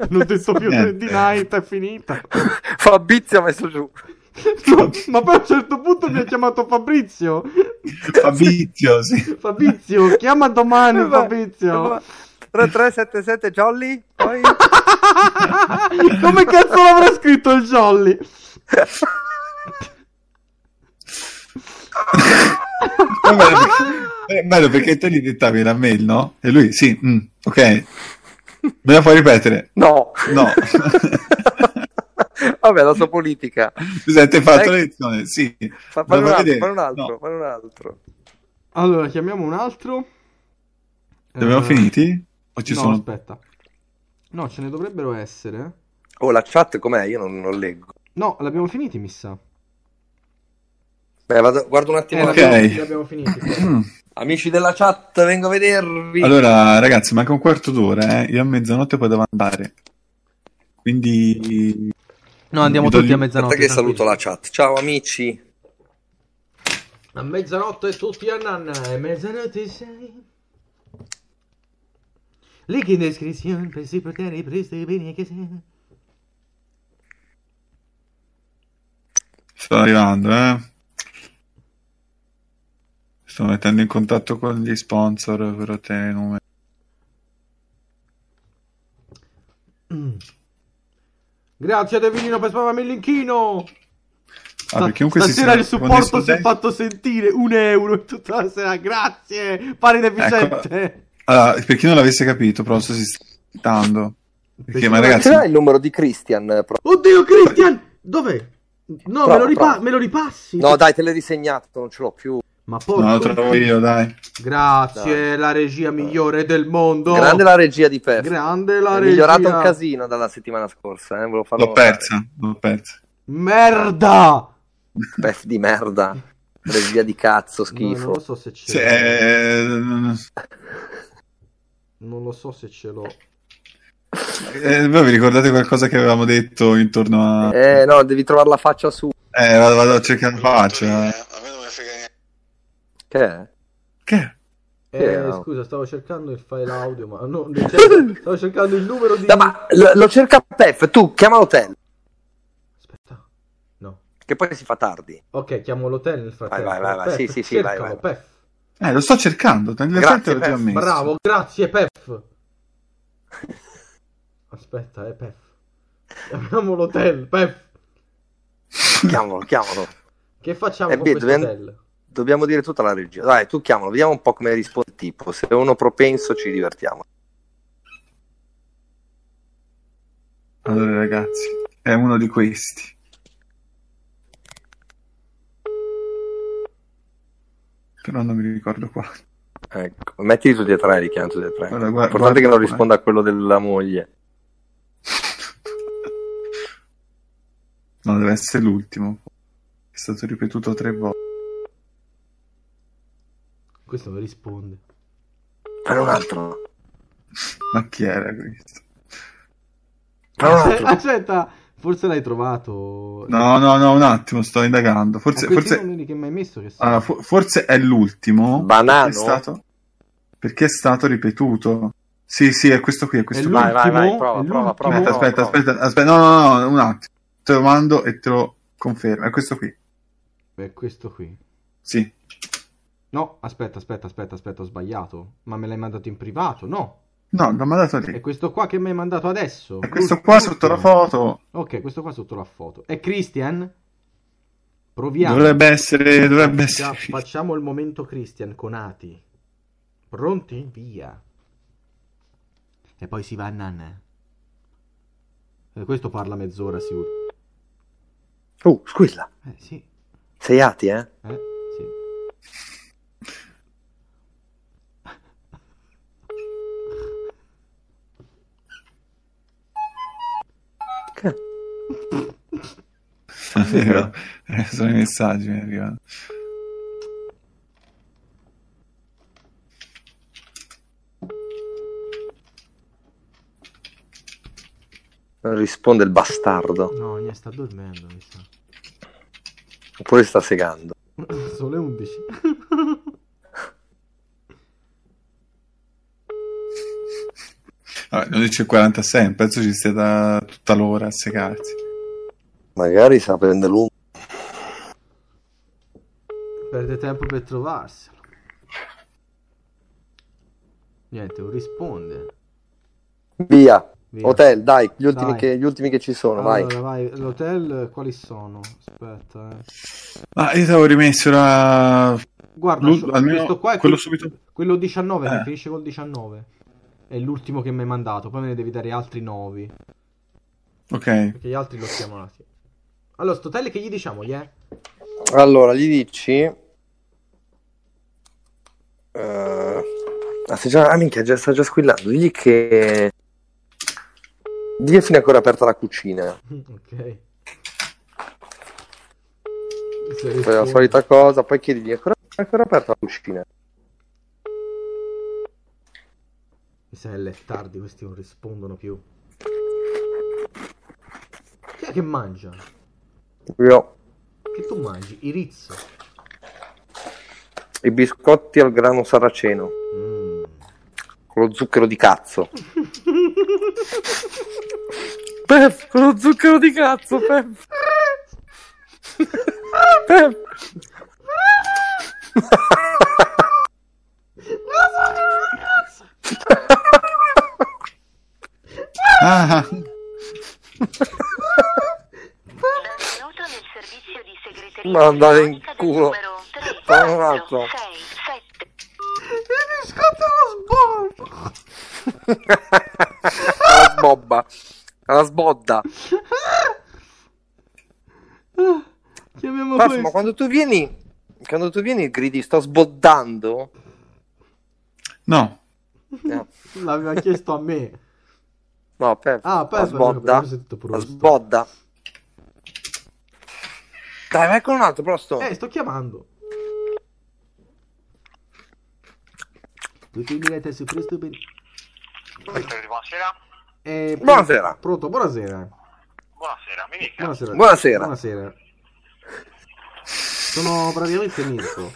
Non ti sto più
Niente.
di Night, è finita.
Fabrizio ha messo giù.
No, ma poi a un certo punto mi ha chiamato Fabrizio.
Fabrizio, sì.
Fabrizio, chiama domani Fabrizio.
3377 Jolly? Poi
Come cazzo l'avrà scritto il Jolly?
È bello perché- È bello perché te gli dettavi la mail, no? E lui, sì, mm, ok. Me la puoi ripetere?
No.
No.
Vabbè, la sua politica.
Scusa, ti hai fatto
Ecco.
la lezione? Sì.
Fa, fai
Ma
un
vai a
altro,
vedere.
fai un altro,
No.
fai un altro.
Allora, chiamiamo un altro.
Li abbiamo
Eh,
finiti? O ci
no,
sono...
aspetta. No, ce ne dovrebbero essere.
Oh, la chat com'è? Io non, non leggo.
No, l'abbiamo finiti, mi sa.
Beh, vado- guardo un attimo.
Eh,
la
Ok.
l'abbiamo, l'abbiamo finiti.
Amici della chat, vengo a vedervi.
Allora, ragazzi, manca un quarto d'ora, eh. Io a mezzanotte poi devo andare. Quindi...
No, andiamo
Mi do
tutti
gli-
a mezzanotte.
Aspetta che
tranquilli.
saluto la chat. Ciao amici.
A mezzanotte tutti a nanna e mezzanotte sei. Link in descrizione per si poter presto i beni che sei.
Sto arrivando, eh. Sto mettendo in contatto con gli sponsor per ottenere i numeri.
Grazie a Devinino per spavarmi il linkino.
Ah, perché comunque si
Stasera il
sente- con
supporto
dei
si è
studenti-
fatto sentire. Un euro in tutta la sera. Grazie. Pari deficiente.
Ecco. Allora, per chi non l'avesse capito, però sto si sta dando. Perché, ma ragazzi,
Ce l'hai il numero di Christian? Pro-
Oddio, Christian. Dov'è? No,
Prova,
me, lo ripa-
prova.
me lo ripassi.
No, dai, te l'hai disegnato, non ce l'ho più.
Ma
non lo
porco.
trovo io, dai.
Grazie, la regia migliore del mondo.
Grande la regia di Pep.
Grande la
È
regia.
migliorata un casino dalla settimana scorsa, eh, ve lo farò
L'ho persa, l'ho persa.
Merda!
Pef di merda. Regia di cazzo,
No, non lo
schifo.
so se ce
Cioè,
l'ho.
eh,
Non lo so se ce l'ho.
eh, voi vi ricordate qualcosa che avevamo detto intorno a...
Eh, no, devi trovare la faccia su.
Eh, vado, vado a cercare la faccia. eh.
A me non mi frega niente.
Che è?
Che?
Eh,
era?
scusa, stavo cercando il file audio, ma no, nel senso, stavo cercando il numero di
No, ma l- lo cerca Pef, tu chiama l'hotel,
Aspetta. No.
che poi si fa tardi.
Ok, chiamo l'hotel nel frattempo.
vai, vai, vai,
Pef,
sì, sì, sì,
cercalo,
vai, vai.
Pef.
Eh, lo sto cercando, nel
Grazie,
frattempo l'ho già
Pef,
messo.
Bravo, grazie Pef. Aspetta, eh Pef. Chiamiamo l'hotel, Pef.
Chiamalo, chiamalo.
Che facciamo
Eh,
con
beh,
questo
dobbiamo-
hotel?
Dobbiamo dire tutta la regia. Dai, tu chiamalo, vediamo un po' come risponde il tipo. Se è uno propenso ci divertiamo.
Allora, ragazzi, è uno di questi. Però non mi ricordo qua.
Ecco, mettili tutti e tre, li chiami tutti e tre.
Guarda, guarda,
Importante che non
guarda.
risponda a quello della moglie.
No, deve essere l'ultimo. È stato ripetuto tre volte.
Questo mi risponde.
Fai un altro.
Ma chi era questo?
Fai un
Aspetta,
altro.
aspetta, forse l'hai trovato. Ah,
No, no, no, un attimo, sto indagando.
Ma
Forse,
questi
forse, Ah.
numeri che mi hai messo che sono-
allora, fo- forse è l'ultimo.
Banano?
Perché è stato, perché è stato ripetuto. Sì, sì, è questo qui, è questo
È
qui.
Vai, vai, vai,
l'ultimo,
prova,
è
prova, prova.
Aspetta,
prova,
aspetta,
prova.
aspetta, aspetta, no, no, no, un attimo. Te lo mando e te lo confermo. È questo qui.
È questo qui.
Sì.
No, aspetta, aspetta, aspetta, aspetta, ho sbagliato. Ma me l'hai mandato in privato? No.
No, l'ho mandato lì.
È questo qua che mi hai mandato adesso.
E questo qua sotto la foto
Ok, questo qua sotto la foto. È Christian? Proviamo.
dovrebbe essere, dovrebbe
Faccia-
essere.
Facciamo il momento Christian con Ati. Pronti? Via. E poi si va a nanna. Eh, questo parla mezz'ora sicuro.
Oh, squilla.
Eh sì,
Sei ati, eh?
eh sì.
Che?
Vero. Eh, Sono i messaggi mi arrivano.
Non risponde il bastardo.
No, ne sta dormendo, mi sa.
Oppure sta segando.
Sono le 11.
Vabbè, 11.46, penso ci stia da tutta l'ora a segarsi.
Magari sa prendere l'uomo.
Perde tempo per trovarselo. Niente, non risponde.
Via.
Via.
Hotel, dai, gli ultimi,
Dai.
che, gli ultimi che ci sono, vai.
Allora, vai. L'hotel, quali sono? Aspetta, eh.
Ma io ti avevo rimesso la...
Guarda,
L'ul-
so-
almeno
questo qua è
quello
quel-
subito.
quello 19 che
Eh.
finisce col 19. È l'ultimo che mi hai mandato, poi me ne devi dare altri 9,
Ok.
perché gli altri li ho chiamati. Allora, sto hotel che gli diciamo, gli è?
Allora, gli dici... eh, ah, se già, ah, minchia, già, sta già squillando. Digli che... Digli fino ancora aperta la cucina.
Ok.
Fai Cioè, la solita cosa, poi chiedigli ancora, ancora aperta la cucina.
Mi sa che è tardi, questi non rispondono più. Chi è che mangia?
Io
Che tu mangi? I Rizzo.
i biscotti al grano saraceno,
Mm.
con lo zucchero di cazzo. Pep, con lo zucchero di cazzo, Pep. Pep.
Ah,
Benvenuto nel servizio di segreteria
Ma andate in
telefonica del
culo.
numero tre,
Fa un
quattro,
razzo.
sei, sette.
Alla sbobba. Alla sbodda.
Chiamiamo
Massimo, ma quando tu vieni, quando tu vieni gridi sto sboddando. Eh,
no.
No,
L'aveva chiesto a me.
no Pep.
Ah, Pep,
la sbodda.
perché sei tutto
La
pronto.
sbodda. Dai, vai con un altro, prosto.
Eh, sto chiamando. Tutti in diretta su questo ben...
Buonasera.
Eh, pronto-
Buonasera.
Pronto, buonasera.
Buonasera, mi dica.
Buonasera.
Buonasera.
Buonasera. Sono praticamente Mirko.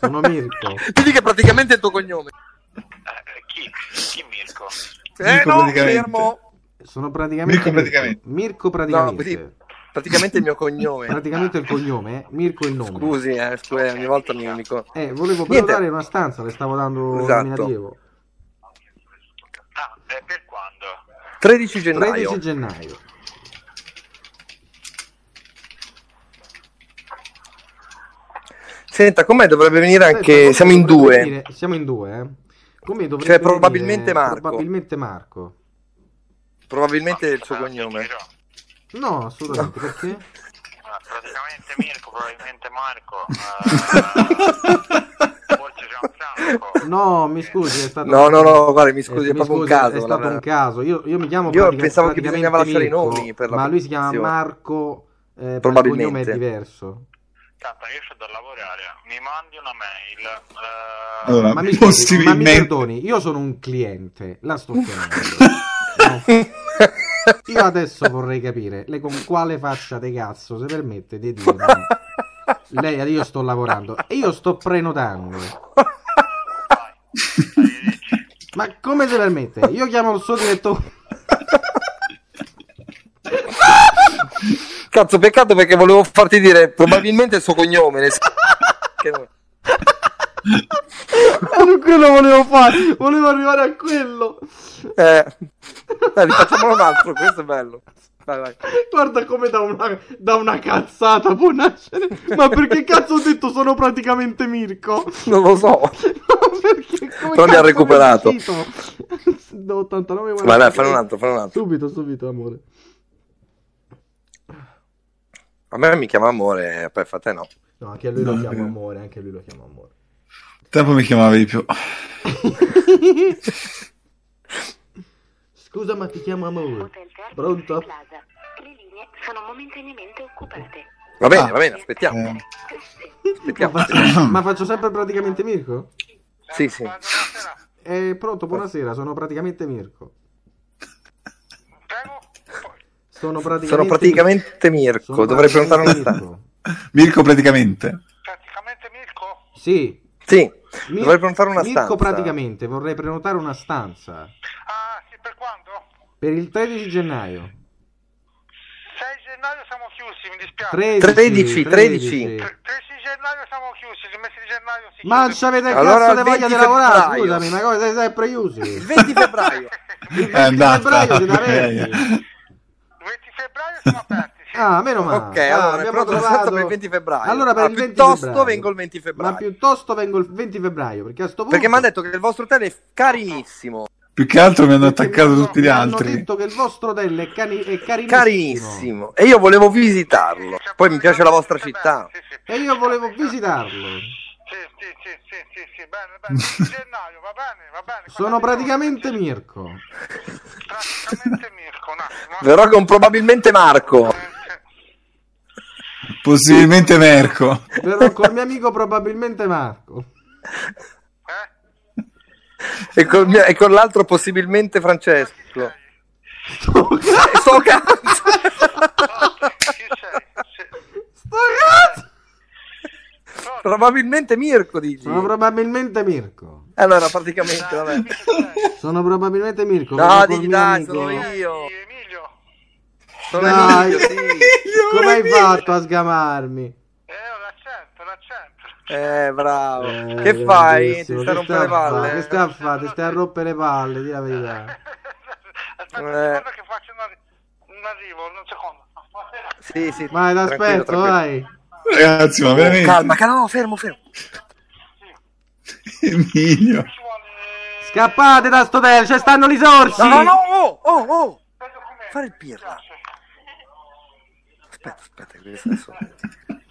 Sono Mirko.
Vedi che praticamente è il tuo cognome.
Eh, chi? Chi Mirko?
Eh
Dico
no,
praticamente.
fermo.
Sono praticamente
Mirko praticamente.
Mirko
No,
praticamente.
quindi praticamente il mio cognome.
Praticamente il cognome, eh? Mirko il nome.
Scusi, eh, scusa, ogni volta mi dico.
Eh, volevo
Niente.
prenotare una stanza, le stavo dando
Esatto.
il nominativo.
Ah, eh, per quando?
13 gennaio.
13 gennaio.
Senta, com'è dovrebbe venire
Aspetta,
anche
come
siamo in
dovrebbe
due.
venire- siamo in due, eh? Come dovrebbe
Cioè, probabilmente
venire-
Marco.
Probabilmente Marco.
Probabilmente
Ah,
il suo
eh,
cognome.
giro.
No, assolutamente, perché?
Ah, Praticamente Mirko, probabilmente Marco. eh, Forse Gianfranco.
No, mi scusi, è stato
No, no, no, guarda, mi scusi,
Eh,
è proprio
mi
un
scusi,
caso.
È stato
la-
un caso. Io, io mi chiamo
Io
pratica-
pensavo che
praticamente
bisognava lasciare i
Mirko,
nomi per la
ma lui si chiama
protezione.
Marco, eh,
Probabilmente.
il cognome è diverso.
Tanto io sto da lavorare, mi mandi una mail. eh,
Allora,
Ma mi, scusi, ma mi
possibilmente...
perdoni, io sono un cliente, la sto chiamando. No. Io adesso vorrei capire, lei con quale faccia di cazzo, se permette, di dirmi. Lei, io sto lavorando e io sto prenotando. Ma come se permette? Io chiamo il suo direttore.
Cazzo, peccato perché volevo farti dire probabilmente il suo cognome. nel senso che-
Non quello volevo fare, volevo arrivare a quello.
Eh, dai, rifacciamolo un altro, questo è bello. Vai, vai.
Guarda come da una, da una cazzata può nascere. Ma perché cazzo ho detto sono praticamente Mirko?
Non lo so.
No, perché come
Però mi ha
cazzo
recuperato.
mi è uscito? Da 89
Ma dai, fai un altro, fai un altro.
Subito, subito, amore.
A me mi chiama amore, per a te no.
No, anche lui lo
No,
chiama
no.
amore, anche lui lo chiama amore.
Tempo mi chiamavi di più.
Scusa, ma ti chiamo amore.
Hotel Termini
Pronto?
Plaza. Le linee sono momentaneamente occupate.
Va bene,
Ah.
va bene, aspettiamo.
Eh,
Grazie.
aspettiamo.
Ma faccio, ma faccio sempre praticamente Mirko?
Sì, sì.
Buonasera.
Eh, pronto, buonasera, sono praticamente Mirko.
Prego.
Sono praticamente,
Sono praticamente Mirko,
Sono
dovrei
praticamente
prenotare una stanza.
Mirko.
Mirko praticamente.
Praticamente Mirko.
Sì,
Sì,
Mir-
dovrei prenotare una
Mirko
stanza.
praticamente vorrei prenotare una stanza
Ah, sì, per quando?
per il 13 gennaio.
6 gennaio siamo chiusi, mi dispiace.
13,
13 gennaio siamo chiusi, il mese di gennaio si
Ma non
chiude.
ci avete
Allora,
cazzo le
il
voglia di
20
lavorare?
febbraio.
Scusami, ma cosa sei sempre chiusi?
20 febbraio.
È andata.
febbraio, ti
ok.
lavevi.
20 febbraio siamo aperti, sì.
Ah, meno male.
Ok,
Ah,
allora è
abbiamo
pronto
trovato-
per il 20 febbraio.
Allora, per
Ah,
il 20
piuttosto
febbraio.
vengo il 20 febbraio.
Ma piuttosto vengo il 20 febbraio, perché a sto punto...
Perché mi hanno detto che il vostro hotel è carinissimo.
Più che altro mi hanno attaccato
Perché
tutti gli
mi hanno- Mi hanno
altri.
detto che il vostro hotel è, cani- è carinissimo.
Carinissimo. E io volevo visitarlo.
Sì, sì,
Poi mi piace la vostra
sì,
città.
sì, sì.
E io volevo visitarlo.
Sì, sì, sì, sì, sì, sì, bene, bene. gennaio, va bene, va bene.
Sono
Guardate,
praticamente
sì,
Mirko.
Praticamente Mirko, un attimo. eh.
Verrò con probabilmente Marco.
Praticamente-
Possibilmente Merco.
Verrò col mio amico probabilmente Marco.
Eh?
E con, e con l'altro possibilmente
Eh?
Francesco. E sto cazzo.
Oh, chi sei? Sì.
Sto cazzo!
Pronto?
Probabilmente Mirko dici.
Sono probabilmente Mirko.
Allora praticamente vabbè.
Chi sei?
Sono probabilmente Mirko.
No,
verrò col
digli
mio
dai,
amico.
sono io.
Chi, Emilio?
Sono
Dai.
Emilio, sì.
Come hai fatto a sgamarmi?
Eh, ho l'accento, ho l'accento.
Eh, bravo.
Eh,
che fai? Ti
grandissimo. Che
stai rompendo le
a fare?
palle?
Che stai a fare? Ti stai a rompere le palle, di la verità.
Aspetta un
Eh.
secondo che faccio un, arri- un arrivo, un secondo.
Sì, sì.
Vai, ti
tranquillo,
aspetto,
tranquillo.
vai.
Ragazzi, ma veramente.
Calma, calma, no, fermo, fermo.
Emilio.
Ci vuole...
Scappate da sto hotel, ci stanno gli sorci.
No, no, no, oh, oh, oh.
Dai, documenti,
Fare il
mi
pirla.
piace.
Aspetta, aspetta, che deve stare solo.
Mi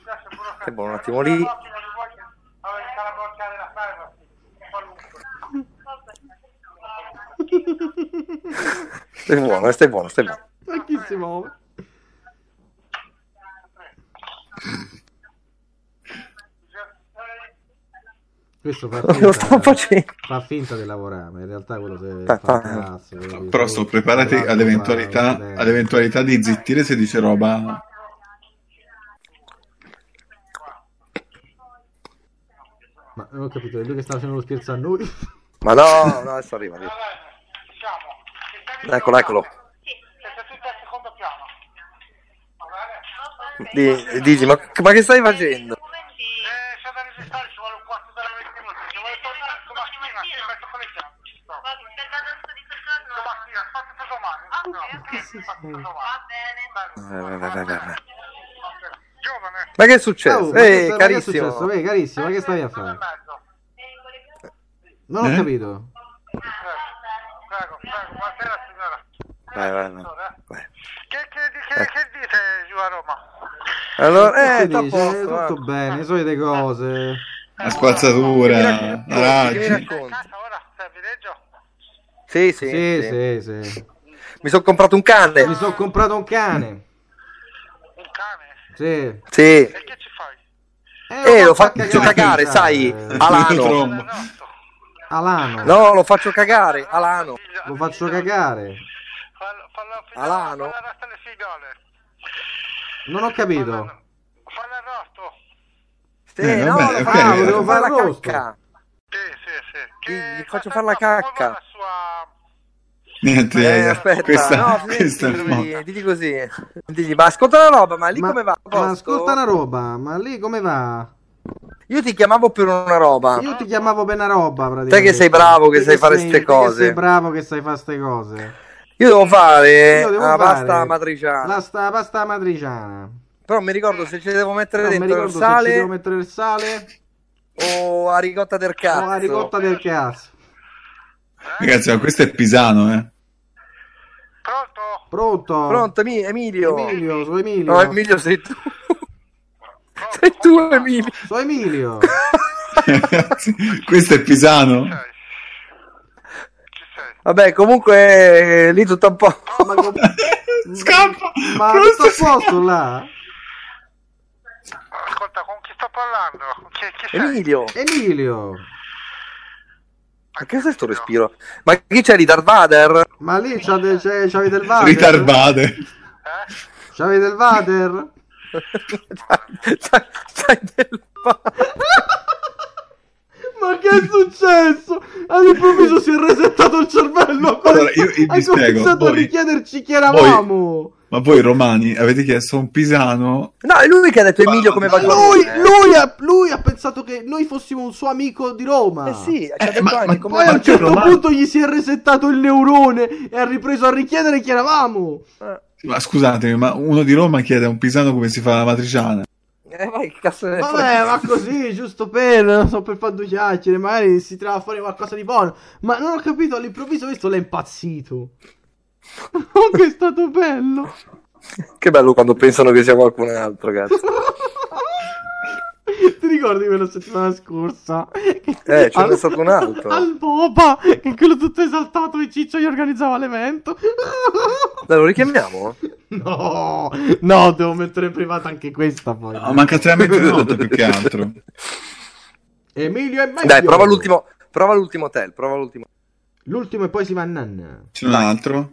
piace, pure
Che
questo.
buono, un attimo lì.
Un attimo, li voglio- Allora, sta la bloccare la privacy. Qualunque.
Stai buono, stai buono, stai buono.
Ma chi si muove? Questo fa
Lo
finta,
sto facendo.
fa finta di lavorare, ma in realtà quello si
Ah,
fa
ah.
un cazzo, quello di-
Però sto preparati
quello
ad
fa-
eventualità,
eh.
ad eventualità di zittire se dice roba.
Ma non ho capito, è lui che sta facendo lo scherzo a noi.
Ma no, no, adesso arriva.
Va
arriva.
bene, siamo. diciamo, Che stavi
Eccolo, eccolo.
Siete tutti al secondo piano. Va
Di-
bene?
Dici, ma, ma che stai facendo?
Eh, c'è da registrare, ci vuole un quarto d'ora e 20 minuti. Se vuoi tornare domattina, ti metto con le chiavi. No. Domattina, aspetta per domani.
Ah,
No, aspetta per domani.
Vai, vai, vai, vai, vai.
Ok. Giovane,
Ma che è successo?
Oh, ma che-
eh,
ma che è successo?
carissimo.
Vedi, carissimo, ma che stavi a
sono e
fare?
mezzo.
Eh,
Non ho
Eh?
capito.
Ah,
Prego, prego, buonasera signora.
Vai, vai, vai. Vai.
Che, che, che,
Eh.
che dite giù a Roma?
Allora, eh,
Quindi
sta a
dice,
posto, va.
tutto bene, solite cose.
La spazzatura.
Che mi racconti, che mi
Raggi.
Sei in
racconti?
casa ora? Sei a Vileggio?
Sì, sì,
Sì,
sì.
sì, sì.
Mi sono comprato un
Mi
cane.
sono comprato un cane.
Un cane?
Sì. Eh,
Sì.
E che ci fai?
Eh, lo
fa-
faccio cagare, sai,
eh,
Alano.
Trombo.
Sei rotto.
Alano.
No, lo faccio cagare, Alano.
Figlia-
Lo faccio
figlio-
cagare.
Fallo, fallo, figlio-
Alano?
Fallo arrosto alle figliole.
Non ho capito.
Fallo arrosto.
Sì,
Eh,
no,
vabbè,
lo
ok,
faccio,
eh.
devo fare la
Arrosto.
cacca.
Sì, sì, sì.
Gli- gli faccio
ma
fare la
tanto, come
cacca.
va La sua...
Niente,
Eh,
eh,
aspetta,
questa,
no,
questa è
senti,
mo-
digli, digli così. Digli, ma ascolta la roba, ma lì
Ma,
come va? A
ma
posto?
ascolta una roba, ma lì come va?
Ah. Io ti chiamavo per una roba.
Io ti chiamavo per una roba, praticamente.
Te che sei bravo che
Te
sai fare
sei-
ste
te
cose.
Che sei bravo che sai fare ste cose.
Io devo fare
Io devo
Eh, la
fare
pasta matriciana.
La sta- pasta matriciana.
Però mi ricordo se ci devo mettere
Non mi
dentro il
ricordo se ci
sale
devo mettere il sale
o la ricotta del cazzo.
o la ricotta del cazzo.
Ragazzi, ma questo è Pisano, eh.
Pronto?
Pronto?
Pronto, Emi- Emilio.
Emilio, sono Emilio.
No, Emilio sei tu. sei tu, Emilio.
Sono Emilio.
Ragazzi, questo è Pisano.
Ah,
Sei. Chi sei?
Vabbè, comunque eh, lì tutto a po'.
Ma, com-
Scappa!
ma
Pronto,
tutto a
scappa!
posto là?
Ascolta, con chi sto parlando? Chi, chi sei?
Emilio,
Emilio.
ma che cos'è sto respiro? Ma chi c'è lì, Darth Vader?
Ma lì c'ha de- c'è- c'avete il vater?
Ritardate.
Eh?
C'avete il vater?
C'hai- c'hai- c'hai del Vader.
Ma che è successo? All'improvviso si è resettato il cervello.
Allora, io- io vi
Hai
spiego,
cominciato a
voi-
richiederci chi eravamo.
Ma voi romani avete chiesto a un pisano?
No, è lui che ha detto Emilio come va
Ma
Lui, lui ha, lui ha pensato che noi fossimo un suo amico di Roma.
Eh sì, ci ha
Eh,
detto
ma-
anche
ma
come
Poi a
Ma
un
che
certo
romano?
punto gli si è resettato il neurone e ha ripreso a richiedere chi eravamo.
Ma scusatemi, ma uno di Roma chiede a un pisano come si fa la matriciana.
Eh, vai, che cazzo ne
Vabbè, ma così, giusto per, non so, per fare due chiacchiere, magari si trova fuori qualcosa di buono. Ma non ho capito, all'improvviso questo l'è impazzito. Oh, che è stato bello.
Che bello quando pensano che sia qualcun altro, cazzo.
Ti ricordi quella settimana scorsa?
Eh, ce n'è stato un altro.
Al Boba, che quello tutto esaltato e Ciccio gli organizzava l'evento.
Dai, lo richiamiamo?
No, no, devo mettere in privata anche questa poi.
No, manca tre metri di notte più che altro.
Emilio e Mario.
Dai, prova l'ultimo, prova l'ultimo hotel, prova l'ultimo.
L'ultimo e poi si va a nanna.
C'è un altro?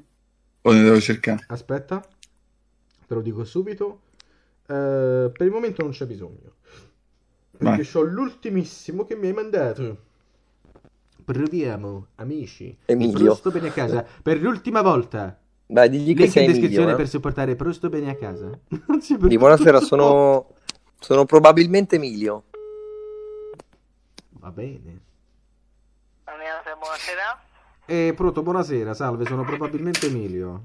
O ne devo cercare?
Aspetta, te lo dico subito. Eh, per il momento non c'è bisogno. Perché
Vai.
c'ho l'ultimissimo che mi hai mandato. Proviamo, amici.
Emilio.
Prosto bene a casa. Per l'ultima volta.
Dai, digli che
Link
sei
in descrizione
Emilio. eh.
per supportare Prosto bene a casa. Grazie per
Quindi, buonasera,
tutto.
sono, sono probabilmente Emilio.
Va bene.
Buonasera, buonasera.
Eh,
E pronto, buonasera, salve, sono probabilmente Emilio.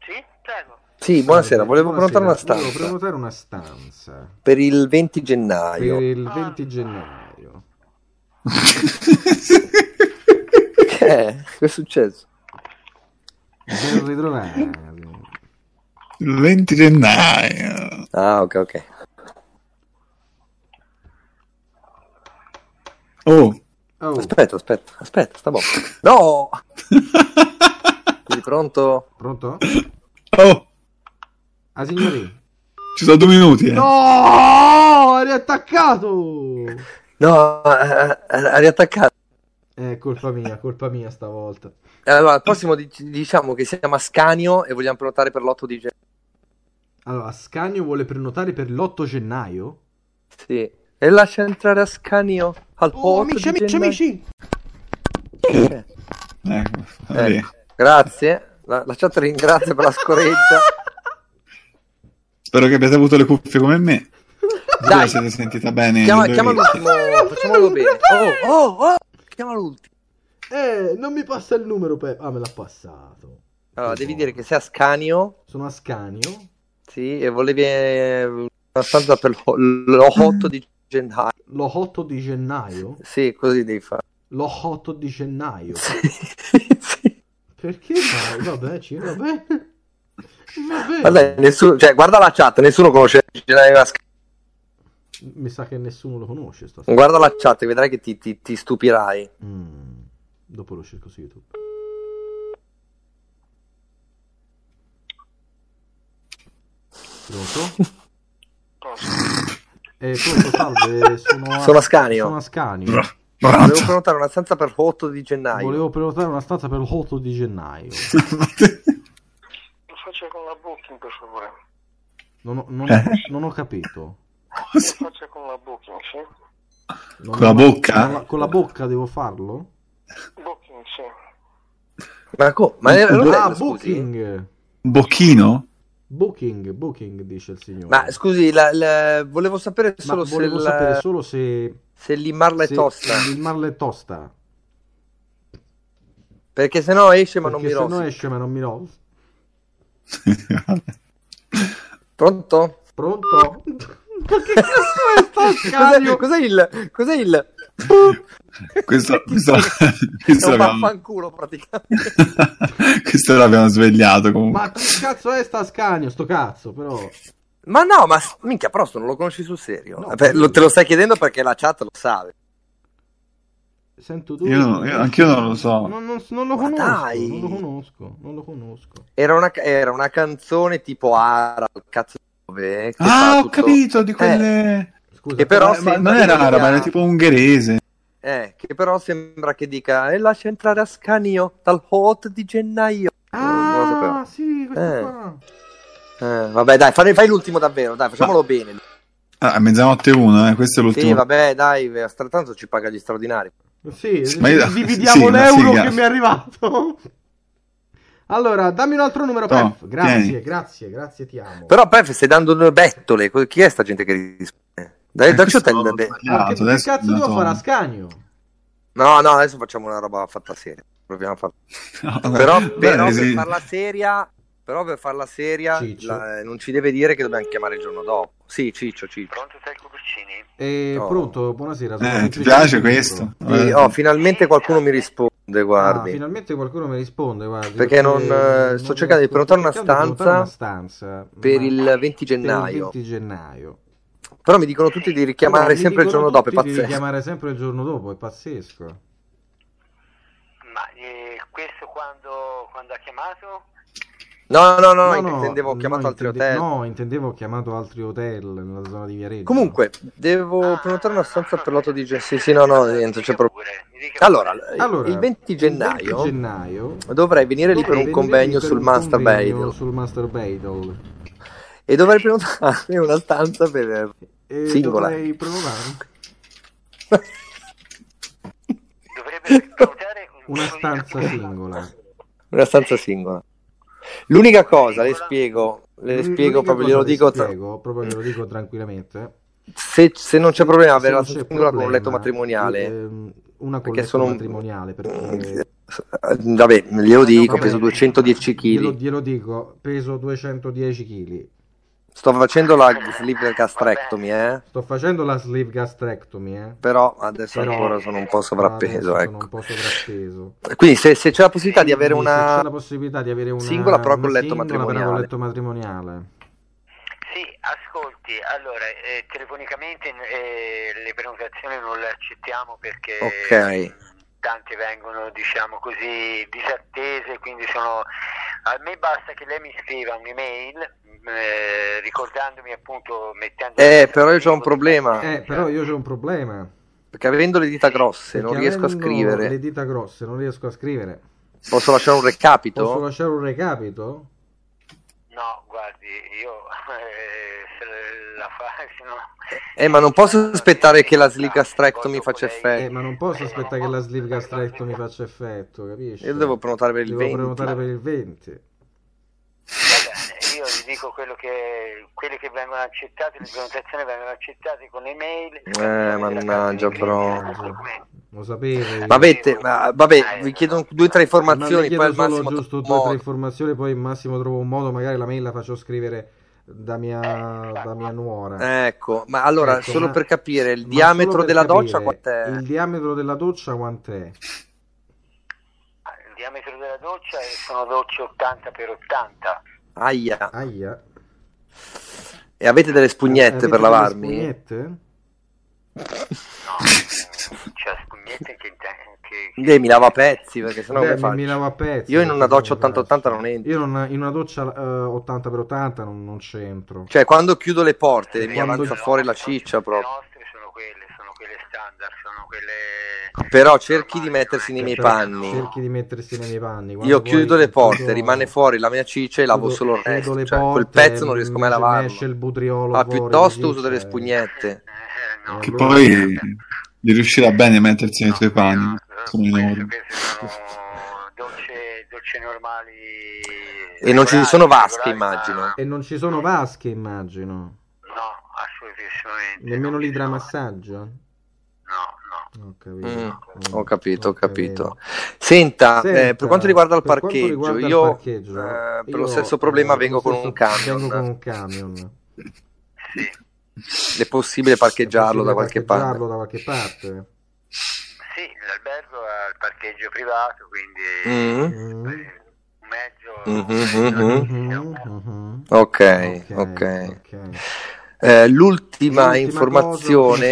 Sì, prego.
Sì, buonasera,
Salve,
volevo prenotare una
buonasera, Volevo
stanza
prenotare una stanza
per il 20
per
gennaio.
il 20 gennaio.
Che è? Che è successo? Ah.
Ben ritrovati.
Il 20 gennaio.
Ah, ok, ok.
Oh,
Oh,
Aspetta, aspetta, aspetta, sta buono. No! Quindi pronto?
pronto?
oh,
Ah, signori.
ci sono due minuti. eh.
No, è riattaccato.
No, eh, eh, ha riattaccato.
Eh,
È colpa mia, colpa mia stavolta.
Eh, Allora, al prossimo dic- diciamo che siamo a Scanio e vogliamo prenotare per l'8 di gennaio.
Allora, Scagno vuole prenotare per l'8 gennaio?
Sì. E lascia entrare a Scanio al
Oh,
posto
amici,
di
amici,
gennaio.
amici.
Ecco, va
Eh,
bene.
grazie. La, la chat ringrazia per la scorreggia.
Spero che abbiate avuto le cuffie come me. Voi la
Dai.
siete sentita bene.
Chiama,
due
chiama
ore.
l'ultimo. Facciamolo bene. Oh, oh, oh. Chiama l'ultimo.
Eh, non mi passa il numero, Pep. Ah, me l'ha passato.
Allora, devi dire che sei a Scanio.
Sono a Scanio.
Sì, e volevi eh, una stanza per l'8 di gennaio.
Lo 8 di gennaio?
Sì, così devi fare.
Lo 8 di gennaio?
sì.
Perché mai? Vabbè, ci va bene. Va bene.
Vabbè, nessuno, cioè, guarda la chat, nessuno conosce il gennaio a Scanio.
Mi sa che nessuno lo conosce stasera.
Guarda la chat, vedrai che ti, ti- ti stupirai.
Mm, Dopo lo cerco su YouTube. Pronto? Eh, pronto, salve, sono a,
Sono a Scanio.
Sono a Scagno.
Bra-
Volevo
Pronto.
prenotare una stanza per l'8 di gennaio.
Volevo prenotare una stanza per l'8 di gennaio.
Lo faccio con la booking, per favore.
Non ho, non-
Eh.
non ho capito.
Lo faccio con la booking, sì.
Non
Con la
ho-
bocca?
Con la, con la bocca devo farlo?
Booking, sì.
Ma, co- ma è- lo
ah,
vedo, Eh, scusi?
booking.
Un bocchino?
Booking, booking, dice il signore.
Ma scusi, la- la- volevo sapere
Ma
solo se,
volevo
la-
sapere solo se...
se l'immarla è
se-
tosta.
se Il marla è tosta.
Perché sennò esce ma
Perché
non mi
se no
rosica.
esce ma non mi rovi.
Pronto?
Pronto?
Cos'è, cos'è il. Cos'è il.
questo, questo, questo
È un
l'abbiamo,
vaffanculo praticamente.
questo l'abbiamo svegliato comunque.
Ma che cazzo è sta Scagno, sto cazzo, però?
Ma no, ma s- minchia, però se non lo conosci sul serio.
No,
Eh, beh, lo- te lo stai chiedendo perché la chat lo sa.
Sento tu.
Io non- io- anch'io non lo so.
Non, non- non lo
Ma
conosco,
dai.
non lo conosco, non lo conosco.
Era una, era una canzone tipo Ara, cazzo dove. eh, che fa
ah, ho
tutto-
capito di quelle.
Scusa,
Che Eh, però
Ma- ma
sembra
non
che
era
dica-
araba, era tipo ungherese.
Eh, che però sembra che dica. E lascia entrare Ascanio dal hot di gennaio. Non lo sapevo.
Ah, sì, questo
Eh.
qua.
Eh, vabbè, dai, fai, fai l'ultimo davvero, dai, facciamolo bene.
Ah, a mezzanotte uno, eh, questo è l'ultimo.
Sì, vabbè, dai, eh, tanto ci paga gli straordinari.
Sì,
Ma io-
dividiamo
sì, una
l'euro
figa.
che mi è arrivato. Allora, dammi un altro numero,
No,
Pef. Grazie,
Oh, tieni.
grazie, grazie, ti amo.
Però Pef stai dando due bettole. Co- Chi è sta gente che risponde? Dai, dacci
Questo
un
ho
tel-
Ma
sbagliato,
Ah, che, che
adesso
cazzo devo
Madonna.
fare a Scagno?
No, no, adesso facciamo una roba fatta seria. Proviamo a farla.
No, vabbè.
Però,
Bene,
però per
sì.
farla seria, però per farla seria
Ciccio.
la- non ci deve dire che dobbiamo chiamare il giorno dopo. Sì, Ciccio, Ciccio.
Pronto, sei Cuccini?
Eh,
Oh.
Pronto, buonasera. sono
Eh, ti
semplicemente
piace
Enrico.
questo?
Sì,
Eh,
oh, finalmente qualcuno mi risponde,
Ah,
guardi.
finalmente qualcuno mi risponde, guardi,
Perché non, eh, sto cercando di
sto
prenotare una
cercando di prenotare una stanza,
per
ma-
il 20
per il
gennaio.
20 gennaio.
Però mi dicono tutti di richiamare
Però mi
sempre il
dicono
giorno dopo, è
tutti di
pazzesco.
richiamare sempre il giorno dopo, è pazzesco.
Ma eh, questo quando, quando ha chiamato?
No, no, no,
No, no,
intendevo ho
no,
chiamato altri
intende-
hotel.
No, intendevo ho chiamato altri hotel nella zona di Viareggio.
Comunque, devo
Ah,
prenotare una stanza per l'8 di gennaio. Sì, sì, no, no, niente, c'è proprio.
Pure, mi dica
Allora,
pure.
Allora,
il 20
il
gennaio
20 gennaio
dovrei venire lì per un
dovrei venire
convegno
lì per
sul
un
Master
convegno
Bale
sul Master Badal.
e dovrei prenotare una stanza per...
E
Singola.
dovrei provare
Dovrebbe prenotare un-
una
un-
stanza singola.
una stanza singola. L'unica cosa, le spiego, le
L'unica
Eh, spiego proprio,
cosa
glielo
che
dico... tra-
spiego, proprio glielo dico tranquillamente.
Se, se non c'è problema,
Se
avere la
non
stanza
c'è
singola con un letto
problema,
matrimoniale.
ehm, Una con
Perché
letto
sono un-
matrimoniale perché eh,
Vabbè, glielo dico, ho
Vabbè,
preso 210
Glielo,
kg.
glielo dico, peso 210 kg.
Sto facendo la sleep gastrectomy, eh.
Sto facendo la sleeve gastrectomy, eh.
Però adesso
Però-
ancora sono un po' sovrappeso,
Adesso
ecco.
Sono un po' sovrappeso.
Quindi se, se c'è la possibilità di avere
Quindi, se
una...
c'è la possibilità di avere una
singola, però col
una
letto
singola, però
matrimoniale.
col letto matrimoniale.
Sì, ascolti, allora, eh, telefonicamente eh, le prenotazioni non le accettiamo perché
Ok.
tante vengono, diciamo così, disattese, quindi sono... A me basta che lei mi scriva un'email eh, ricordandomi appunto, mettendo...
Eh, però io c'ho un problema,
Eh, però io c'ho un problema.
perché avendo le dita grosse non
perché
riesco a
avendo
scrivere.
Le dita grosse, non riesco a scrivere.
Posso lasciare un recapito?
Posso lasciare un recapito?
No, guardi, io eh, se la fa... Se no...
Eh, ma non posso aspettare che la sleeve gastrectomy faccia
Eh,
effetto.
ma non posso
Eh,
aspettare
no,
che la
no.
sleeve gastrectomy faccia effetto, capisci?
Io devo prenotare per il
Devo
20.
prenotare per il 20.
Va bene, eh, Io vi dico quello che quelle che vengono accettate, le prenotazioni vengono accettate con email.
Eh, mannaggia, bro.
Lo sapevo.
Vabbè, te- ma- vabbè, vi chiedo un- due o tre
Ma
informazioni,
le
poi al
chiedo solo
massimo...
giusto due o
trovo
tre
un modo.
informazioni, poi al massimo trovo un modo, magari la mail la faccio scrivere da mia, da mia nuora.
Ecco, ma Eh, allora,
Ecco,
solo
ma-
per capire, il
ma
diametro
solo per
della
capire,
doccia quant'è?
Il diametro della doccia quant'è?
Il diametro della doccia è- sono docce 80 x 80.
Aia.
Aia.
E avete delle spugnette
Avete
per
delle
lavarmi?
spugnette?
No, eh, cioè spugnette che, inte- che, che
Dei, mi lava a pezzi, perché sennò
Beh,
come
mi-
faccio?
mi lavo a pezzi,
Io in una
perché
doccia
come
80-80
faccio?
non entro.
Io non- in una doccia eh, 80x80 non, non c'entro.
Cioè, quando chiudo le
Eh,
porte mi
Quando-
avanza fuori la
le nostre-
ciccia
Le
proprio.
nostre sono quelle, sono quelle standard, sono quelle
Però cerchi di
normali, eh,
mettersi nei
non è
miei
che-
Cioè, Però
panni.
Cerchi di mettersi nei miei panni. Quando
Io
poi
chiudo le porte,
chiudo-
rimane fuori la mia ciccia e lavo
chiudo-
solo il
chiudo
resto.
le
Cioè, quel
porte,
pezzo non riesco mai
mi-
a
mi
lavarlo.
esce il butriolo
Ma
fuori,
piuttosto
così,
uso delle
cioè.
spugnette.
Eh, no.
Eh,
Che poi gli riuscirà bene a mettersi nei tuoi panni,
No,
sono
queste-
enormi.
queste sono dolce, dolce normali.
E non ci
regolari,
sono vasche,
regolari, ma-
immagino.
E non ci sono vasche, immagino.
No, assolutamente.
Nemmeno
non ci sono.
l'idromassaggio.
No, no.
Ho
Mm,
capito.
ho capito, ho capito.
capito.
Senta,
Senta,
eh, per quanto riguarda il
per quanto
parcheggio,
riguarda il
io
parcheggio,
eh, per
io,
lo stesso problema
eh,
vengo
per
con
lo
un
stesso-
camion.
Vengo con un camion.
Sì,
È possibile parcheggiarlo
È possibile
da qualche parte?
parcheggiarlo da qualche parte.
sì, l'albergo ha il parcheggio privato, quindi
Mm?
Mm.
eh, un mezzo.
Mhm,
un mezzo-
Mhm, mhm.
Ok, ok.
ok.
Eh, l'ultima,
L'ultima cosa,
informazione,
l'ultima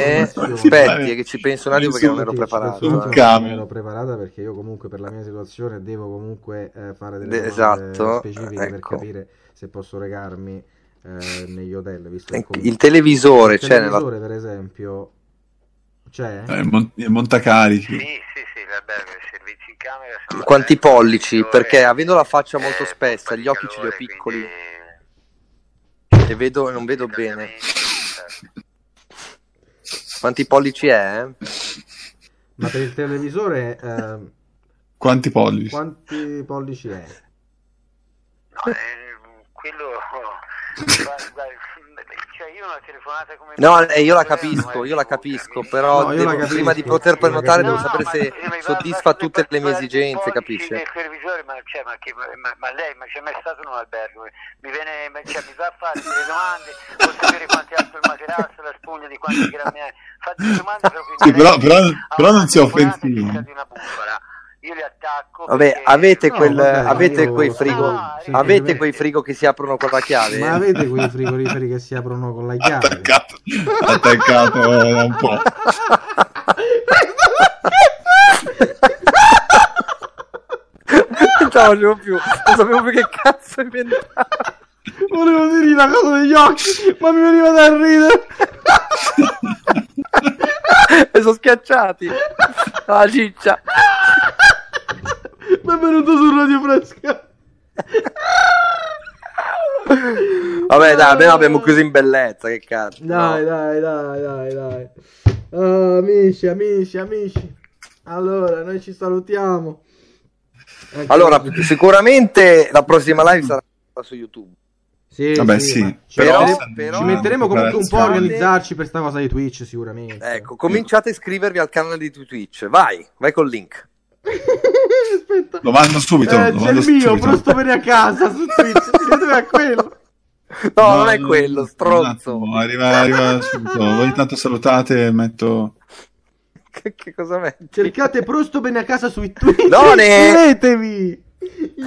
informazione.
aspetti che ci penso un attimo perché non ero
Sì, ci penso
preparato.
un
Un
attimo
eh.
perché
camion.
non ero preparata perché io comunque per la mia situazione devo comunque eh, fare delle
De-
domande
esatto,
specifiche per
ecco.
capire se posso recarmi eh, negli hotel, visto che
Ecco,
comunque-
Il televisore,
Il
c'è nella...
televisore, per esempio, c'è?
Eh, il mon- il montacarichi.
Sì, sì, sì, l'albergo, i servizi in camera sono...
Quanti
aperti,
pollici?
migliore,
Perché avendo la faccia
eh,
molto
pompa
spessa,
di
gli occhi ce li ho
calore,
piccoli
quindi-
e vedo, non vedo bene.
Esattamente.
Quanti pollici è? eh?
Ma per il televisore eh,
Quanti pollici?
quanti pollici è?
No, eh, quello... guarda, guarda, cioè io una telefonata come...
No, eh, io la capisco, io la capisco, però
No, io la
devo-
capisco,
prima di
io
poter
la
prenotare
capisco.
devo sapere se
eh,
soddisfa tutte le mie esigenze,
Nel
capisci?
televisore, ma, cioè, ma, che, ma, ma lei, ma c'è mai stato in un albergo? Mi viene, ma- cioè, mi va a fare delle domande, vuol sapere quanti alto il materasso, la spugna di quanti grammi è. Fa delle domande proprio
Sì, però-
inerenti
però-
a
però
una
non sia
telefonata
offensivo.
che sia di una bufala. Io le attacco.
Vabbè,
perché-
avete,
No,
quel,
vabbè,
avete
io-
quei frigo,
No, sì,
avete
semplicemente-
quei frigo che si aprono con la chiave?
Ma avete quei frigoriferi che si aprono con la chiave?
attaccato, attaccato da un po'.
non facevo più, non sapevo più che cazzo inventare.
Volevo dire la cosa degli occhi, ma mi veniva da ridere.
E sono schiacciati. La ciccia.
Benvenuto su Radio Fresca.
Vabbè, dai, almeno abbiamo chiuso in bellezza, che cazzo.
Eh. Dai,
no?
dai, dai, dai, dai. Ah, amici, amici, amici. Allora, noi ci salutiamo. Eh, Anche-
Allora, sicuramente la prossima live sarà su YouTube.
Sì,
Vabbè,
sì,
sì,
ma ci
però-
metteremo-
però-
ci metteremo comunque un po' a
Grazie.
organizzarci per sta cosa di Twitch sicuramente.
Ecco, cominciate a iscrivervi al canale di Twitch. Vai, vai col link.
Aspetta.
Lo mando subito.
Eh,
lo
c'è
mando
il mio,
subito.
prosto per a casa su Twitch. Si vedeva quello.
No,
No,
non è
no,
quello, stronzo.
un attimo, arriva, arriva subito. Voi intanto salutate e metto...
Che, che cosa metti?
Cercate prosto bene a casa su Twitch.
Done!
Iscrivetevi!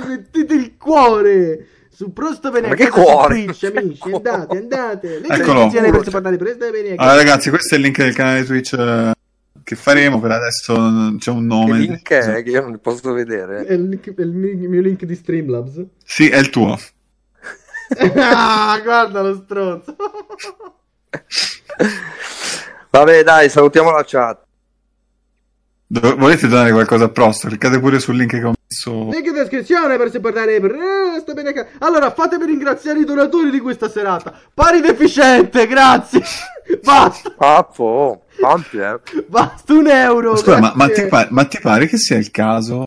Mettete il cuore su prosto bene
Ma
a
che
casa su
cuore?
Twitch,
Che
amici.
cuore?
Andate, andate. Link
Eccolo. Ah,
in descrizione per supportare presto bene a casa.
Allora ragazzi, questo è il link del canale Twitch eh, che faremo, per adesso eh, c'è un
Che
nome.
link è? Che io non posso vedere.
È il, link- è il mi- mio link di Streamlabs.
Sì, è il tuo.
ah, guarda lo stronzo.
Vabbè, dai, salutiamo la chat.
Do- volete donare qualcosa a Prosto? Cliccate pure sul link che ho messo.
Link in descrizione per supportare presto bene a casa. Allora, fatemi ringraziare i donatori di questa serata. Pari deficiente, grazie. Basta,
Pappo, tanti, eh.
basta un euro.
Scusa, ma, ma
grazie.
ti pa- ma ti pare che sia il caso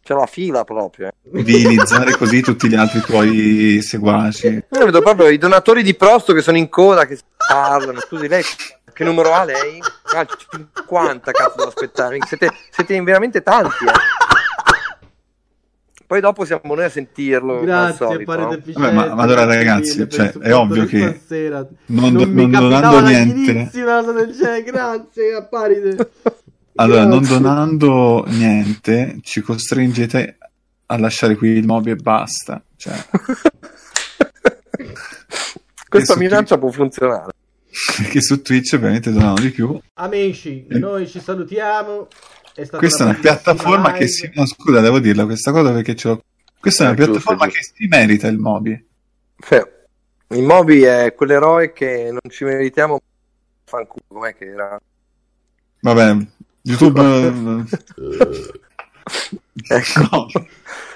C'è una fila proprio. eh.
vilizzare così tutti gli altri tuoi seguaci?
Io vedo proprio i donatori di Prosto che sono in coda, che parlano. Scusi, lei che numero ha lei? Ah, 50, cazzo, devo aspettare. Siete, siete in veramente tanti, eh. Poi dopo siamo noi a sentirlo. al
Grazie,
solito,
pare
no?
deficiente.
Vabbè, ma- ma allora, ragazzi,
mille per
cioè,
il
è ovvio che
supporto di stasera.
non do-
mi
non donando
capitava
niente.
dall'inizio una cosa del genere. Grazie, a pari de-
Allora, non
Grazie.
donando niente, ci costringete a lasciare qui il mobi e basta. Cioè,
Questa
Penso
minaccia può funzionare.
perché su Twitch ovviamente donano di più.
Amici, noi ci salutiamo. È stata
Questa è una
bellissima
piattaforma che
live.
si... No, scusa, devo dirla questa cosa perché ce l'ho... Questa è una
Eh, giusto,
piattaforma
giusto.
che si merita il mobi.
Cioè, il Mobi è quell'eroe che non ci meritiamo. Fanculo, com'è che era?
Vabbè, YouTube... eh,
Ecco.
no.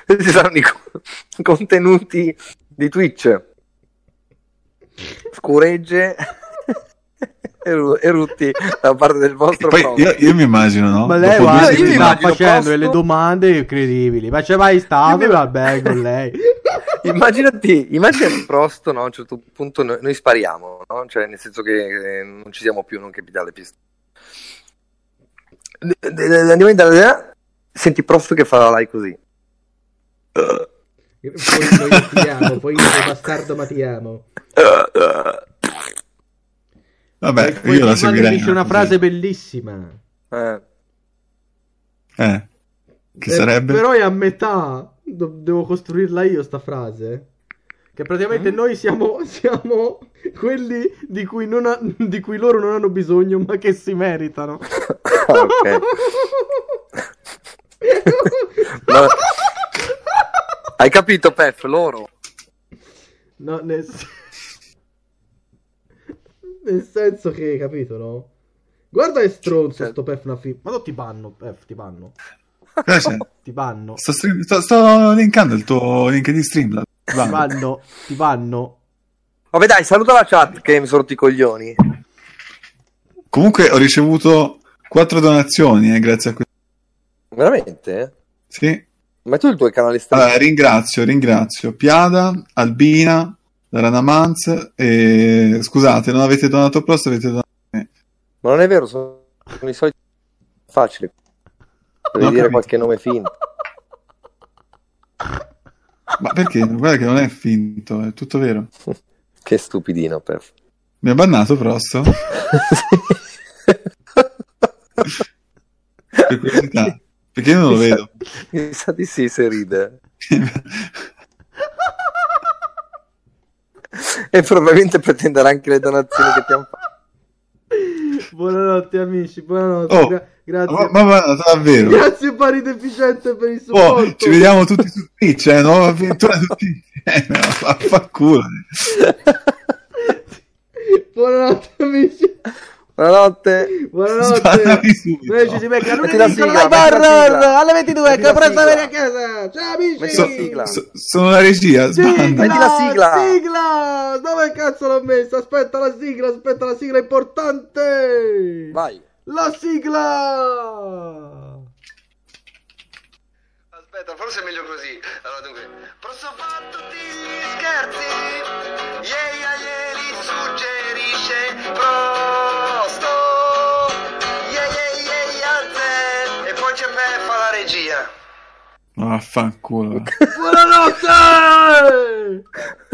Questi saranno i co- contenuti di Twitch. Scuregge e, ru- e rutti da parte del
E
vostro
poi
prof.
io, io mi immagino, no?
Ma lei
Dopo due
guarda,
io
si
mi
settimane-
sta
immagino
facendo
posto-
delle domande incredibili. Ma c'è mai stato
Io mi-
un albergo con lei?
Immaginati, immaginati Prosto, no? A un certo punto noi, noi spariamo, no? Cioè, nel senso che eh, non ci siamo più, non capita le piste. D- d- d- Andiamo in Italia, senti Prosto che fa la live così.
Poi noi ti amo, poi io bastardo ma ti amo.
Vabbè,
Poi
io la
Giovanni
seguirei.
dice una
così.
frase bellissima.
Eh,
Eh, che
Eh,
sarebbe?
Però è a metà. Do- devo costruirla io sta frase. Che
Eh?
praticamente noi siamo, siamo quelli di cui, non ha- di cui loro non hanno bisogno, ma che si meritano.
Ah,
ok. Ma- Hai capito, Pef? Loro.
No, nel... se- nel senso che, capito, no? Guarda che
Cioè,
stronzo sto Pef Nafi. Ma no, ti banno, Pef, ti banno.
Cosa c'è?
Ti banno.
Sto, stream- sto- sto linkando il tuo link di Streamlab.
Ti banno. Ti banno.
Vabbè, dai, saluta la chat che mi sono rotti i coglioni.
Comunque ho ricevuto quattro donazioni eh, grazie a questo.
Veramente?
Sì,
Ma tu il tuo canale stream?
Allora, ringrazio, ringrazio Piada, Albina, Rana Manz e scusate, non avete donato a Prost, avete donato a me.
Ma non è vero, sono sono i soliti. Facile. Devi
Non ho
dire
capito.
qualche nome finto.
Ma perché? Guarda che non è finto, è tutto vero.
Che stupidino, per
Mi ha bannato Prost? Per curiosità. Perché io non lo vedo.
Mi sa di sì se ride. E probabilmente pretenderà anche le donazioni che ti hanno fatto.
Buonanotte amici, buonanotte.
Oh,
Gra- grazie.
Ma, ma bannato davvero.
Grazie pari deficiente per il supporto.
Oh, ci vediamo tutti su Twitch, eh, nuova avventura Eh, tutti insieme. Ma fa culo.
Buonanotte amici.
Buonanotte.
Buonanotte.
Spannami subito.
Noi ci si becca
Metti
lunedì
la
con
sigla,
Live
metti la
Horror
sigla.
alle 22
Metti
con
la
Presto
sigla.
Bene a casa. Ciao amici.
Metti la sigla.
So- sono la regia, sbanda.
Metti la sigla.
Sigla. Dove cazzo l'ho messa? Aspetta la sigla, aspetta la sigla è importante.
Vai.
La sigla.
Aspetta, forse è meglio così. Allora dunque, posso fare tutti gli scherzi? Yeah, yeah, yeah, li suggerisce Prosto. Yeah, yeah, yeah, yeah, zè. E poi c'è Peppa la regia.
Ma vaffanculo.
Buonanotte.